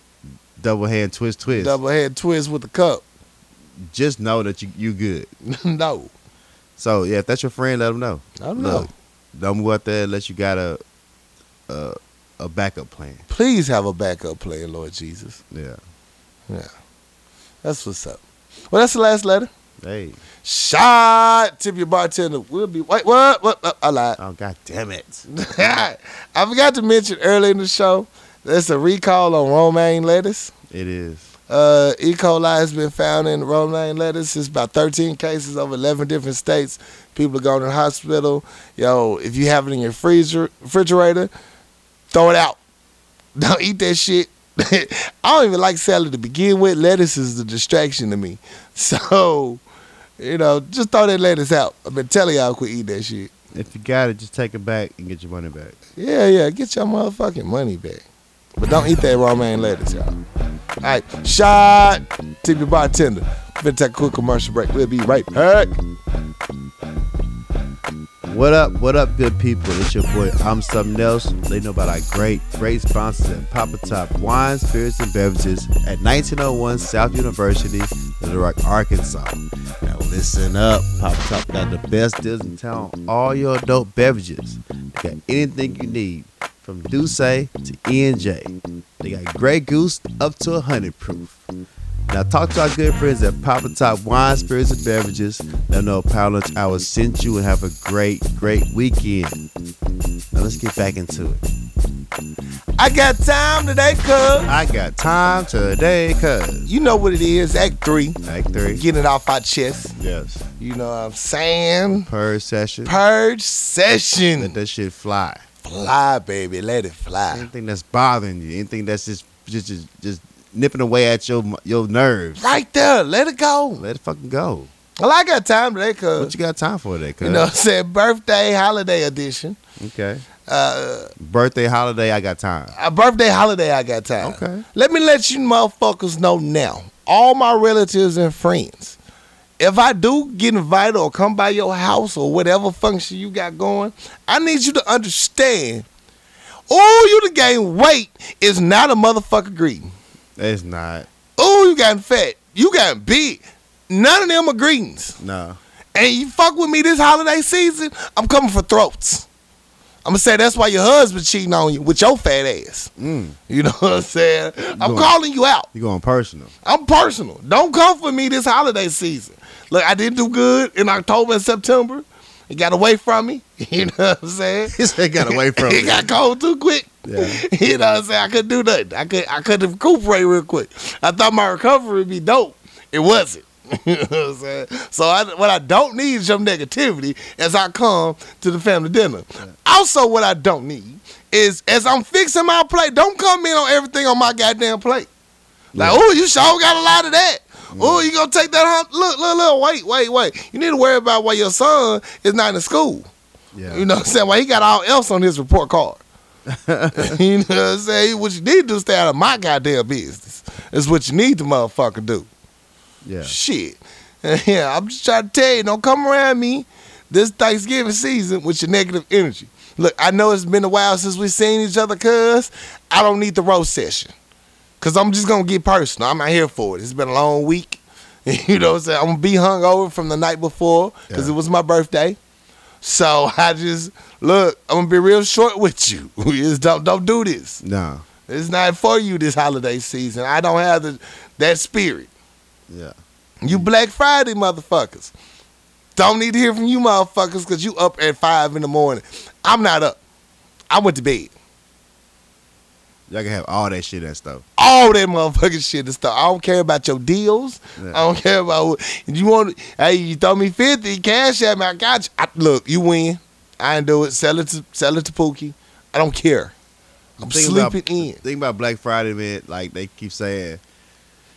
A: double hand twist twist,
B: Double head twist with the cup. [laughs]
A: just know that you you good.
B: no.
A: So yeah, if that's your friend, let them know.
B: I don't know.
A: Look, don't move out there unless you got a a, a backup plan.
B: Please have a backup plan, Lord Jesus.
A: Yeah.
B: Yeah. That's what's up. Well, that's the last letter.
A: Hey.
B: Shot. Tip your bartender. We'll be. Wait, what? What? what? I lied.
A: Oh god damn it.
B: [laughs] I forgot to mention earlier in the show, there's a recall on romaine lettuce.
A: It is.
B: Uh, e. coli has been found in romaine lettuce. It's about 13 cases over 11 different states. People are going to the hospital. Yo, if you have it in your freezer, refrigerator, throw it out. [laughs] Don't eat that shit. [laughs] I don't even like salad to begin with. Lettuce is the distraction to me. [laughs] So, you know, just throw that lettuce out. I've been telling y'all quit eating that shit.
A: If you got it, just take it back and get your money back.
B: Yeah, yeah, get your motherfucking money back. But don't eat that romaine lettuce, y'all. All right, shot. Tip your bartender. We're gonna take a quick commercial break. We'll be right back.
A: What What up, what up, good people? It's your boy, I'm something else. They know about our great, great sponsors at Papa Top Wine, Spirits, and Beverages at 1901 South University, Little Rock, Arkansas. Now listen up, Papa Top got the best deals in town on all your adult beverages. They got anything you need, from Douce to ENJ. They got Grey Goose up to 100 proof. Now talk to our good friends at Papa Top Wine, Spirits, and Beverages. They'll know Power Lunch Hour sent you and have a great, great weekend. Now let's get back into it.
B: I got time today, cuz.
A: I got time today, cuz.
B: You know what it is, Act Three.
A: Act three.
B: Getting it off our chest.
A: Yes.
B: You know what I'm saying?
A: Per session.
B: Purge
A: Let
B: session.
A: that shit fly.
B: Fly, baby. Let it fly.
A: Anything that's bothering you, anything that's just just just, just nipping away at your your nerves,
B: Right there. Let it go.
A: let it fucking go.
B: Well, I got time today,
A: What
B: cuz.
A: you got time for today, cuz?
B: You know what I'm saying? Birthday, holiday edition.
A: Okay.
B: Uh,
A: Birthday, holiday, I got time.
B: a birthday holiday I got time.
A: Okay.
B: Let me let you motherfuckers know now. All my relatives and friends. If I do get invited or come by your house or whatever function you got going, I need you to understand. Oh, you the gain weight is not a motherfucker greeting.
A: It's not.
B: Oh, you gotten fat. You gotten big. None of them are greetings.
A: No.
B: And you fuck with me this holiday season, I'm coming for throats. I'm gonna say that's why your husband cheating on you with your fat ass.
A: Mm.
B: You know what I'm saying? I'm
A: Going-
B: calling you out.
A: You going personal.
B: I'm personal. Don't come for me this holiday season. Look, I didn't do good in October and September. It got away from me. [laughs] You know what I'm saying?
A: [laughs] He said got away from
B: [laughs]
A: me.
B: It got cold too quick.
A: Yeah.
B: [laughs] You know what I'm saying? I couldn't do nothing. I could I couldn't recuperate real quick. I thought my recovery would be dope. It wasn't. [laughs] you know what I'm saying? So I, what I don't need is your negativity as I come to the family dinner. Also, what I don't need is as I'm fixing my plate, don't come in on everything on my goddamn plate. Like,
A: Yeah.
B: oh, you sure got a lot of that. Oh, you gonna take that hump? Look, look, look, wait, wait, wait. You need to worry about why your son is not in school.
A: Yeah.
B: You know what I'm saying? Well, he got all else on his report card. you know what I'm saying? What you need to do is stay out of my goddamn business. That's what you need to motherfucker do.
A: Yeah.
B: Shit. [laughs] Yeah, I'm just trying to tell you, don't come around me this Thanksgiving season with your negative energy. Look, I know it's been a while since we've seen each other, cuz I don't need the roast session. Cause I'm just gonna get personal. I'm not here for it. It's been a long week. [laughs] You know what I'm saying? I'm gonna be hungover from the night before because
A: Yeah.
B: it was my birthday. So [laughs] I just look, I'm gonna be real short with you. [laughs] Just don't don't do this.
A: No.
B: It's not for you this holiday season. I don't have the, that spirit.
A: Yeah.
B: You Black Friday motherfuckers. Don't need to hear from you motherfuckers because you up at five in the morning. I'm not up. I went to bed.
A: Y'all can have all that shit and stuff.
B: All that motherfucking shit and stuff. I don't care about your deals.
A: Yeah.
B: I don't care about what you want. Hey, you throw me fifty, cash at me. I got you. I, look, you win. I ain't do it. Sell it to sell it to Pookie. I don't care. I'm sleeping
A: about,
B: in.
A: Think about Black Friday, man. Like they keep saying,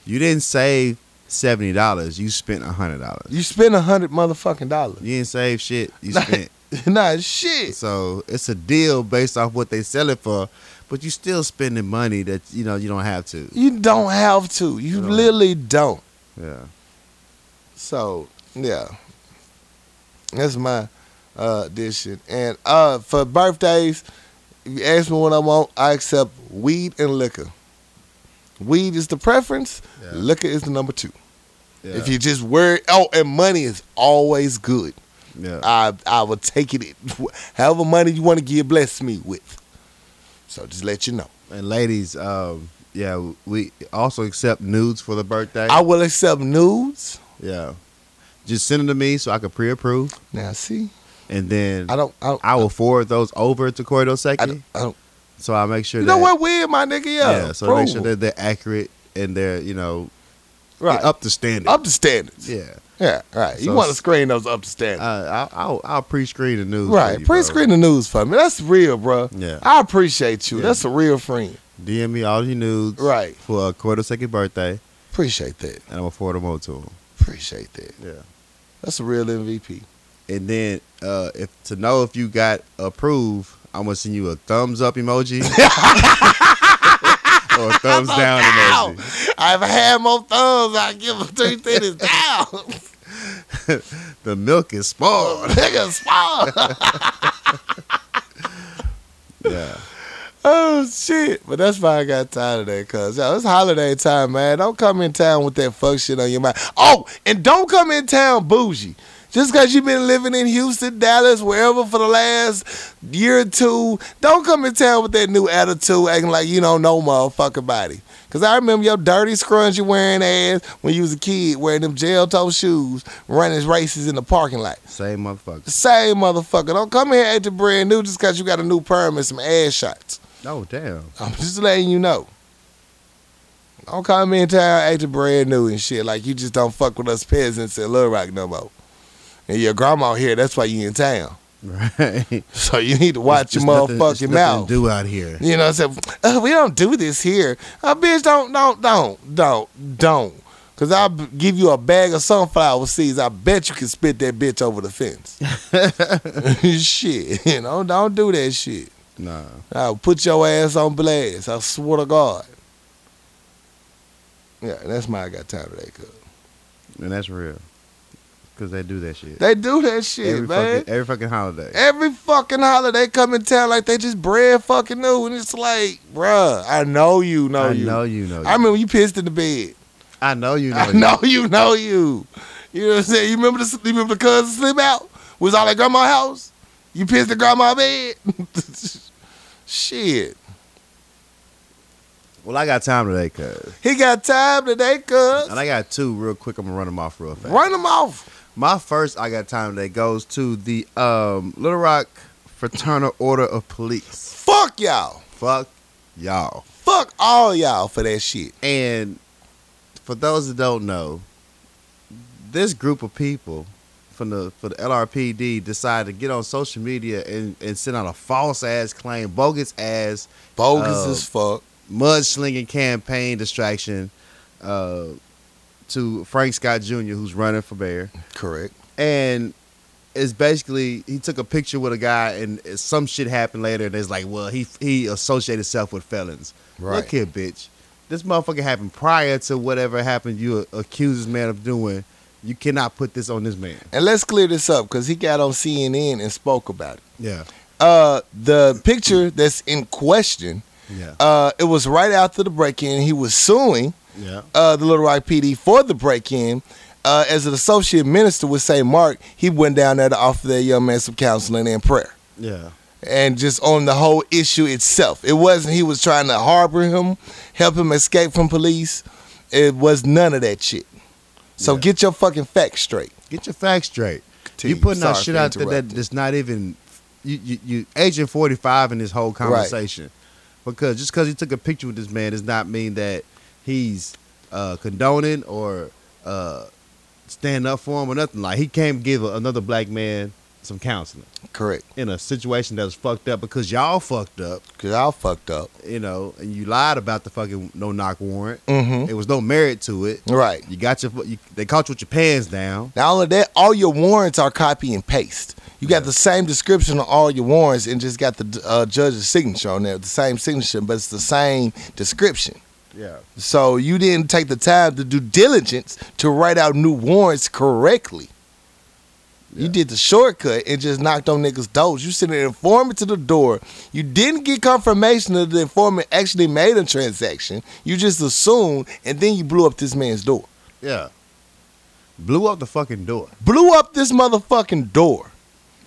A: you didn't save seventy dollars. You spent hundred dollars.
B: You spend a hundred motherfucking dollars. [laughs]
A: You didn't save shit. You
B: Nah.
A: spent.
B: nah, shit.
A: so it's a deal based off what they sell it for, but you still spending money that you know you don't have to.
B: You don't have to. You
A: Yeah.
B: literally don't.
A: Yeah.
B: So yeah, that's my uh, addition. And uh, for birthdays, if you ask me what I want, I accept weed and liquor. Weed is the preference.
A: Yeah.
B: Liquor is the number two.
A: Yeah.
B: If you just worry, oh, and money is always good.
A: yeah.
B: I I will take it. However, money you want to give, bless me with. So just let you know,
A: and ladies, um, yeah, we also accept nudes for the birthday.
B: I will accept nudes.
A: yeah. Just send them to me so I can pre-approve,
B: Now see,
A: and then
B: I don't. I don't.
A: I will forward those over to Corey
B: I
A: Dosecki.
B: don't, I don't
A: So I make sure
B: you
A: that
B: know what? Weird, my nigga. Yeah.
A: yeah. So make sure that
B: prove
A: they're accurate and they're you know
B: Right.
A: up to standard.
B: Up to standards. Yeah,
A: yeah.
B: right. you
A: So-
B: want to screen those up to standards.
A: Uh, I, I'll I'll pre-screen the news. for
B: right.
A: you, bro.
B: Pre-screen the news for me. That's real, bro.
A: Yeah.
B: I appreciate you.
A: Yeah.
B: That's a real friend.
A: DM me all your nudes.
B: Right.
A: For a quarter second birthday,
B: Appreciate that.
A: and I'm afford them all to him.
B: Appreciate that.
A: Yeah.
B: That's a real MVP.
A: And then uh, if to know if you got approved, I'm gonna send you a thumbs up
B: [laughs]
A: emoji or a thumbs down
B: Ow!
A: emoji.
B: I've had more thumbs. I give them three titties down.
A: the milk is spoiled.
B: [laughs] Nigga, small.
A: Yeah.
B: oh shit! But that's why I got tired of that, cause yo, it's holiday time, man. Don't come in town with that fuck shit on your mind. Oh, and don't come in town bougie. Just cause you've been living in Houston, Dallas, wherever for the last year or two, don't come in town with that new attitude, acting like you don't know motherfucking body. Cause I remember your dirty scrunch you wearing ass when you was a kid, wearing them jail toe shoes, running races in the parking lot.
A: Same motherfucker.
B: Same motherfucker. Don't come here at the brand new just cause you got a new perm and some ass shots.
A: Oh damn. [laughs]
B: I'm just letting you know. Don't come in town acting brand new and shit like you just don't fuck with us peasants in Little Rock no more. And your grandma here, that's why you in town. [laughs]
A: Right.
B: So you need to watch
A: It's
B: your
A: nothing- it's
B: motherfucking
A: nothing
B: mouth.
A: Do out here.
B: You know what I'm saying? Uh, we don't do this here. Uh, bitch, don't, don't, don't, don't, don't. Because I'll b- give you a bag of sunflower seeds. I bet you can spit that bitch over
A: [laughs]
B: the fence. [laughs] shit. [laughs] You know, don't do that shit.
A: Nah.
B: I'll put your ass on blast. I swear to God. Yeah, that's why I got tired of that. Cause
A: And that's real. Cause they do that shit.
B: they do that shit,
A: every
B: man.
A: fucking every fucking holiday.
B: Every fucking holiday come in town like they just bred fucking new, and it's like, bruh, I know you know
A: I
B: you.
A: know you know. You.
B: I remember you pissed in the bed.
A: I know you know.
B: I
A: you.
B: know you know you. You know what I'm saying? You remember the you remember the cousin slip out? Was all at grandma's house? You pissed at grandma's bed? [laughs] shit.
A: Well, I got time today, cuz.
B: He got time today, cuz.
A: And I got two real quick. I'm gonna run them off real fast.
B: Run him off.
A: My first I got time today goes to the um, Little Rock Fraternal Order of Police.
B: Fuck y'all.
A: Fuck y'all.
B: Fuck all y'all for that shit.
A: And for those that don't know, this group of people from the for the LRPD decided to get on social media and, and send out a false ass claim, bogus ass
B: Bogus
A: Uh,
B: as fuck.
A: mudslinging campaign distraction uh, to Frank Scott Jr., who's running for mayor.
B: Correct.
A: and it's basically he took a picture with a guy and some shit happened later and it's like well he he associated himself with felons
B: Right.
A: look here bitch this motherfucker happened prior to whatever happened you accuse this man of doing you cannot put this on this man
B: And let's clear this up because he got on CNN and spoke about it.
A: yeah
B: Uh, the picture that's in question,
A: yeah
B: uh, it was right after the break in. He was suing
A: yeah
B: uh, the Little Rock PD for the break in. Uh, as an associate minister with St. Mark, he went down there to offer that young man some counseling and prayer.
A: yeah
B: and just on the whole issue itself. It wasn't he was trying to harbor him, help him escape from police. It was none of that shit. So
A: Yeah.
B: get your fucking facts straight.
A: get your facts straight
B: Continue.
A: you putting out
B: Sorry
A: shit
B: for
A: out there that
B: interrupting.
A: that's not even you, you, you agent 45 in this whole conversation because just because he took a picture with this man does not mean that he's uh, condoning or uh, standing up for him or nothing like he came give a, another black man some counseling
B: Correct.
A: in a situation that's fucked up because y'all fucked up
B: Cause I fucked up.
A: you know and you lied about the fucking no knock warrant
B: Mm-hmm.
A: there was no merit to it
B: Right.
A: you got your you, they caught you with your pants down
B: Not only that, all your warrants are copy and paste. You got the same description on all your warrants and just got the uh, judge's signature on there, the same signature, but it's the same description.
A: yeah
B: So you didn't take the time to do diligence to write out new warrants correctly. You
A: Yeah.
B: did the shortcut and just knocked on niggas' doors. You sent an informant to the door. You didn't get confirmation that the informant actually made a transaction. You just assumed, and then you blew up this man's door.
A: yeah blew up the fucking door
B: Blew up this motherfucking door.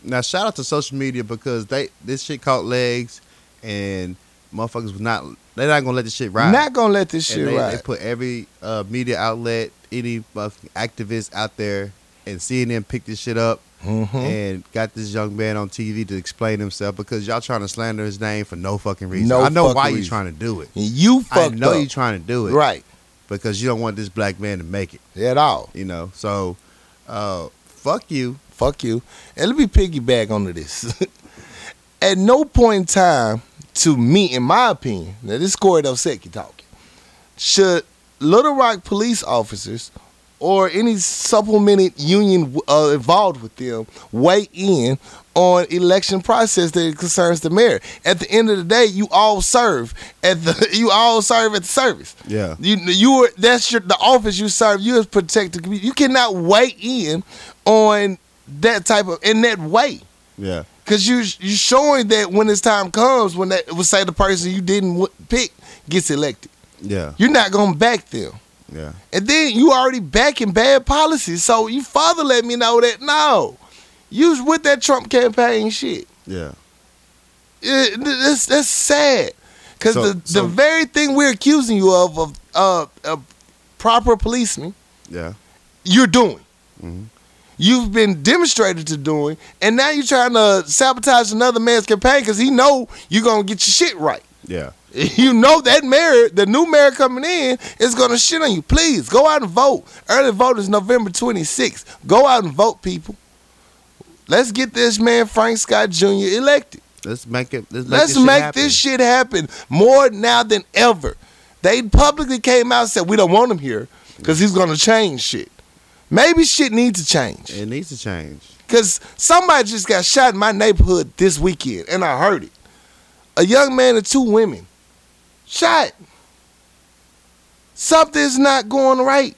A: Now shout out to social media because they this shit caught legs and motherfuckers was not they're not gonna let this shit ride.
B: Not gonna let this
A: And
B: shit
A: they, they
B: ride.
A: put every uh, media outlet, any fucking activist out there and CNN picked this shit up
B: Mhm.
A: and got this young man on TV to explain himself because y'all trying to slander his name for no fucking reason.
B: No
A: I know
B: fucking
A: why you
B: reason.
A: trying to do it.
B: And you
A: I
B: fucked
A: know
B: up.
A: you trying to do it
B: right.
A: because you don't want this black man to make it.
B: At all.
A: You know, so uh, fuck you.
B: Fuck you. And let me piggyback onto this. [laughs] At no point in time, to me, in my opinion, now this is Corey Dosecki talking, should Little Rock police officers or any supplemented union uh, involved with them weigh in on election process that concerns the mayor. At the end of the day, you all serve at the [laughs] you all serve at the service.
A: Yeah.
B: [laughs] You you are that's your the office you serve. You is protect the community. You cannot weigh in on that type of in that way.
A: Yeah.
B: Cause you you showing that when this time comes, when that was say the person you didn't w- pick gets elected,
A: Yeah.
B: you're not gonna back them.
A: Yeah.
B: And then you already backing bad policies. So you father let me know that no, you was with that Trump campaign shit.
A: Yeah.
B: It- th- that's that's sad. Cause
A: So-
B: the
A: so-
B: the very thing we're accusing you of of uh, a proper policeman,
A: Yeah.
B: you're doing.
A: Mhm.
B: You've been demonstrated to doing, and now you're trying to sabotage another man's campaign because he know you're gonna get your shit right. [laughs]
A: Yeah.
B: You know that mayor, the new mayor coming in, is gonna shit on you. Please go out and vote. Early vote is November 26th. Go out and vote, people. Let's get this man Frank Scott Jr. elected.
A: Let's make it. Let's make,
B: Let's
A: this, shit
B: make
A: happen.
B: this shit happen more now than ever. They publicly came out and said we don't want him here because he's gonna change shit. Maybe shit needs to change.
A: It needs to change.
B: Cause somebody just got shot in my neighborhood this weekend, and I heard it. A young man and two women shot. Something's not going right.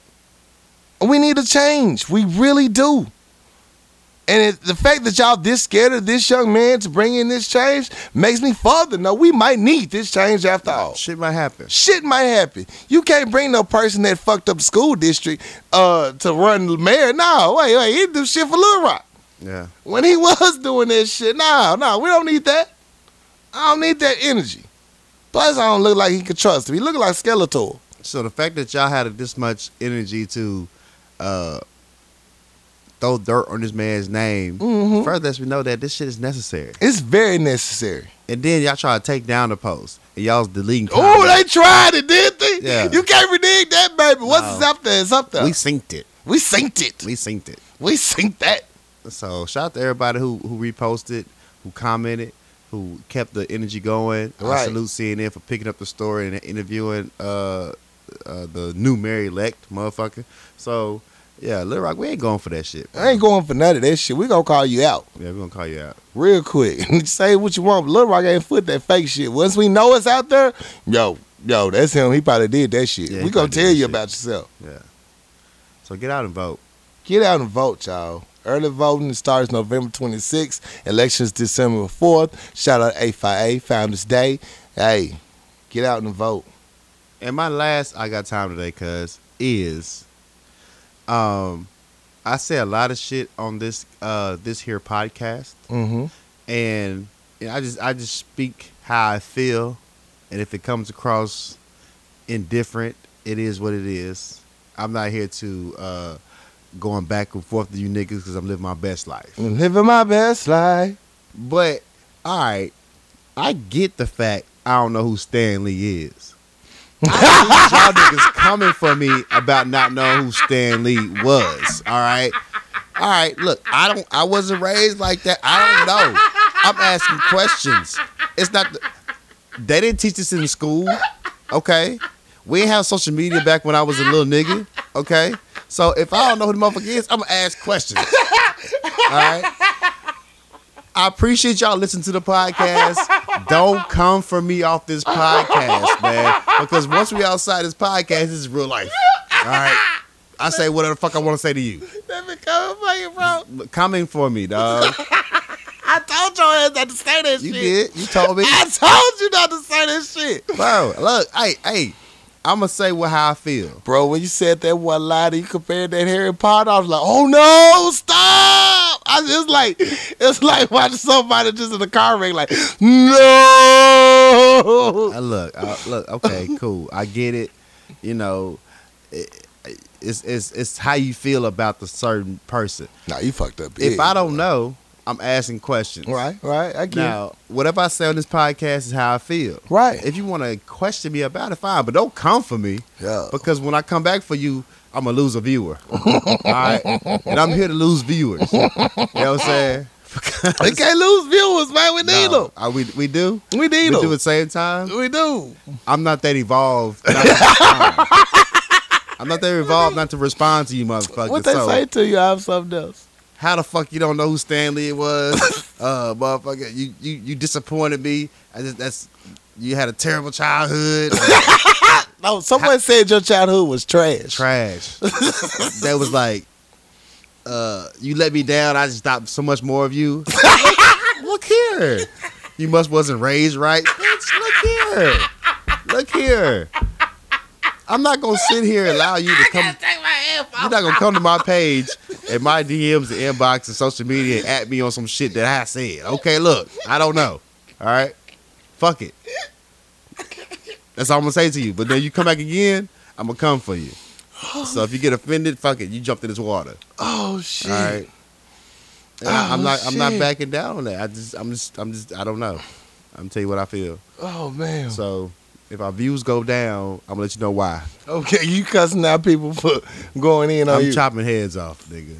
B: And we need a change. We really do. And it, the fact that y'all this scared of this young man to bring in this change makes me further know we might need this change after all
A: Shit might happen.
B: shit might happen. You can't bring no person that fucked up the school district uh, to run the mayor. No, wait, wait, he do shit for Little Rock
A: Yeah.
B: when he [laughs] was doing that shit. No, no, we don't need that. I don't need that energy. Plus, I don't look like he could trust him. He look like Skeletor.
A: So the fact that y'all had this much energy to uh, throw dirt on this man's name
B: Mhm.
A: further lets me know that this shit is necessary.
B: It's very necessary.
A: And then y'all try to take down the post and y'all's deleting.
B: Oh, they
A: comments.
B: tried it, did they?
A: Yeah.
B: You can't renege that, baby. What's
A: No.
B: it's up there? It's up there.
A: we
B: We,
A: synced it.
B: we synced it.
A: We synced it.
B: We synced that.
A: So shout out to everybody who who reposted, who commented, who kept the energy going. I
B: Right.
A: salute CNN for picking up the story and interviewing uh, uh the new mayor elect motherfucker. So yeah, Little Rock, we ain't going for that shit.
B: I ain't going for none of that shit. We gonna call you out.
A: Yeah, we gonna call you out.
B: real quick. [laughs] Say what you want, but Lil Rock ain't foot that fake shit. Once we know it's out there, yo, yo, that's him. He probably did that shit.
A: Yeah, he
B: we
A: probably
B: gonna
A: did
B: tell
A: that
B: you
A: shit.
B: about yourself.
A: Yeah. So get out and vote.
B: Get out and vote, y'all. Early voting starts November 26th. Elections December 4th. Shout out 858 Founders Day. Hey, get out and vote.
A: And my last I got time today, cuz, is um I say a lot of shit on this uh this here podcast.
B: Mm-hmm.
A: and you know, I just I just speak how I feel, and if it comes across indifferent, it is what it is. I'm not here to uh, going back and forth to you niggas because I'm living my best life.
B: I'm living my best life.
A: But all right, I get the fact I don't know who Stan Lee is. I see y'all niggas coming for me about not knowing who Stan Lee was. All right, all right. Look, I don't. I wasn't raised like that. I don't know. I'm asking questions. It's not. The, they didn't teach this in school. Okay, we didn't have social media back when I was a little nigga. Okay, so if I don't know who the motherfucker is, I'm gonna ask questions. All right. I appreciate y'all listening to the
B: [laughs]
A: podcast. Don't come for me off this podcast, man. Because once we outside this podcast, this is real life. All right. I say whatever the fuck I want to say to you.
B: Let me come fucking bro.
A: Comment for me, dog.
B: I told your ass not to say that
A: You
B: Oh, shit.
A: did. You told
B: [laughs]
A: me.
B: I told you not to say that shit.
A: Bro, look, hey, hey. I'ma say what how I feel.
B: Bro, when you said that one line and you compared that Harry Potter, I was like, oh no, stop! I just like it's like watching somebody just in the car wreck, like, no.
A: I Uh, look, I, look,
B: [laughs]
A: okay, cool. I get it. You know, it, it's it's it's how you feel about the certain person.
B: Nah, you fucked up.
A: If I don't know, I'm asking questions.
B: Right, right, I get it.
A: Now, whatever I say on this podcast is how I feel.
B: Right.
A: If you want to question me about it, fine, but don't come for me
B: Yeah.
A: because when I come back for you, I'm gonna lose a
B: [laughs]
A: viewer. All right, and I'm here to lose viewers. You know what I'm saying?
B: We can't lose viewers, man. We need
A: No.
B: them.
A: Are we we do.
B: We
A: We
B: need
A: do at the
B: them.
A: same time.
B: We do.
A: I'm not that
B: [laughs]
A: evolved. not that I'm not that evolved not to respond to you, motherfuckers.
B: What they
A: so
B: say to you, I'm something else.
A: How the fuck you don't know who Stanley was? uh, motherfucker, you, you you disappointed me. I just, that's you had a terrible childhood.
B: No, someone said your childhood was trash.
A: Trash. [laughs] that was like, uh, you let me down. I just thought so much more of you. look, look here. You must wasn't raised right. Bitch, look here. Look here. I'm not gonna sit here and allow you to come.
C: Take my
A: You're not gonna come to my page and my DMs and inbox and social media and at me on some shit that I said. Okay, look, I don't know. All right, fuck it. That's all I'm gonna say to you. But then you come back again, I'm gonna come for you. So if you get offended, fuck it. You jumped in this water.
B: Oh shit.
A: All right. And I- I'm
B: Oh,
A: not. I'm not
B: shit.
A: backing down on that. I just. I'm just. I'm just. I don't know. I'm tell you what I feel.
B: Oh man.
A: So if our views go down, I'm gonna let you know why.
B: Okay, you cussing out people for going in on
A: I'm
B: you.
A: chopping heads off, nigga.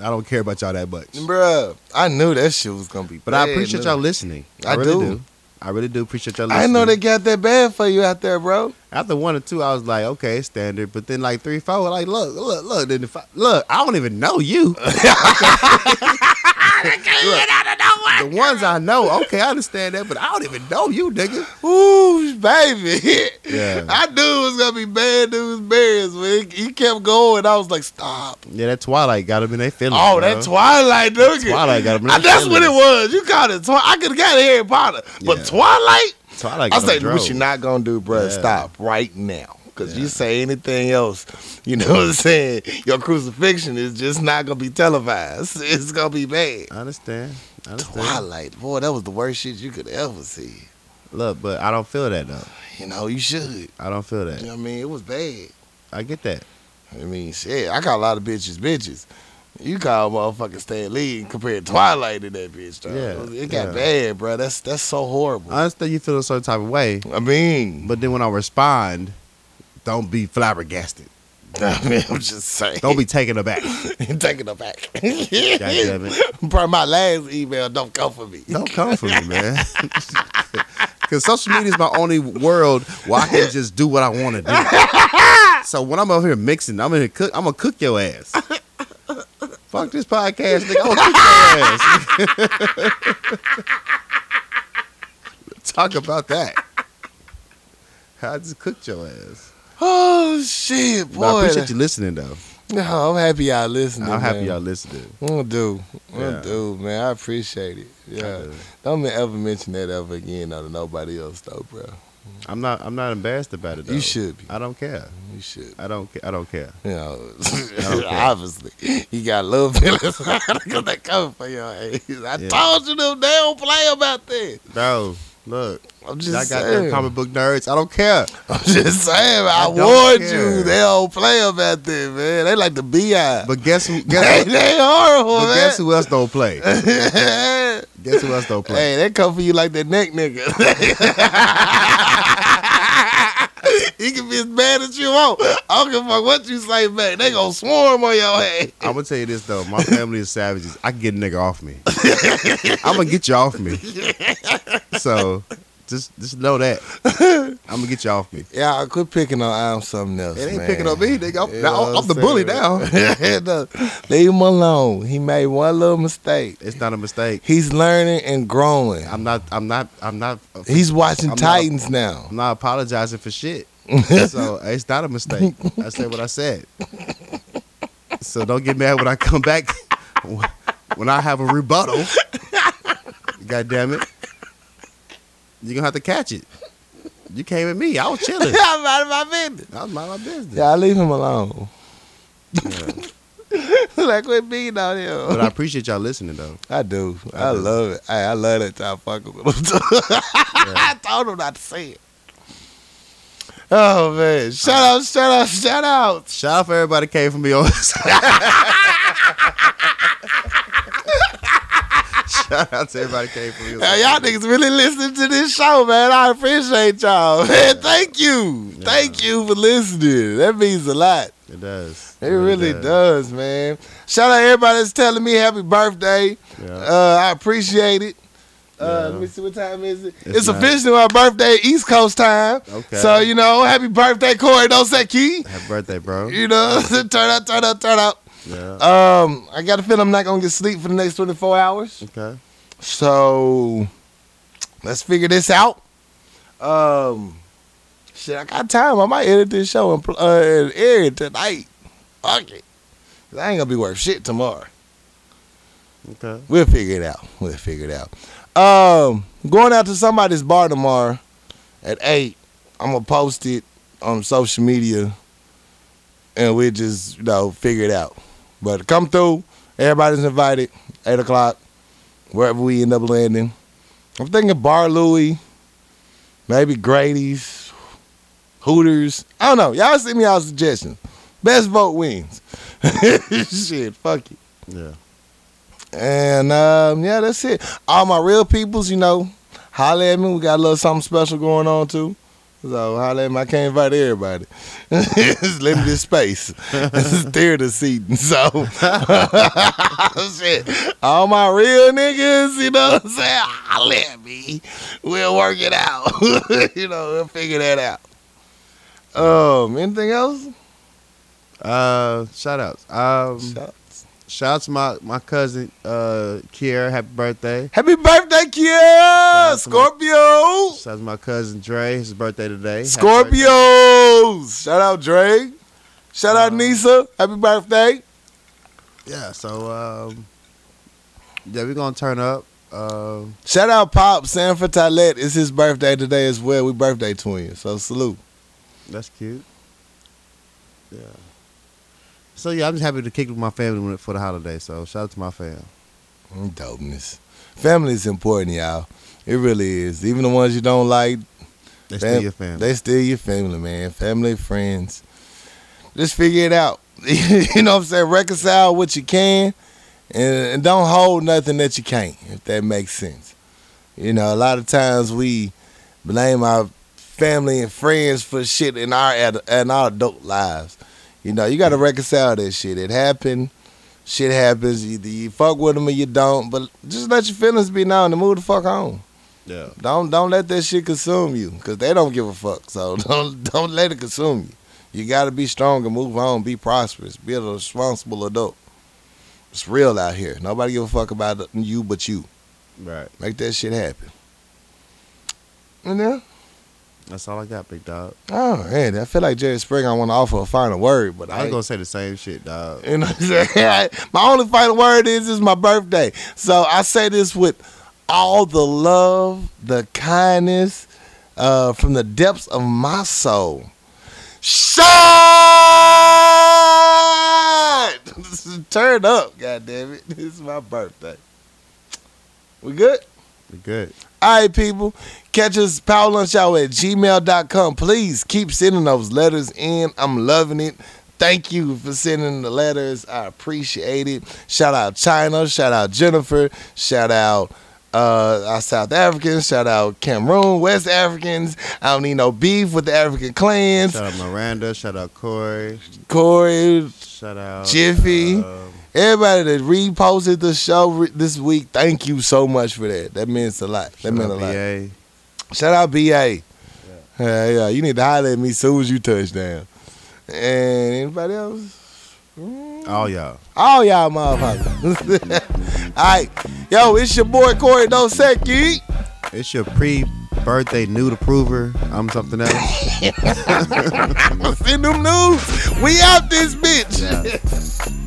A: I don't care about y'all that much.
B: Bruh, I knew that shit was gonna be
A: But
B: bad,
A: I appreciate
B: look.
A: y'all listening. I,
B: I
A: really do.
B: do.
A: I really do appreciate y'all
B: I
A: listening.
B: didn't know they got that bad for you out there, bro.
A: After one or two, I was like, okay, standard. But then like three, four, like look, look, look. Then if I, look, I don't even know you.
C: Get out of nowhere.
A: The ones I know, okay, I understand that. But I don't even know you, nigga.
B: Ooh, baby.
A: Yeah.
B: [laughs] I knew it was gonna be bad news bears, man. He kept going. I was like, stop.
A: Yeah, that Twilight got them in their feelings.
B: Oh,
A: bro.
B: that Twilight nigga.
A: Twilight got him in
B: I-
A: their
B: That's what it
A: feelings.
B: was. You called it Twilight. I could have got Harry Potter. But
A: Yeah.
B: Twilight?
A: Twilight.
B: I
A: got
B: was like,
A: them
B: what
A: drove.
B: you not gonna do, bruh,
A: Yeah.
B: stop right now. Cause
A: Yeah.
B: you say anything else, you know what I'm saying? Your crucifixion is just not gonna be televised. [laughs] It's gonna be bad.
A: I understand. I understand.
B: Twilight, boy, that was the worst shit you could ever see.
A: Look, but I don't feel that though.
B: You know, you should.
A: I don't feel
B: You know
A: that.
B: what I mean? It was bad.
A: I get that.
B: I mean, shit, I call a lot of bitches bitches. You call motherfucking Stan Lee and compare Twilight to that bitch, dog.
A: Yeah,
B: it got
A: yeah.
B: bad, bro. That's that's so horrible.
A: I understand you feel a certain type of way,
B: I mean,
A: but then when I respond, don't be flabbergasted.
B: [laughs] I mean, I'm just saying. [laughs]
A: Don't be taken [laughs] aback.
B: taking it back.
A: damn
B: [laughs] Bro, my last email don't come for me.
A: Don't come for me, man. [laughs] Because social media is my only world where I can just do what I want to do. So when I'm over here mixing, I'm in here cook. I'm gonna cook your ass. Fuck this podcast, nigga. I'm gonna cook your ass. [laughs] Talk about that. I just cooked your ass.
B: Oh shit,
A: But I
B: boy.
A: appreciate you listening, though.
B: No, I'm happy y'all listening.
A: I'm happy
B: man.
A: y'all listening.
B: We'll do. We'll
A: Yeah.
B: do, man. I appreciate it. Yeah.
A: do.
B: Don't me- ever mention that ever again though, to nobody else though, bro.
A: I'm not. I'm not embarrassed about it. Though.
B: You should be.
A: I don't care.
B: You should.
A: I don't. ca- I don't care.
B: You know, [laughs]
A: Okay.
B: obviously, you got love [laughs] feelings because they come for your ass. I
A: Yeah.
B: told you them, they don't play about that.
A: Bro, look.
B: I'm
A: I got
B: just
A: them
B: saying.
A: comic book nerds. I don't care.
B: [laughs] I'm just saying. I,
A: I don't
B: warned
A: care.
B: you. They don't play about that, man. They like the bi.
A: But guess who?
B: Hey,
A: [laughs] Guess,
B: [laughs] they horrible,
A: but
B: man.
A: guess who else don't play? Guess who else don't play?
B: [laughs] hey, they come for you like that neck nigga. [laughs] you can be as bad as you want. I don't give a fuck what you say back. They gonna swarm on your head.
A: I'm gonna tell you this though. [laughs] My family is savages. I can get a nigga off me. I'm gonna get you off me. So just just know that. I'm gonna get you off me.
B: Yeah, I quit picking on I'm something else.
A: It ain't
B: man.
A: picking on me, nigga. I'm,
B: You
A: now,
B: know
A: I'm
B: what
A: the bully now.
B: [laughs] saying? Leave him alone. He made one little mistake.
A: It's not a mistake.
B: He's learning and growing.
A: I'm not. I'm not. I'm not.
B: He's watching
A: I'm not- [laughs]
B: Titans now.
A: I'm not apologizing for
B: [laughs]
A: shit. so it's not a mistake. I said what I said. So don't get mad when I come back [laughs] when I have a rebuttal. God damn it. You're gonna have to catch it. You came at me. I was
B: [laughs]
A: chilling.
B: I'm out of my business.
A: I was mind my business.
B: Yeah, I leave him alone. [laughs] like quit being out
A: But
B: here.
A: I appreciate y'all listening though.
B: I do. I,
A: I do.
B: love it. Hey, I love that y'all fucking with him. too. [laughs] I told him not to say it. Oh man! Shout out! Shout out! Shout out!
A: Shout out for everybody that came for me on [laughs] Shout out to everybody that came for me. on-
B: Hey, y'all niggas really listening to this show, man. I appreciate y'all, [laughs] man. Thank you,
A: Yeah.
B: thank you for listening. That means a lot.
A: It does.
B: It really does, man. Shout out everybody that's telling me happy birthday.
A: Yeah.
B: Uh, I appreciate it. Uh,
A: Yeah.
B: Let me see what time is it.
A: It's
B: It's,
A: nine.
B: officially my birthday, East Coast time.
A: Okay.
B: So you know, happy birthday, Corey Dosecki.
A: Happy birthday, bro.
B: [laughs] You know, turn up, turn up, turn up.
A: Yeah.
B: Um, I got a feeling I'm not gonna get sleep for the next 24 hours.
A: okay.
B: So let's figure this out. Um, shit, I got time. I might edit this show and, pl- uh, and air it tonight. Fuck it. 'Cause I ain't gonna be worth shit tomorrow.
A: Okay.
B: We'll figure it out. We'll figure it out. Um, going out to somebody's bar tomorrow at eight. I'm gonna post it on social media, and we just you know figure it out. But come through. Everybody's invited. Eight o'clock, wherever we end up landing. I'm thinking Bar Louie, maybe Grady's, Hooters. I don't know. Y'all send me y'all suggestions. Best vote wins. [laughs] Shit, fuck it.
A: Yeah.
B: And um, yeah, that's it. All my real peoples, you know, holler at me. We got a little something special going on too. So holler at me. I can't invite everybody. [laughs] it's limited space. this is theater seating. So [laughs] shit. All my real niggas, you know what I'm saying? Holler at me. We'll work it out. [laughs] you know, we'll figure that out. Um, anything else?
A: Uh, shout outs. Um,
B: Shouts.
A: shout out to my, my cousin, uh, Kiera. Happy birthday.
B: Happy birthday, Kia!
A: out to my-
B: Scorpio!
A: Shout out to my cousin Dre. His birthday today. Happy birthday.
B: Scorpios! Shout out Dre. Shout out
A: Um,
B: Nisa. Happy birthday.
A: Yeah. So, um, yeah, we're going to turn up. Um,
B: Shout out Pop Sanford Tylette. It's his birthday today as well. We birthday twins. So salute.
A: that's cute. Yeah. So, yeah, I'm just happy to kick it with my family when- for the holiday. So, shout out to my fam.
B: Mm, Dopeness. Family is important, y'all. It really is. Even the ones you don't like,
A: They
B: Fam-
A: still your family.
B: They still your family, man. Family, friends. Just figure it out. [laughs] you know what I'm saying? Reconcile what you can and, and don't hold nothing that you can't, if that makes sense. You know, a lot of times we blame our family and friends for shit in our ad- in our adult lives. You know, you got to reconcile that shit. It happened. Shit happens. Either you fuck with them or you don't. But just let your feelings be known and move the fuck on.
A: yeah.
B: Don't don't let that shit consume you, cause they don't give a fuck. So [laughs] don't don't let it consume you. You gotta be strong and move on. Be prosperous. Be a responsible adult. It's real out here. Nobody give a fuck about you but you.
A: Right.
B: Make that shit happen. And then,
A: That's all I got, big dog.
B: oh man, I feel like Jerry Springer. I want to offer a final word, but
A: I
B: I,
A: was going to say the same shit, dog.
B: [laughs] You know what I'm saying? My only final word is it's my birthday. So I say this with all the love, the kindness, uh, from the depths of my soul. Shut! [laughs] Turn up, God damn [laughs] it! It's my birthday. We good?
A: We good.
B: All right, people. Catch us, Power Lunch Hour at gmail.com. Please keep sending those letters in. I'm loving it. Thank you for sending the letters. I appreciate it. Shout out China. Shout out Jennifer. Shout out uh, our South Africans. Shout out Cameroon, West Africans. I don't need no beef with the African clans.
A: Shout out Miranda. Shout out Corey.
B: Corey,
A: Shout out
B: Jiffy.
A: um,
B: everybody that reposted the show re- this week, thank you so much for that. That means a lot. That
A: shout
B: meant a
A: out
B: lot.
A: BA.
B: Shout out BA. Yeah. yeah, you need to holler at me soon as you touch down. And anybody else?
A: All y'all.
B: All y'all motherfuckers. [laughs] All right. Yo, it's your boy Corey Dosecki. [laughs]
A: It's your pre-birthday nude approver. I'm something else.
B: Send them news. We out this bitch.